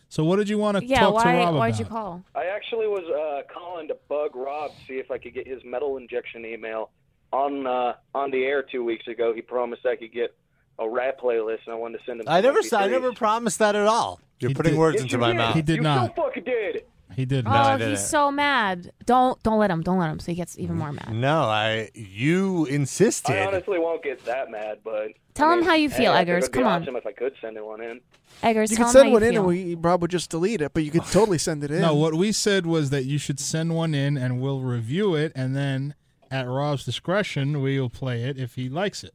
Speaker 3: So what did you want to
Speaker 16: Yeah,
Speaker 3: talk to
Speaker 16: why-
Speaker 3: Rob
Speaker 16: why'd
Speaker 3: about?
Speaker 16: you
Speaker 5: call?
Speaker 16: I actually was uh, calling to bug Rob to see if I could get his metal injection email on uh, on the air two weeks ago. He promised I could get a rap playlist, and I wanted to send him.
Speaker 2: I never
Speaker 16: some
Speaker 2: said- I
Speaker 16: MP3s.
Speaker 2: never promised that at all. You're putting
Speaker 16: did-
Speaker 2: words
Speaker 16: Yes,
Speaker 2: into
Speaker 16: you
Speaker 2: my
Speaker 16: did.
Speaker 2: mouth.
Speaker 16: He did You
Speaker 3: not.
Speaker 16: so fucking did.
Speaker 3: He did
Speaker 5: oh,
Speaker 2: not.
Speaker 3: uh,
Speaker 5: he's so mad. Don't don't let him. Don't let him. So he gets
Speaker 3: Mm.
Speaker 5: even more mad.
Speaker 2: No, I you insisted.
Speaker 16: I honestly won't get that mad, but
Speaker 5: Tell
Speaker 16: I
Speaker 5: him
Speaker 16: mean,
Speaker 5: how you feel,
Speaker 16: hey, I think
Speaker 5: Eggers.
Speaker 16: It would be
Speaker 5: Come on.
Speaker 16: awesome if I could send one in.
Speaker 5: Eggers,
Speaker 4: You
Speaker 5: tell
Speaker 4: could
Speaker 5: him
Speaker 4: send
Speaker 5: how
Speaker 4: one
Speaker 5: you
Speaker 4: in
Speaker 5: feel.
Speaker 4: and we, Rob would just delete it, but you could totally send it in.
Speaker 3: No, what we said was that you should send one in and we'll review it, and then at Rob's discretion, we'll play it if he likes it,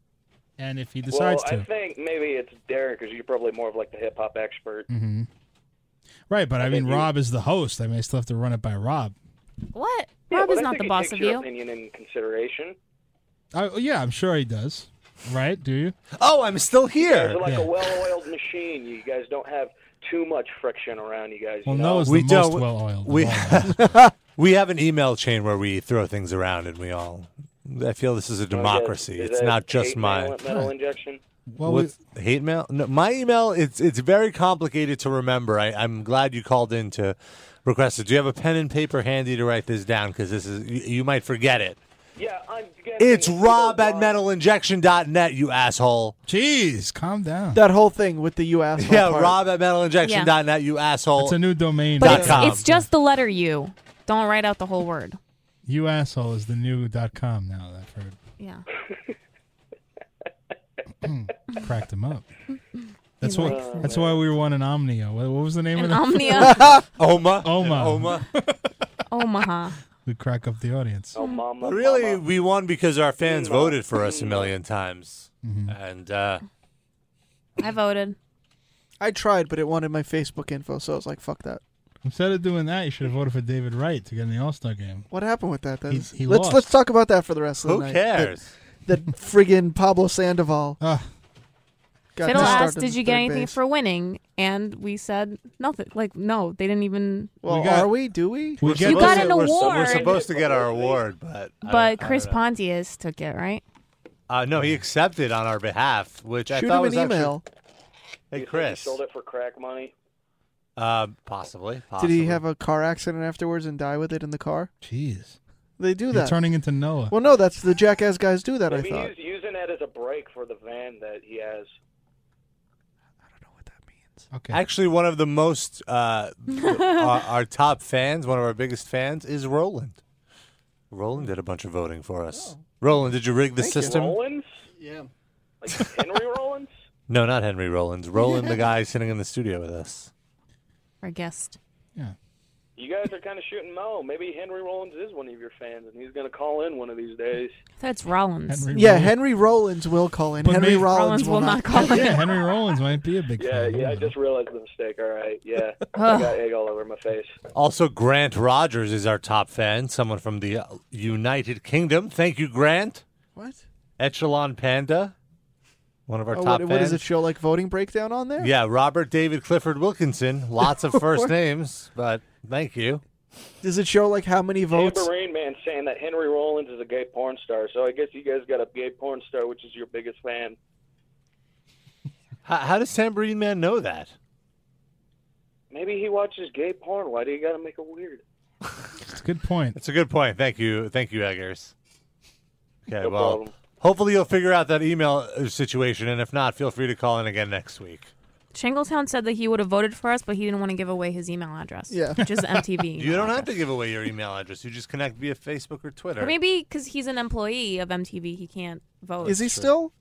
Speaker 3: and if he decides
Speaker 16: well,
Speaker 3: to.
Speaker 16: I think maybe it's Derek because you're probably more of like the hip hop expert.
Speaker 3: hmm Right, but I, mean, Rob is the host. I may still have to run it by Rob.
Speaker 5: What?
Speaker 16: Yeah,
Speaker 5: Rob
Speaker 16: but
Speaker 5: is
Speaker 16: I
Speaker 5: not
Speaker 16: think
Speaker 5: the
Speaker 16: he
Speaker 5: boss
Speaker 16: takes
Speaker 5: of
Speaker 16: your
Speaker 5: you.
Speaker 16: Opinion in consideration.
Speaker 3: I, oh, yeah, I'm sure he does. Right? Do you?
Speaker 2: Oh, I'm still
Speaker 16: You
Speaker 2: here.
Speaker 16: guys are like a well-oiled machine. You guys don't have too much friction around you guys.
Speaker 3: Well,
Speaker 16: you
Speaker 3: no
Speaker 16: know?
Speaker 3: is the
Speaker 2: We
Speaker 3: most
Speaker 2: don't-
Speaker 3: well-oiled.
Speaker 2: We
Speaker 3: of all.
Speaker 2: we have an email chain where we throw things around and we all. I feel this is a democracy.
Speaker 16: Is
Speaker 2: it's
Speaker 16: that
Speaker 2: not just
Speaker 16: hate
Speaker 2: mine.
Speaker 16: Metal, metal injection.
Speaker 3: Well,
Speaker 2: What's- hate mail? No, my email. It's it's very complicated to remember. I, I'm glad you called in to request it. Do you have a pen and paper handy to write this down? Because this is you, you might forget it.
Speaker 16: Yeah, I'm
Speaker 2: It's Rob at metalinjection.net. You asshole.
Speaker 3: Jeez, calm down.
Speaker 4: That whole thing with the you asshole.
Speaker 2: Yeah,
Speaker 4: part.
Speaker 2: Rob at metalinjection.net. You asshole.
Speaker 3: It's a new domain.
Speaker 2: Dot
Speaker 5: But it's,
Speaker 2: com.
Speaker 5: it's just the letter U. Don't write out the whole word.
Speaker 3: You asshole is the new dot .com now. That I've heard.
Speaker 5: Yeah.
Speaker 3: cracked him up. That's
Speaker 5: He
Speaker 3: why.
Speaker 5: likes
Speaker 3: That's why we were one in Omnia. What, what was the name
Speaker 5: An
Speaker 3: of that?
Speaker 5: Omnia.
Speaker 2: Oma.
Speaker 3: Oma.
Speaker 2: Oma.
Speaker 5: Omaha.
Speaker 3: We crack up the audience.
Speaker 16: Oh, mama.
Speaker 2: really, we won because our fans voted
Speaker 3: Mm-hmm.
Speaker 2: for us a million times, and uh,
Speaker 5: I voted.
Speaker 4: I tried, but it wanted my Facebook info, so I was like, fuck that.
Speaker 3: Instead of doing that, you should have voted for David Wright to get in the All Star game.
Speaker 4: What happened with that? Then?
Speaker 3: He- he
Speaker 4: let's
Speaker 3: lost.
Speaker 4: let's talk about that for the rest of the
Speaker 3: Who
Speaker 4: night.
Speaker 3: cares?
Speaker 4: The, the friggin' Pablo Sandoval.
Speaker 3: Ah.
Speaker 4: Got
Speaker 5: Fiddle
Speaker 4: me started
Speaker 5: asked,
Speaker 4: on
Speaker 5: "Did you
Speaker 4: third
Speaker 5: get anything
Speaker 4: base.
Speaker 5: for winning?" And we said nothing. Like, no, they didn't even.
Speaker 4: Well, Oh, are we? Do we?
Speaker 2: We're
Speaker 5: you got
Speaker 2: supposed
Speaker 5: an
Speaker 2: to- we're su-
Speaker 5: award.
Speaker 2: We're supposed to get our award, but I don't- I
Speaker 5: but
Speaker 2: don't
Speaker 5: Chris
Speaker 2: know.
Speaker 5: Pontius took it, right?
Speaker 2: Uh, no, he accepted on our behalf, which I
Speaker 5: Shoot
Speaker 2: thought
Speaker 5: him
Speaker 2: was
Speaker 5: an
Speaker 2: actually-
Speaker 5: email.
Speaker 2: Hey,
Speaker 16: He
Speaker 2: Chris.
Speaker 16: sold it for crack money.
Speaker 2: Uh, possibly,
Speaker 4: Did
Speaker 2: possibly.
Speaker 4: he have a car accident afterwards and die with it in the car?
Speaker 3: Jeez.
Speaker 4: They do
Speaker 3: You're
Speaker 4: that.
Speaker 3: turning into Noah.
Speaker 4: Well, no, that's the jackass guys do that. I
Speaker 16: Maybe
Speaker 4: thought.
Speaker 16: he's using that as a break for the van that he has.
Speaker 3: Okay.
Speaker 2: Actually, one of the most uh, th- our, our top fans, one of our biggest fans, is Roland. Roland did a bunch of voting for us.
Speaker 4: Oh.
Speaker 2: Roland, did you rig the
Speaker 16: Thank you.
Speaker 2: system?
Speaker 16: Rollins? Yeah. Like Henry Rollins?
Speaker 2: No, not Henry Rollins. Roland, the guy sitting in the studio with us.
Speaker 5: Our guest.
Speaker 16: You guys are kind of shooting Mo. Maybe Henry Rollins is one of your fans, and he's going to call in one of these days.
Speaker 5: That's Rollins.
Speaker 4: yeah, Henry Rollins will call in.
Speaker 3: But
Speaker 4: Henry
Speaker 3: maybe-
Speaker 4: Rollins, will not call in.
Speaker 3: Yeah, Henry Rollins might be a big
Speaker 16: Yeah,
Speaker 3: fan.
Speaker 16: yeah, I just realized the mistake. All right, yeah. I got egg all over my face.
Speaker 2: Also, Grant Rogers is our top fan, someone from the uh, United Kingdom. Thank you, Grant.
Speaker 4: What?
Speaker 2: Echelon Panda, one of our
Speaker 4: Oh,
Speaker 2: top
Speaker 4: what,
Speaker 2: fans.
Speaker 4: what does it show? Like voting breakdown on there?
Speaker 2: Yeah, Robert David Clifford Wilkinson. Lots of first names, but thank you.
Speaker 4: Does it show like how many votes?
Speaker 16: Tambourine Man saying that Henry Rollins is a gay porn star, so I guess you guys got a gay porn star, which is your biggest fan.
Speaker 2: How, how does Tambourine Man know that?
Speaker 16: Maybe he watches gay porn. Why do you got to make it weird?
Speaker 3: It's a good point.
Speaker 2: It's a good point. Thank you, thank you, Eggers. Okay,
Speaker 16: No
Speaker 2: well,
Speaker 16: problem.
Speaker 2: hopefully you'll figure out that email uh, situation, and if not, feel free to call in again next week.
Speaker 5: Shingletown said that he would have voted for us, but he didn't want to give away his email address.
Speaker 2: Yeah.
Speaker 5: which is the MTV.
Speaker 2: You
Speaker 5: email
Speaker 2: don't have
Speaker 5: address.
Speaker 2: to give away your email address. You just connect via Facebook or Twitter.
Speaker 5: Or maybe because he's an employee of MTV, he can't vote.
Speaker 4: still?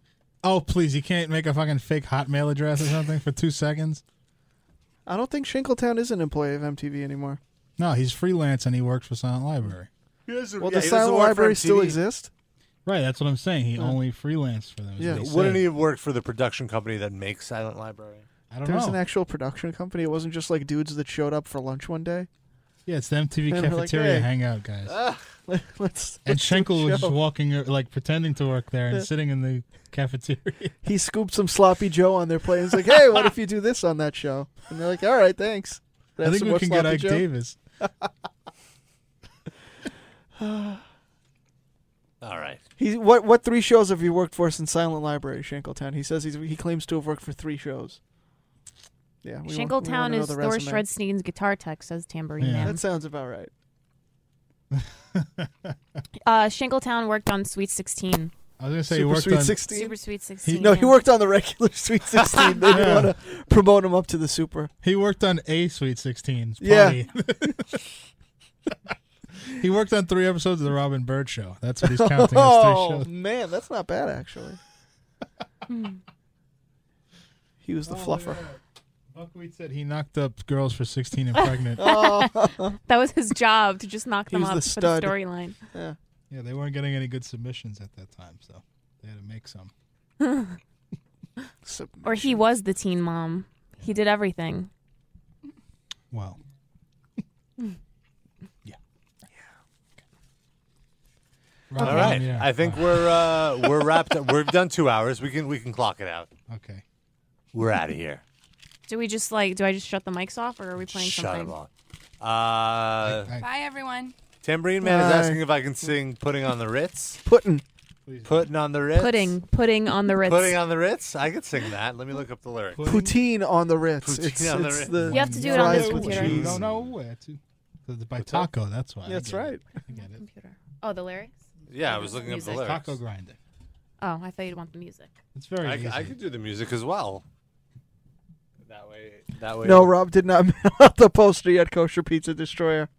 Speaker 3: Oh, please! You can't make a fucking fake Hotmail address or something for two seconds.
Speaker 4: I don't think Shinkletown is an employee of MTV anymore.
Speaker 3: No, he's freelance and he works for Silent Library.
Speaker 4: Well, the silent library still exists.
Speaker 3: Right, that's what I'm saying. He
Speaker 4: Yeah.
Speaker 3: only freelanced for them. is
Speaker 4: Yeah.
Speaker 3: what he
Speaker 2: Wouldn't
Speaker 3: said.
Speaker 2: he have worked for the production company that makes Silent Library?
Speaker 3: I don't
Speaker 4: There's
Speaker 3: know.
Speaker 4: an actual production company. It wasn't just like dudes that showed up for lunch one day.
Speaker 3: Yeah, it's the MTV
Speaker 4: And we're like,
Speaker 3: cafeteria
Speaker 4: "Hey." Ah,
Speaker 3: hangout, guys.
Speaker 4: Let's, let's
Speaker 3: and
Speaker 4: do a
Speaker 3: Schenkel was
Speaker 4: show.
Speaker 3: just walking, uh, like pretending to work there and
Speaker 4: Yeah.
Speaker 3: sitting in the cafeteria.
Speaker 4: He scooped some sloppy Joe on their plate. and was like, "Hey, what if you do this on that show?" And they're like, "All right, thanks."
Speaker 3: I
Speaker 4: Have
Speaker 3: think
Speaker 4: some
Speaker 3: we
Speaker 4: more
Speaker 3: can get
Speaker 4: Sloppy
Speaker 3: Ike
Speaker 4: Joe.
Speaker 3: Davis.
Speaker 2: All right.
Speaker 4: He what what three shows have you worked for since Silent Library, Shankletown? He says he's, he claims to have worked for three shows. Yeah, we won't- we won't
Speaker 5: Shingletown
Speaker 4: know
Speaker 5: is
Speaker 4: the
Speaker 5: Thor
Speaker 4: resume.
Speaker 5: Shredstein's guitar tech, says Tambourine
Speaker 4: Yeah.
Speaker 5: Man.
Speaker 4: That sounds about right.
Speaker 5: Uh, Shingletown worked on Sweet 16.
Speaker 3: I was gonna say he
Speaker 4: Super
Speaker 3: worked
Speaker 4: Sweet
Speaker 3: on
Speaker 4: 16?
Speaker 5: Super Sweet 16.
Speaker 4: no,
Speaker 5: yeah.
Speaker 4: he worked on the regular Sweet 16. They didn't
Speaker 3: Yeah.
Speaker 4: want to promote him up to the Super.
Speaker 3: He worked on a Sweet 16.
Speaker 4: Yeah.
Speaker 3: Party. he worked on three episodes of the Robin Bird Show. That's what he's counting as three
Speaker 4: oh,
Speaker 3: shows.
Speaker 4: man, that's not bad, actually. he was the fluffer.
Speaker 3: Buckwheat said he knocked up girls for 16 and pregnant.
Speaker 5: that was his job to just knock
Speaker 4: He
Speaker 5: them
Speaker 4: was
Speaker 5: up
Speaker 4: Oh. the
Speaker 5: for the
Speaker 4: stud.
Speaker 5: storyline.
Speaker 4: Yeah.
Speaker 3: Yeah, they weren't getting any good submissions at that time, so they had to make some.
Speaker 5: or he was the teen mom. He did everything.
Speaker 3: Well, Right.
Speaker 2: All right.
Speaker 3: Yeah.
Speaker 2: I think we're uh, we're wrapped up. We've done two hours. We can we can clock it out.
Speaker 3: Okay.
Speaker 2: We're out of here.
Speaker 5: Do we just like? Do I just shut the mics off, or are we playing
Speaker 2: Shut
Speaker 5: something?
Speaker 2: them off. Uh,
Speaker 9: Bye, everyone.
Speaker 2: Tambourine Man
Speaker 4: Uh,
Speaker 2: is
Speaker 5: Bye.
Speaker 2: asking if I can sing "Putting on the Ritz."
Speaker 4: Putting.
Speaker 2: Putting on the Ritz.
Speaker 5: Pudding, pudding on the Ritz.
Speaker 2: Putting on the Ritz. I could sing that. Let me look up the lyrics.
Speaker 4: Poutine on the Ritz.
Speaker 2: Poutine
Speaker 4: it's,
Speaker 2: on the
Speaker 4: it's
Speaker 2: Ritz.
Speaker 4: the
Speaker 5: You have to do it on
Speaker 4: fries
Speaker 5: this
Speaker 4: with
Speaker 5: computer.
Speaker 4: cheese.
Speaker 3: don't know where to. It's By Oh, Taco, that's why. I
Speaker 4: That's
Speaker 3: get it.
Speaker 4: right.
Speaker 5: Computer. Oh, the lyrics.
Speaker 2: Yeah, I was looking up the
Speaker 5: Music.
Speaker 2: lyrics.
Speaker 3: Taco grinder.
Speaker 5: Oh, I thought you'd want the music.
Speaker 3: It's very
Speaker 2: I,
Speaker 3: easy.
Speaker 2: I could do the music as well. That way. That way.
Speaker 4: No, Rob did not mail out the poster yet, Kosher Pizza Destroyer.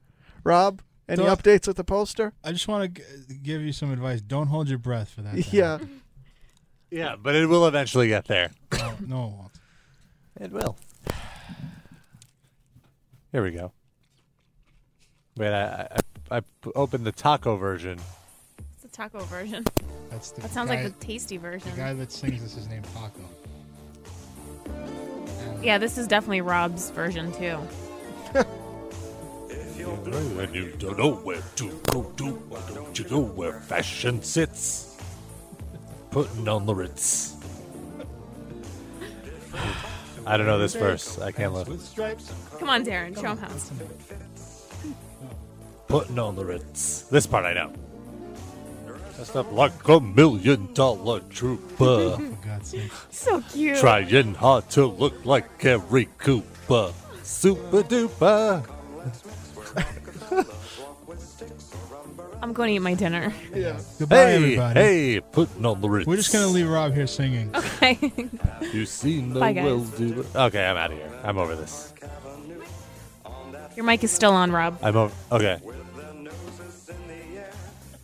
Speaker 4: Rob, any
Speaker 3: Don't-
Speaker 4: updates with the poster?
Speaker 3: I just want to g- give you some advice. Don't hold your breath for that. to
Speaker 4: Yeah.
Speaker 2: Yeah, but it will eventually get there.
Speaker 3: happen. No, no, it won't.
Speaker 2: It will. Here we go. Wait, I, I, I p- opened the taco version.
Speaker 5: It's the taco version.
Speaker 3: That's the
Speaker 5: that sounds
Speaker 3: guy-
Speaker 5: like the tasty version.
Speaker 3: The guy that sings this is named Paco. And
Speaker 5: yeah, this is definitely Rob's version too.
Speaker 2: And you don't know where to go to. Why don't you know where fashion sits? Putting on the Ritz. I don't know this verse. I can't look.
Speaker 5: Stripes. Come on, Darren, show him how.
Speaker 2: Putting on the Ritz. This part I know. Dressed up like a million dollar trooper.
Speaker 5: So cute.
Speaker 2: Trying hard to look like Gary Cooper. Super duper.
Speaker 5: I'm going to eat my dinner.
Speaker 3: Yeah. Goodbye,
Speaker 2: hey,
Speaker 3: everybody.
Speaker 2: Hey, putting on the Ritz.
Speaker 3: We're just gonna leave Rob here singing.
Speaker 5: Okay.
Speaker 2: You seen the
Speaker 5: Bye, guys.
Speaker 2: will do. Okay, I'm out of here. I'm over this.
Speaker 5: Your mic is still on, Rob.
Speaker 2: I'm over. Okay.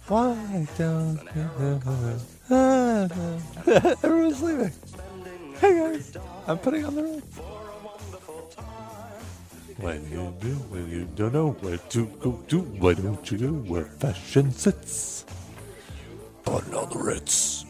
Speaker 7: Why don't you
Speaker 2: Everyone's leaving. Hey guys, I'm putting on the Ritz. When you do, when you don't know where to go to, why don't you go where fashion sits? Putting on the Ritz.